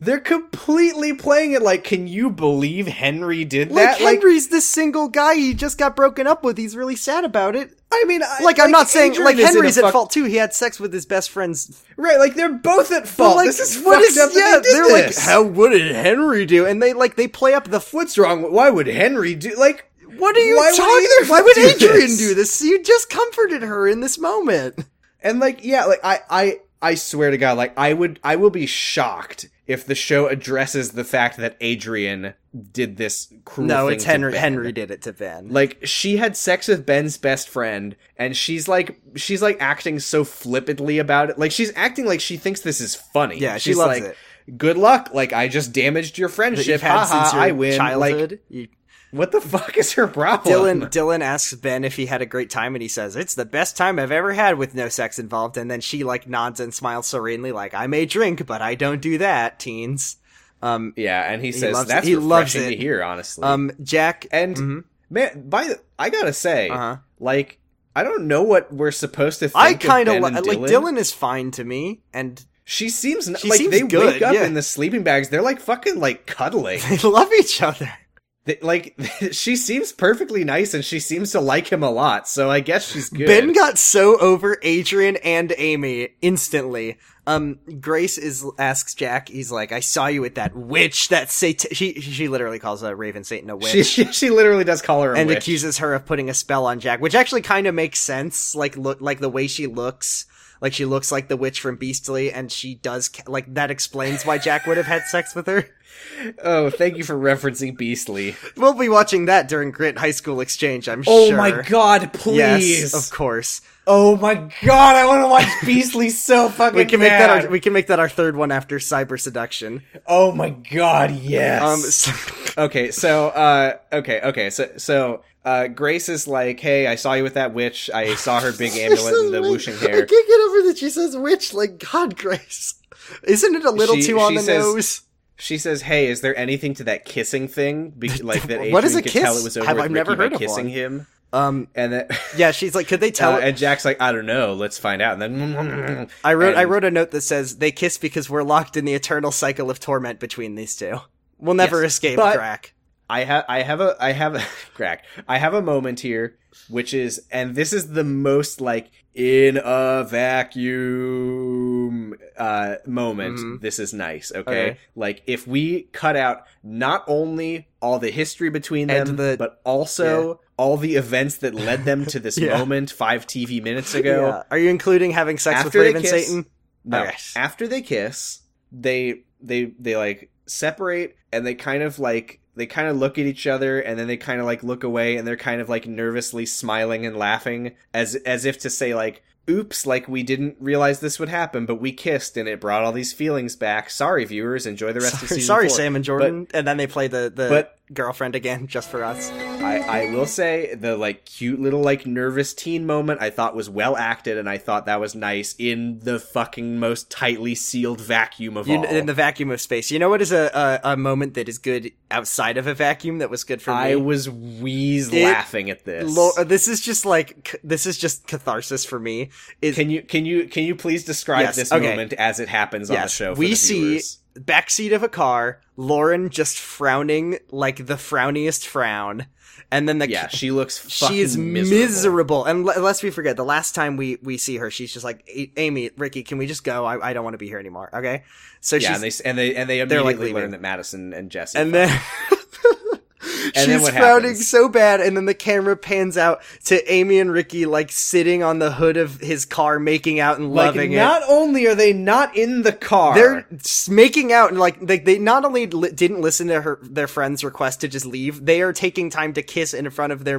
S1: They're completely playing it like, can you believe Henry did that?
S2: Like Henry's this single guy he just got broken up with. He's really sad about it.
S1: I mean, I,
S2: Like, I'm not saying
S1: Adrian
S2: like
S1: is in a
S2: Henry's at
S1: fuck-
S2: fault too. He had sex with his best friend's.
S1: right? Like they're both at fault.
S2: like,
S1: this is fucked up. that they did
S2: are
S1: this.
S2: like, how would it Henry do? And they like they play up the. F-
S1: What's wrong? with- Why would Henry do like?
S2: what are you
S1: Why would
S2: talking?
S1: either of
S2: why
S1: them
S2: would
S1: do
S2: Adrian
S1: this?
S2: do this? You just comforted her in this moment.
S1: And like, yeah, like I, I, I swear to God, like I would, I will be shocked if the show addresses the fact that Adrian did this cruel.
S2: No,
S1: thing
S2: it's
S1: to
S2: Henry.
S1: Ben.
S2: Henry did it to Ben.
S1: Like she had sex with Ben's best friend, and she's like, she's like acting so flippantly about it. Like she's acting like she thinks this is funny.
S2: yeah, she
S1: she's
S2: loves
S1: like,
S2: it.
S1: Good luck. Like I just damaged your
S2: That
S1: friendship.
S2: you've
S1: Ha
S2: had
S1: ha,
S2: since your
S1: I win. Like
S2: childhood. You-
S1: what the <laughs> fuck is her problem?
S2: <laughs> Dylan Dylan asks Ben if he had a great time, and he says it's the best time I've ever had with no sex involved. And then she like nods and smiles serenely, like I may drink, but I don't do that, teens. Um,
S1: Yeah, and he, says
S2: loves it.
S1: that's
S2: He loves
S1: refreshing
S2: it.
S1: to hear, honestly.
S2: um, Jack
S1: and
S2: Mhm.
S1: man, by the, I gotta say.
S2: uh-huh.
S1: Like, I don't know what we're supposed to think.
S2: I kind of
S1: of
S2: li-
S1: Ben and
S2: like Dylan is fine to me, and <laughs>
S1: She seems n
S2: She
S1: like
S2: seems
S1: they
S2: good,
S1: wake up
S2: yeah.
S1: in the sleeping bags. They're like fucking like
S2: <laughs>
S1: cuddling.
S2: They love each other.
S1: They- like <laughs> she seems perfectly nice, and she seems to like him a lot. So I guess she's good.
S2: Ben got so over Adrian and Amy instantly. Um, Grace is asks Jack. He's like, "I saw you with that witch, that satan." She she literally calls uh, Raven Satan a witch.
S1: she, <laughs> she she literally does call her a
S2: and
S1: witch.
S2: accuses her of putting a spell on Jack, which actually kind of makes sense. Like look, like the way she looks, like she looks like the witch from Beastly, and she does ca- like that explains why Jack would have had sex with her.
S1: oh, thank you for referencing
S2: <laughs>
S1: Beastly.
S2: We'll be watching that during Grit High School Exchange, I'm
S1: Oh
S2: sure.
S1: my god, please!
S2: Yes, of course.
S1: Oh my god, I want to watch Beastly so fucking.
S2: <laughs> We can make that.
S1: bad.
S2: Our, we can make that our third one after Cyber Seduction.
S1: oh my god, yes.
S2: Um, <laughs> so,
S1: okay so uh okay okay so so uh grace is like hey i saw you with that witch i saw her
S2: <laughs>
S1: big amulet and the whooshing
S2: I <laughs>
S1: hair
S2: can't get over that she says witch. Like God, Grace, <laughs> isn't it a little
S1: She-
S2: too on
S1: she
S2: the
S1: says-
S2: nose?
S1: she says hey is there anything to that kissing thing Be- like that Adrian
S2: What is a
S1: could
S2: kiss?
S1: tell it was over
S2: Have-
S1: with
S2: I've never
S1: Ricky by
S2: heard of
S1: kissing
S2: one.
S1: him
S2: Um,
S1: and then
S2: yeah, she's like, could they tell?
S1: uh, and jack's like i don't know let's find out and then
S2: I wrote I
S1: and-
S2: wrote a note that says they kiss because we're locked in the eternal cycle of torment between these two. We'll never
S1: Yes.
S2: escape,
S1: But-
S2: Crack.
S1: I have I have a I have a <laughs> crack. I have a moment here which is and this is the most like in a vacuum uh moment.
S2: Mhm.
S1: This is nice, okay?
S2: Okay.
S1: Like if we cut out not only all the history between
S2: And
S1: them
S2: the-
S1: but also all the events that led them to this
S2: <laughs> Yeah.
S1: moment 5 TV minutes ago.
S2: <laughs> Yeah. Are you including having sex
S1: After
S2: with
S1: they
S2: Raven
S1: kiss-
S2: Satan?
S1: No.
S2: Okay.
S1: After they kiss, they they they like separate and they kind of like they kind of look at each other and then they kind of like look away and they're kind of like nervously smiling and laughing as as if to say like oops like we didn't realize this would happen but we kissed and it brought all these feelings back sorry viewers enjoy the rest of
S2: Sorry,
S1: season
S2: sorry,
S1: four.
S2: Sam and Jordan. and then they play the, the
S1: but-
S2: girlfriend again just for us.
S1: I, I will say the like cute little like nervous teen moment I thought was well acted and I thought that was nice in the fucking most tightly sealed vacuum of
S2: You,
S1: all
S2: in the vacuum of space. You know what is a, a, a moment that is good outside of a vacuum that was good for
S1: I
S2: me?
S1: was wheeze
S2: It-
S1: laughing at this.
S2: Lo- uh, this is just like c- this is just catharsis for me. Is
S1: can you can you can you please describe
S2: Yes,
S1: this
S2: okay.
S1: moment as it happens on the show? For
S2: we
S1: the <laughs>
S2: see
S1: viewers?
S2: backseat of a car, Lauren just frowning like the frowniest frown, and then the
S1: yeah, she looks. Fucking
S2: she is miserable.
S1: miserable.
S2: And l- lest we forget, the last time we we see her, she's just like, "A- Amy, Ricky, can we just go? I, I don't want to be here anymore. Okay, so
S1: Yeah,
S2: she's
S1: and they s- and they and they
S2: they're, like,
S1: immediately learn
S2: leaving.
S1: that Madison and Jesse.
S2: <laughs> and then.
S1: then
S2: She's
S1: what
S2: frowning
S1: happens?
S2: so bad, and then the camera pans out to Amy and Ricky, like sitting on the hood of his car, making out and
S1: like,
S2: loving it.
S1: not only are they not in the car,
S2: They're s- making out and like they, they not only li- didn't listen to her their friend's request to just leave, they are taking time to kiss in front of their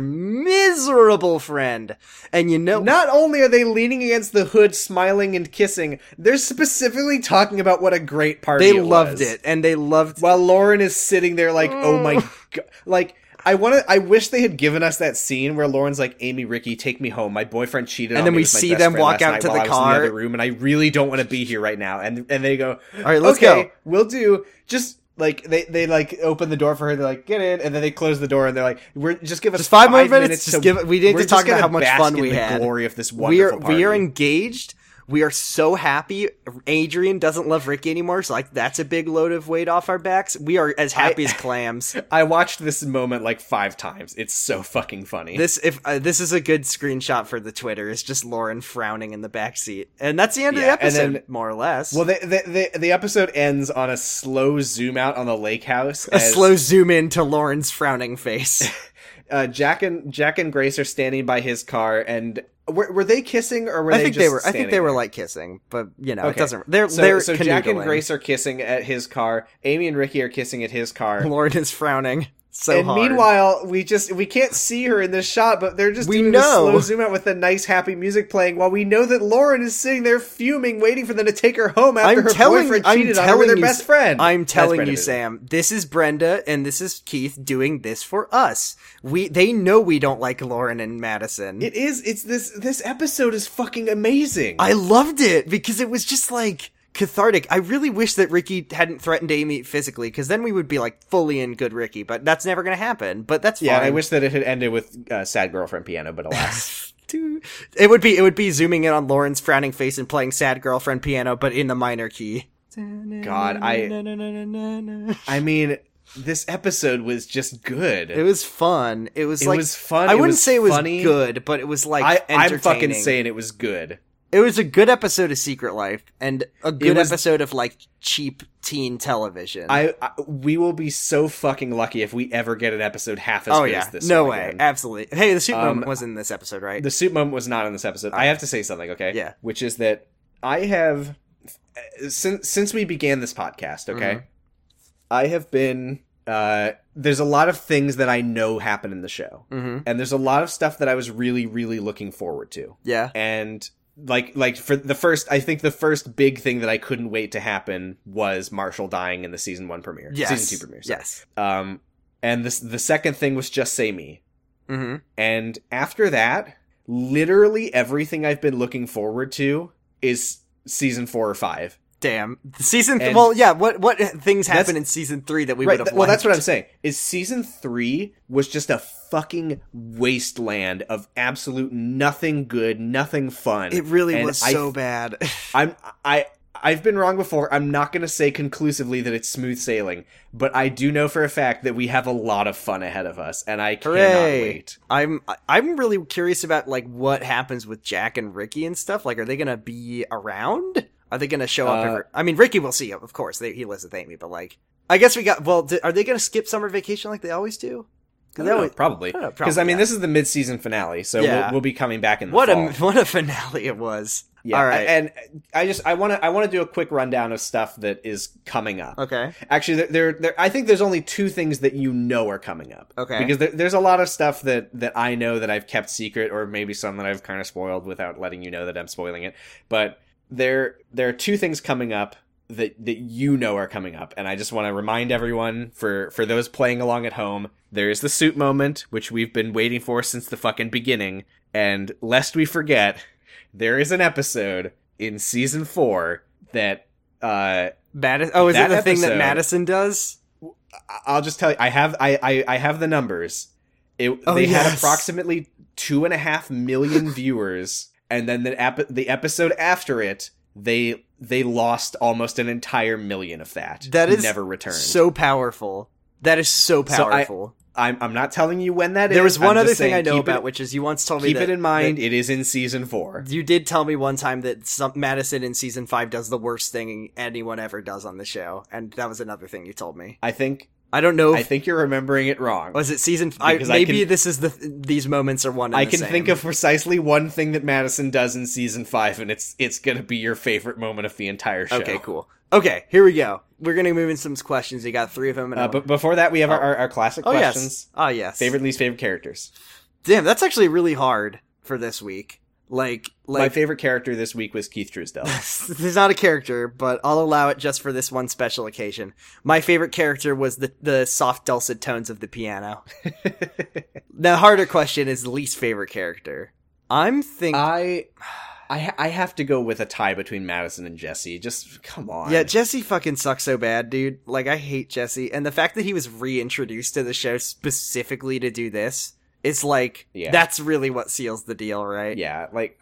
S2: miserable friend. And you know,
S1: not only are they leaning against the hood, smiling and kissing. They're specifically talking about what a great party
S2: they
S1: it
S2: loved
S1: was.
S2: it and they loved.
S1: While Lauren is sitting there like, oh my god, like. I want to. I wish they had given us that scene where Lauren's like, "Amy, Ricky, take me home. My boyfriend cheated."
S2: And
S1: on
S2: then
S1: me
S2: we
S1: with my
S2: see
S1: best
S2: them
S1: friend
S2: walk
S1: last
S2: out
S1: night
S2: to the
S1: while I was in
S2: car.
S1: other room, and I really don't want to be here right now. And and they go, "All
S2: right, let's
S1: okay,
S2: go."
S1: We'll do." Just like they they like open the door for her. They're like, "Get in," and then they close the door and they're like, "We're just give us
S2: Just five more minutes,
S1: minutes.
S2: just
S1: to-
S2: give- we need to
S1: we're just
S2: talk about
S1: gonna
S2: how much
S1: bask
S2: fun
S1: in
S2: we
S1: the
S2: had."
S1: Glory of this
S2: We are
S1: wonderful
S2: we are
S1: party.
S2: engaged. We are so happy. Adrian doesn't love Ricky anymore, so like that's a big load of weight off our backs. We are as happy as clams.
S1: I watched this moment like five times. It's so fucking funny.
S2: This if uh, this is a good screenshot for the Twitter. It's just Lauren frowning in the backseat, and that's the end
S1: Yeah,
S2: of
S1: and
S2: the episode,
S1: then-
S2: more or less.
S1: Well, the, the the the episode ends on a slow zoom out on the lake house.
S2: a slow zoom in to Lauren's
S1: <laughs>
S2: frowning face.
S1: Uh, Jack and Jack and Grace are standing by his car, and were, were they kissing or were
S2: I
S1: they
S2: think
S1: just
S2: they were. I think
S1: standing
S2: they were
S1: there?
S2: like kissing, but you know,
S1: Okay.
S2: it doesn't. They're
S1: so,
S2: they're
S1: so Jack and
S2: canoodling.
S1: Grace are kissing at his car. Amy and Ricky are kissing at his car.
S2: <laughs> Lauren is frowning so
S1: and
S2: hard.
S1: meanwhile, we just we can't see her in this shot, but they're just
S2: We
S1: doing this
S2: know.
S1: slow zoom out with the nice happy music playing, while we know that Lauren is sitting there fuming, waiting for them to take her home after
S2: I'm
S1: her
S2: telling,
S1: boyfriend
S2: I'm
S1: cheated on her
S2: telling
S1: with her
S2: you,
S1: best friend.
S2: I'm
S1: That's
S2: telling
S1: Brenda
S2: you,
S1: Booth.
S2: Sam. This is Brenda, and this is Keith doing this for us. We they know we don't like Lauren and Madison.
S1: It is. It's this. This episode is fucking amazing.
S2: I loved it because it was just like cathartic. I really wish that Ricky hadn't threatened Amy physically because then we would be like fully in good Ricky, but that's never going to happen. But that's
S1: yeah, and
S2: fine.
S1: I wish that it had ended with uh, "Sad Girlfriend Piano," but alas,
S2: do. It would be it would be zooming in on Lauren's frowning face and playing "Sad Girlfriend" piano, but in the minor key.
S1: God,
S2: I.
S1: <laughs> I mean, this episode was just good.
S2: It was fun. It was
S1: It
S2: like
S1: was fun.
S2: I wouldn't say it was
S1: funny.
S2: good, but it was like
S1: I, I'm fucking
S2: entertaining.
S1: saying it was good.
S2: it was a good episode of Secret Life and a good
S1: was-
S2: episode of like cheap teen television.
S1: I, I we will be so fucking lucky if we ever get an episode half as
S2: oh
S1: good
S2: yeah,
S1: as this.
S2: no
S1: one
S2: way,
S1: again.
S2: absolutely. Hey, the soup
S1: Um,
S2: moment was in this episode, right?
S1: The soup moment was not in this episode. I have to say something, okay?
S2: Yeah.
S1: Which is that I have since since we began this podcast, okay? I have been uh there's a lot of things that I know happen in the show.
S2: mm-hmm.
S1: And there's a lot of stuff that I was really really looking forward to.
S2: Yeah.
S1: And like like for the first I think the first big thing that I couldn't wait to happen was Marshall dying in the season 1 premiere.
S2: Yes.
S1: Season 2 premiere. sorry.
S2: Yes.
S1: Um and this the second thing was just say me.
S2: Mm-hmm.
S1: And after that, literally everything I've been looking forward to is season four or five.
S2: Damn. Season. Th-
S1: And-
S2: well, yeah. What what things
S1: That's-
S2: happened in season three that we
S1: right.
S2: would have?
S1: th- well, that's what I'm saying. Is season three was just a fucking wasteland of absolute nothing good, nothing fun.
S2: It really
S1: And
S2: was
S1: I-
S2: so
S1: <laughs>
S2: bad.
S1: I'm I I've been wrong before. I'm not going to say conclusively that it's smooth sailing, but I do know for a fact that we have a lot of fun ahead of us, and I cannot
S2: Hooray.
S1: wait.
S2: I'm I- I'm really curious about like what happens with Jack and Ricky and stuff. Like, are they gonna be around? Are they gonna show up?
S1: Uh,
S2: every- I mean, Ricky will see him, of course. They, he lives with Amy, but like, I guess we got. Well, d are they gonna skip summer vacation like they always do?
S1: I
S2: 'Cause they
S1: don't know,
S2: always-
S1: probably
S2: I don't know,
S1: because I
S2: probably,
S1: mean
S2: yeah.
S1: this is the mid-season finale, so
S2: Yeah.
S1: we'll, we'll be coming back in the
S2: what
S1: fall.
S2: a <laughs> what a finale it was.
S1: Yeah,
S2: All right.
S1: And I just I want to I want to do a quick rundown of stuff that is coming up.
S2: Okay.
S1: Actually, there, there there I think there's only two things that you know are coming up.
S2: Okay.
S1: Because there, there's a lot of stuff that that I know that I've kept secret, or maybe some that I've kind of spoiled without letting you know that I'm spoiling it. But there there are two things coming up that that you know are coming up, and I just want to remind everyone for for those playing along at home, there is the suit moment which we've been waiting for since the fucking beginning, and lest we forget, there is an episode in season four that uh
S2: Madis- oh, is
S1: That
S2: it the thing that
S1: episode-
S2: Madison does?
S1: I- I'll just tell you, I have I I, I have the numbers. It,
S2: Oh,
S1: they had
S2: yes.
S1: approximately two and a half
S2: <laughs>
S1: million viewers, and then the ep- the episode after it, they they lost almost an entire million of that.
S2: That is
S1: never returned.
S2: So powerful. That is so
S1: So I-
S2: powerful.
S1: I'm I'm not telling you when that is.
S2: there was one
S1: I'm
S2: other
S1: just saying
S2: thing I know
S1: keep
S2: about,
S1: It,
S2: which is you once told me
S1: keep
S2: that,
S1: it in mind. it is in season four.
S2: that you did tell me one time that some, Madison in season five does the worst thing anyone ever does on the show, and that was another thing you told me.
S1: I think
S2: I don't know. If,
S1: I think you're remembering it wrong.
S2: was it season? I,
S1: Because I
S2: maybe
S1: can-
S2: this is the these moments are one. And
S1: I
S2: the
S1: can
S2: same.
S1: think of precisely one thing that Madison does in season five, and it's it's gonna be your favorite moment of the entire show.
S2: Okay, cool. Okay, here we go. We're gonna move in some questions. You got three of them. And
S1: Uh,
S2: I'm-
S1: but before that, we have our, our, our classic
S2: oh
S1: questions.
S2: yes, ah yes.
S1: Favorite, least favorite characters.
S2: Damn, that's actually really hard for this week. Like,
S1: My
S2: like
S1: favorite character this week was Keith Truesdell.
S2: <laughs> There's not a character, but I'll allow it just for this one special occasion. My favorite character was the, the soft dulcet tones of
S1: <laughs>
S2: the piano. the harder question is least favorite character. I'm thinking.
S1: <laughs> I, I, ha- I have to go with a tie between Madison and Jesse. Just come on.
S2: yeah, Jesse fucking sucks so bad, dude. Like, I hate Jesse. And the fact that he was reintroduced to the show specifically to do this is like,
S1: Yeah.
S2: that's really what seals the deal, right?
S1: yeah. Like,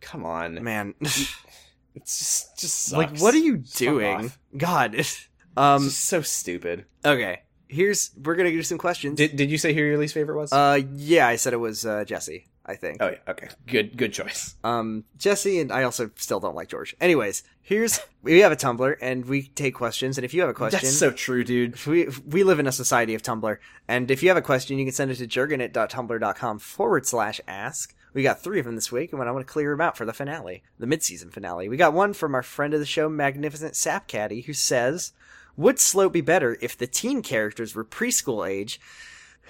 S1: come on.
S2: Man.
S1: It's just just
S2: like,
S1: sucks.
S2: what are you
S1: Just fuck
S2: doing?
S1: off.
S2: God. <laughs>
S1: It's
S2: um,
S1: just so stupid.
S2: okay. Here's, we're gonna do some questions.
S1: Did Did you say who your least favorite was?
S2: Uh, yeah, I said it was uh, Jesse. I think.
S1: oh yeah. Okay. Good Good choice.
S2: Um, Jesse, and I also still don't like George. Anyways, here's we have a Tumblr, and we take questions. And if you have a question,
S1: That's so true, dude.
S2: we we live in a society of Tumblr, and if you have a question, you can send it to jergenit.tumblr.com forward slash ask. We got three of them this week, and I want to clear them out for the finale, the midseason finale. We got one from our friend of the show, Magnificent Sapcaddy, who says, "Would Slope be better if the teen characters were preschool age?"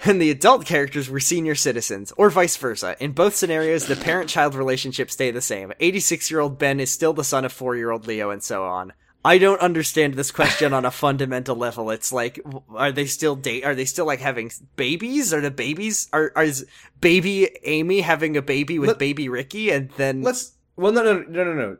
S2: And the adult characters were senior citizens, or vice versa. In both scenarios, the parent child relationships stay the same. 86 year old Ben is still the son of 4 year old Leo, and so on. I don't understand this question on a fundamental level. It's like, w- are they still date? Are they still like having s- babies? Are the babies are are is baby Amy having a baby with
S1: Let-
S2: baby Ricky, and then
S1: Let's. Well, no, no, no, no, no.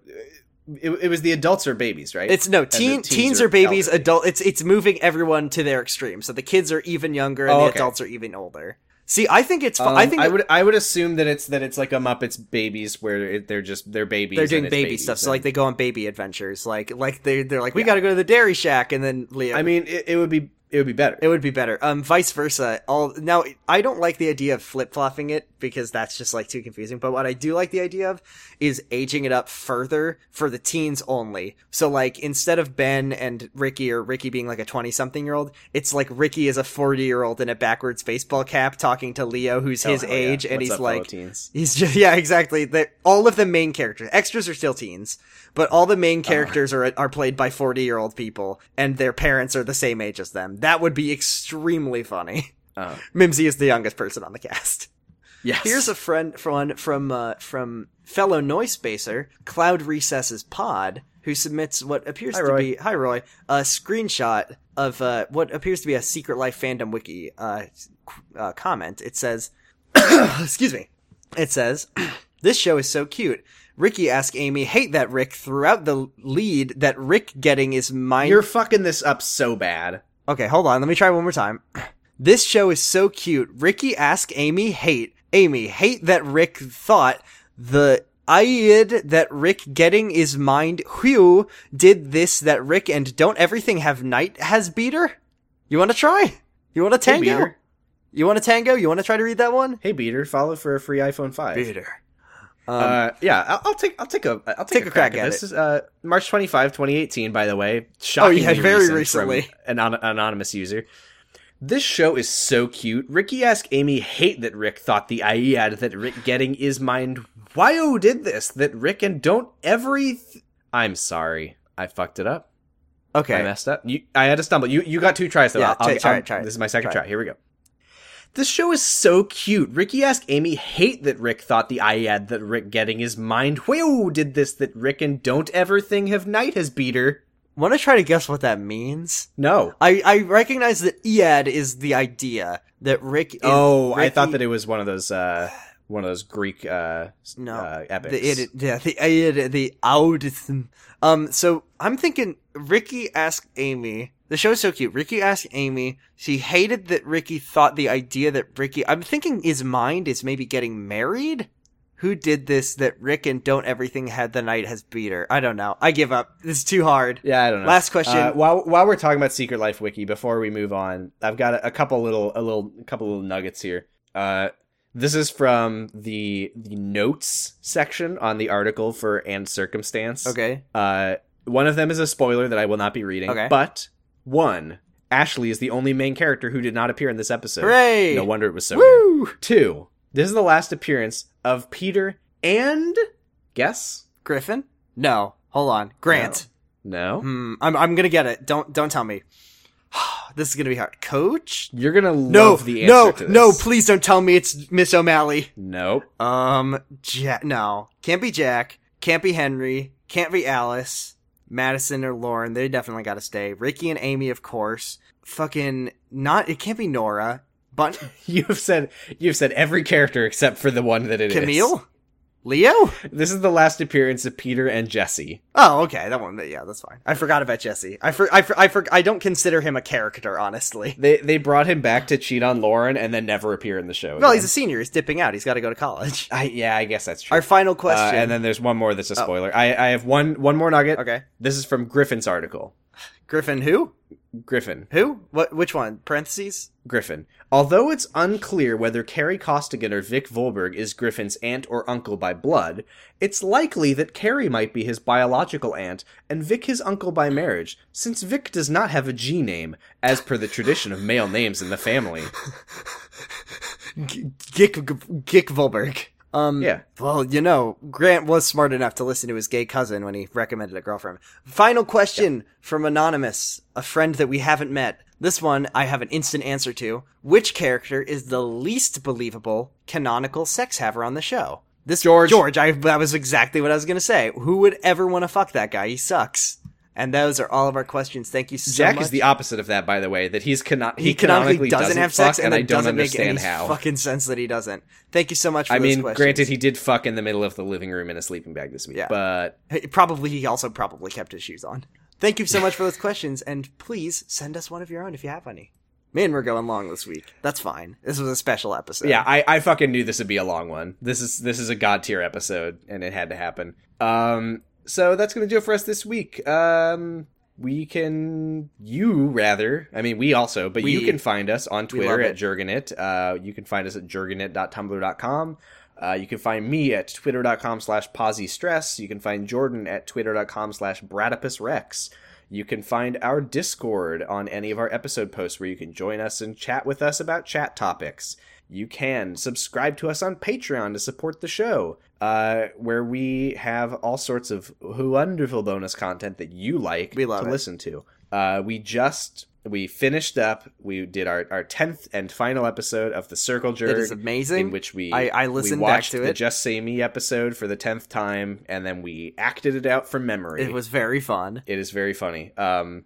S1: It, it was the adults or babies, right?
S2: it's no
S1: the
S2: teen,
S1: teens
S2: teens
S1: are
S2: are babies.
S1: elderly.
S2: Adult. It's it's moving everyone to their extreme. So the kids are even younger, and
S1: Oh,
S2: the
S1: okay.
S2: adults are even older. See, I think it's. fu-
S1: Um,
S2: I think
S1: I would I would assume that it's that it's like a Muppets Babies where it, they're just they're babies.
S2: they're
S1: and
S2: doing
S1: it's
S2: baby
S1: babies
S2: stuff. So
S1: and-
S2: like they go on baby adventures. Like like they they're like we got to go to the Dairy Shack, and then Leo.
S1: I mean, it, it would be it would be better.
S2: It would be better. Um, vice versa. All now, I don't like the idea of flip flopping it because that's just like too confusing. But what I do like the idea of is aging it up further for the teens only. So like instead of Ben and Ricky or Ricky being like a twenty something year old, it's like Ricky is a forty year old in a backwards baseball cap talking to Leo, who's his
S1: Oh, hell yeah.
S2: age, and
S1: What's
S2: he's
S1: up,
S2: like,
S1: fellow teens?
S2: He's just, <laughs> yeah, exactly. they all of the main characters, extras are still teens, but all the main characters are are played by forty year old people, and their parents are the same age as them. That would be extremely funny.
S1: Uh,
S2: <laughs> Mimsy is the youngest person on the cast.
S1: yes.
S2: Here's a friend from from uh, from fellow Noisepacer, Cloud Recesses Pod, who submits what appears
S1: Hi,
S2: to
S1: Roy.
S2: be hi Roy a screenshot of uh, what appears to be a Secret Life fandom wiki uh, qu- uh, comment. It says, <coughs> excuse me, it says, <coughs> this show is so cute. Ricky asked Amy, "Hate that Rick." Throughout the lead that Rick getting is mind
S1: you're fucking this up so bad.
S2: Okay, hold on. Let me try one more time. <clears throat> This show is so cute. Ricky asked Amy hate. Amy hate that Rick thought the Id that Rick getting is mind whew did this that Rick and don't everything have night has beater? You want to try? You want to
S1: Hey,
S2: tango?
S1: Beater.
S2: you want to tango? You want to try to read that one?
S1: Hey, Beater, follow for a free iPhone five.
S2: Beater. Um,
S1: uh, yeah, I'll, I'll take I'll take a I'll take, a crack, at this. It. Oh, Is, uh, March 25, 2018, by the way. Shockingly
S2: very
S1: recent from
S2: recently.
S1: An an anonymous user. This show is so cute. Ricky asked Amy hate that Rick thought the IEAD that Rick getting is mind. Why oh did this that Rick and don't every. Th- I'm sorry, I fucked it up. I
S2: okay.
S1: messed up. You, I had to stumble. You, you got two tries though.
S2: Yeah,
S1: I'll, I'll-
S2: try- try
S1: I'll-
S2: it, try it.
S1: This is my second
S2: Try it.
S1: try. Here we go. This show is so cute. Ricky asked Amy hate that Rick thought the IAD that Rick getting his mind whoa did this that Rick and don't ever thing have night has beater.
S2: Want to try to guess what that means?
S1: No.
S2: I, I recognize that Iad is the idea that Rick. Is,
S1: oh, I thought
S2: Ricky-
S1: that it was one of those uh one of those Greek uh s-
S2: No.
S1: uh, epics.
S2: The it, yeah, the it, the audithm. Um, so I'm thinking Ricky asked Amy. The show's so cute. Ricky asked Amy. She hated that Ricky thought the idea that Ricky. I'm thinking his mind is maybe getting married. Who did this? That Rick and don't everything had the night has beater. I don't know. I give up. It's too hard.
S1: Yeah, I don't know.
S2: Last question.
S1: Uh, while while we're talking about Secret Life Wiki, before we move on, I've got a, a couple little a little a couple little nuggets here. Uh, this is from the the notes section on the article for and circumstance.
S2: Okay.
S1: Uh, one of them is a spoiler that I will not be reading.
S2: Okay.
S1: But one, Ashley is the only main character who did not appear in this episode.
S2: Hooray!
S1: No wonder it was so. good.
S2: Woo!
S1: Two, this is the last appearance of Peter and guess
S2: Griffin? No. Hold on. Grant.
S1: no.
S2: Hmm. I'm I'm gonna get it. Don't don't tell me. <sighs> this is gonna be hard. Coach?
S1: You're gonna
S2: No,
S1: love the answer
S2: no,
S1: to this.
S2: no! Please don't tell me it's Miss O'Malley.
S1: Nope.
S2: Um, Jack. No, can't be Jack. Can't be Henry. Can't be Alice. Madison or Lauren. They definitely got to stay. Ricky and Amy, of course. Fucking not. It can't be Nora. But
S1: <laughs>
S2: <laughs>
S1: You've said you've said every character except for the one that it is.
S2: Camille, Leo.
S1: This is the last appearance of Peter and Jesse.
S2: Oh, okay. That one. Yeah, that's fine. I forgot about Jesse. I for, I for, I for, I don't consider him a character, honestly.
S1: They they brought him back to cheat on Lauren and then never appear in the show.
S2: Well, he's
S1: again.
S2: a senior. He's dipping out. He's got to go to <laughs> college.
S1: I, yeah, I guess that's true.
S2: Our final
S1: Uh,
S2: question. Oh.
S1: and then there's one more that's a spoiler. I, I have one one more nugget.
S2: okay,
S1: This is from Griffin's article.
S2: Griffin. Who?
S1: Griffin.
S2: Who? What? Which one? Parentheses.
S1: Griffin. Although it's unclear whether Carrie Costigan or Vic Volberg is Griffin's aunt or uncle by blood, it's likely that Carrie might be his biological aunt and Vic his uncle by marriage, since Vic does not have a G name, as per the tradition of male names in the
S2: <laughs>
S1: family.
S2: Gick Gick Volberg. Um,
S1: Yeah.
S2: Well, you know, Grant was smart enough to listen to his gay cousin when he recommended a girlfriend. Final question from anonymous, a friend that we haven't met. This one I have an instant answer to. Which character is the least believable canonical sex haver on the show? This
S1: George.
S2: George. I that was exactly what I was gonna say. Who would ever want to fuck that guy? He sucks. And those are all of our questions. Thank you so
S1: Jack
S2: much
S1: is the opposite of that, by the way, that he's cano-
S2: he canonically doesn't, have sex,
S1: fuck, and
S2: and,
S1: I
S2: it
S1: don't
S2: doesn't make
S1: understand
S2: any
S1: how.
S2: fucking sense that he doesn't. Thank you so much. for
S1: I
S2: those
S1: mean,
S2: questions.
S1: granted, he did fuck in the middle of the living room in a sleeping bag this week,
S2: Yeah.
S1: but
S2: He- probably he also probably kept his shoes on. Thank you so much for those questions, and please send us one of your own if you have any. Man, we're going long this week. That's fine. This was a special episode.
S1: Yeah, I, I fucking knew this would be a long one. This is this is a god tier episode, and it had to happen. Um, so that's gonna do it for us this week. Um, we can you rather, I mean we also, but you
S2: We-
S1: can find us on
S2: we love
S1: Twitter at
S2: it.
S1: Jurgenit. Uh, you can find us at jurgenit.tumblr.com. Uh, you can find me at twitter.com slash stress. You can find Jordan at twitter.com slash bradipus rex. You can find our Discord on any of our episode posts where you can join us and chat with us about chat topics. You can subscribe to us on Patreon to support the show, uh, where we have all sorts of wonderful bonus content that you like
S2: We love
S1: to
S2: it.
S1: listen to. Uh, we just we finished up. We did our our tenth and final episode of the Circle Jerk
S2: It is amazing.
S1: in which we
S2: I- I
S1: we
S2: listened back
S1: watched
S2: to
S1: the
S2: it.
S1: Just Say Me episode for the tenth time, and then we acted it out from memory.
S2: it was very fun.
S1: It is very funny. Um,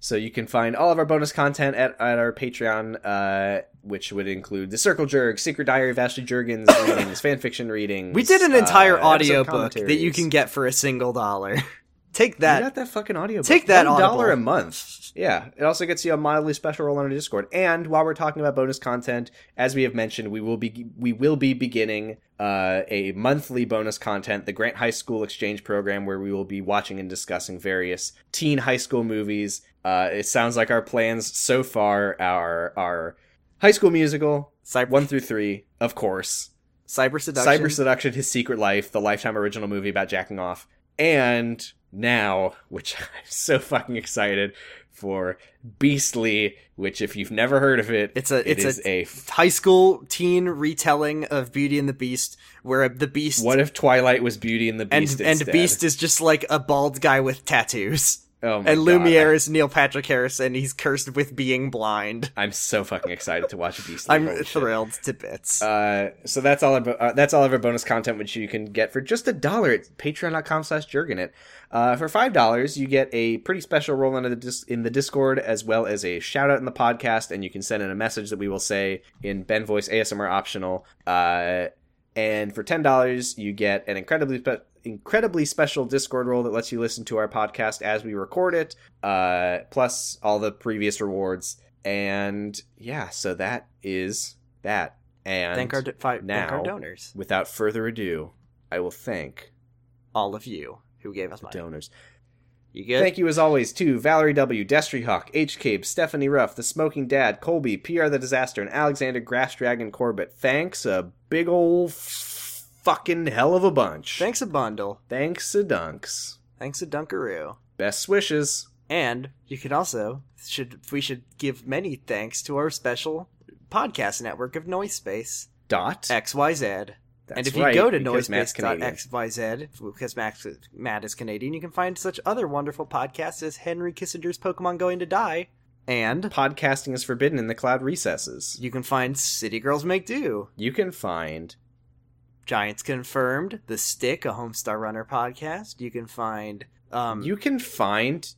S1: so you can find all of our bonus content at, at our Patreon, uh, which would include The Circle Jerk, Secret Diary of Ashley
S2: <coughs>
S1: Jurgens, readings, fan fiction readings.
S2: We did an
S1: uh,
S2: entire
S1: episode
S2: audio audiobook that you
S1: commentaries.
S2: can get for a single dollar. <laughs> Take
S1: You
S2: that.
S1: got that fucking audiobook.
S2: Take that,
S1: One dollar a
S2: Audible.
S1: month. Yeah, it also gets you a mildly special role on our Discord. And while we're talking about bonus content, as we have mentioned, we will be we will be beginning uh, a monthly bonus content, the Grant High School Exchange Program, where we will be watching and discussing various teen high school movies. Uh, it sounds like our plans so far are are High School Musical
S2: Cyber,
S1: one through three, of course.
S2: cyber seduction.
S1: Cyber Seduction, His Secret Life, the Lifetime original movie about jacking off, and now, which <laughs> I'm so fucking excited for, Beastly, which if you've never heard of it,
S2: It's a-
S1: it
S2: it's a-
S1: is a,
S2: high school teen retelling of Beauty and the Beast, where the Beast
S1: what if Twilight was Beauty and the
S2: and
S1: Beast
S2: and
S1: instead?
S2: Beast is just like a bald guy with tattoos,
S1: oh my God.
S2: and Lumiere is Neil Patrick Harris, and he's cursed with being blind.
S1: I'm so fucking excited to watch Beastly.
S2: I'm
S1: Holy shit.
S2: thrilled to bits.
S1: Uh, so that's all. Our, bo- uh, that's all of our bonus content, which you can get for just a dollar at Patreon.com/slash/Jurgenit. Uh, for five dollars, you get a pretty special role in the dis- in the Discord, as well as a shout out in the podcast, and you can send in a message that we will say in Ben voice ASMR optional. Uh, and for ten dollars, you get an incredibly spe- incredibly special Discord role that lets you listen to our podcast as we record it, uh, plus all the previous rewards. And yeah, so that is that. And
S2: thank our do- fi- thank
S1: now-
S2: our donors,
S1: without further ado, I will thank
S2: all of you who gave us
S1: the
S2: money.
S1: donors.
S2: You good?
S1: Thank you as always to Valerie W, Destry Hawk, H Cabe, Stephanie Ruff, The Smoking Dad, Colby, PR the Disaster, and Alexander Grass Dragon Corbett. Thanks a big ol' f- fucking hell of a bunch.
S2: Thanks a bundle.
S1: Thanks a dunks.
S2: Thanks a Dunkaroo.
S1: Best wishes.
S2: And you can also should we should give many thanks to our special podcast network of Noise Space
S1: Dot.
S2: XYZ.
S1: That's
S2: and if you
S1: right,
S2: go to
S1: because Matt's Canadian.
S2: noisepace.xyz, because Max, Matt is Canadian, you can find such other wonderful podcasts as Henry Kissinger's Pokemon Going to Die, and
S1: podcasting is forbidden in the cloud recesses.
S2: you can find City Girls Make Do,
S1: You can find
S2: Giants Confirmed, The Stick, a Homestar Runner podcast. You can find um,
S1: you can find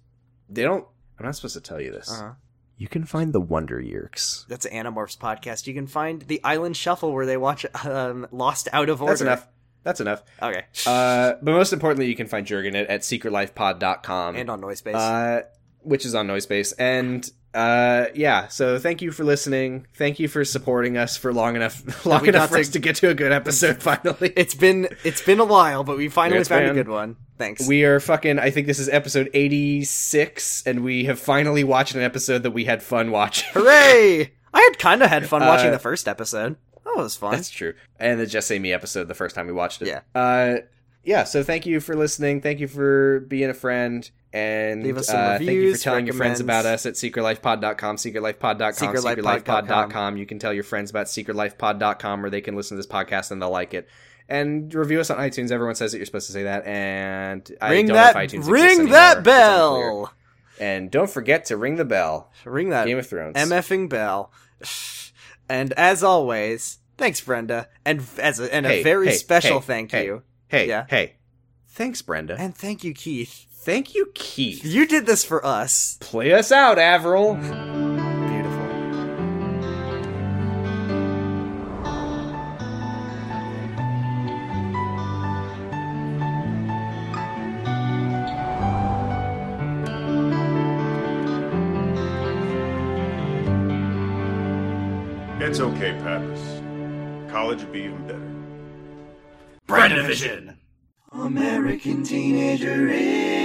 S1: they don't I'm not supposed to tell you this.
S2: uh,
S1: You can find the Wonder Yerks.
S2: that's Animorphs podcast. You can find the Island Shuffle where they watch um, Lost Out of Order.
S1: That's enough. That's enough.
S2: Okay,
S1: Uh, but most importantly, you can find Jurgenit at secretlifepod.com.
S2: and on Noisepace.
S1: uh, which is on Noisepace. And uh, yeah, so thank you for listening. Thank you for supporting us for long enough, <laughs> long
S2: we
S1: enough
S2: got
S1: for
S2: to-
S1: us to get to a good episode <laughs> finally.
S2: it's been it's been a while, but we finally
S1: It's
S2: found a
S1: been-
S2: good one. Thanks.
S1: We are fucking. I think this is episode eighty-six, and we have finally watched an episode that we had fun watching.
S2: <laughs> Hooray! I had kind of had fun watching
S1: Uh,
S2: the first episode. That was fun.
S1: That's true. And the Just Say Me episode, the first time we watched it.
S2: Yeah.
S1: Uh, yeah. So thank you for listening. Thank you for being a friend. And
S2: Leave us some
S1: uh, thank you for
S2: reviews,
S1: telling your friends about
S2: recommends.
S1: us at secretlifepod.com, secretlifepod.com,
S2: Secretlifepod.com.
S1: secretlifepod.com. You can tell your friends about secretlifepod.com where they can listen to this podcast and they'll like it. And review us on iTunes. Everyone says that you're supposed to say that. And
S2: ring
S1: I don't
S2: that
S1: know if iTunes exists
S2: ring
S1: anymore. It's
S2: that
S1: unclear.
S2: bell.
S1: And don't forget to ring the bell.
S2: Ring that
S1: Game of Thrones.
S2: mffing bell. <sighs> And as always, thanks Brenda, and f- as a, and
S1: Hey,
S2: a very
S1: hey,
S2: special
S1: hey,
S2: thank
S1: hey.
S2: you,
S1: hey,
S2: Yeah.
S1: hey. Thanks, Brenda.
S2: and thank you Keith.
S1: Thank you, Keith.
S2: You Mm. did this for us.
S1: Play us out, Avril.
S2: Beautiful.
S3: It's okay, Pappas. College would be even better.
S4: Brandivision!
S2: American teenager is.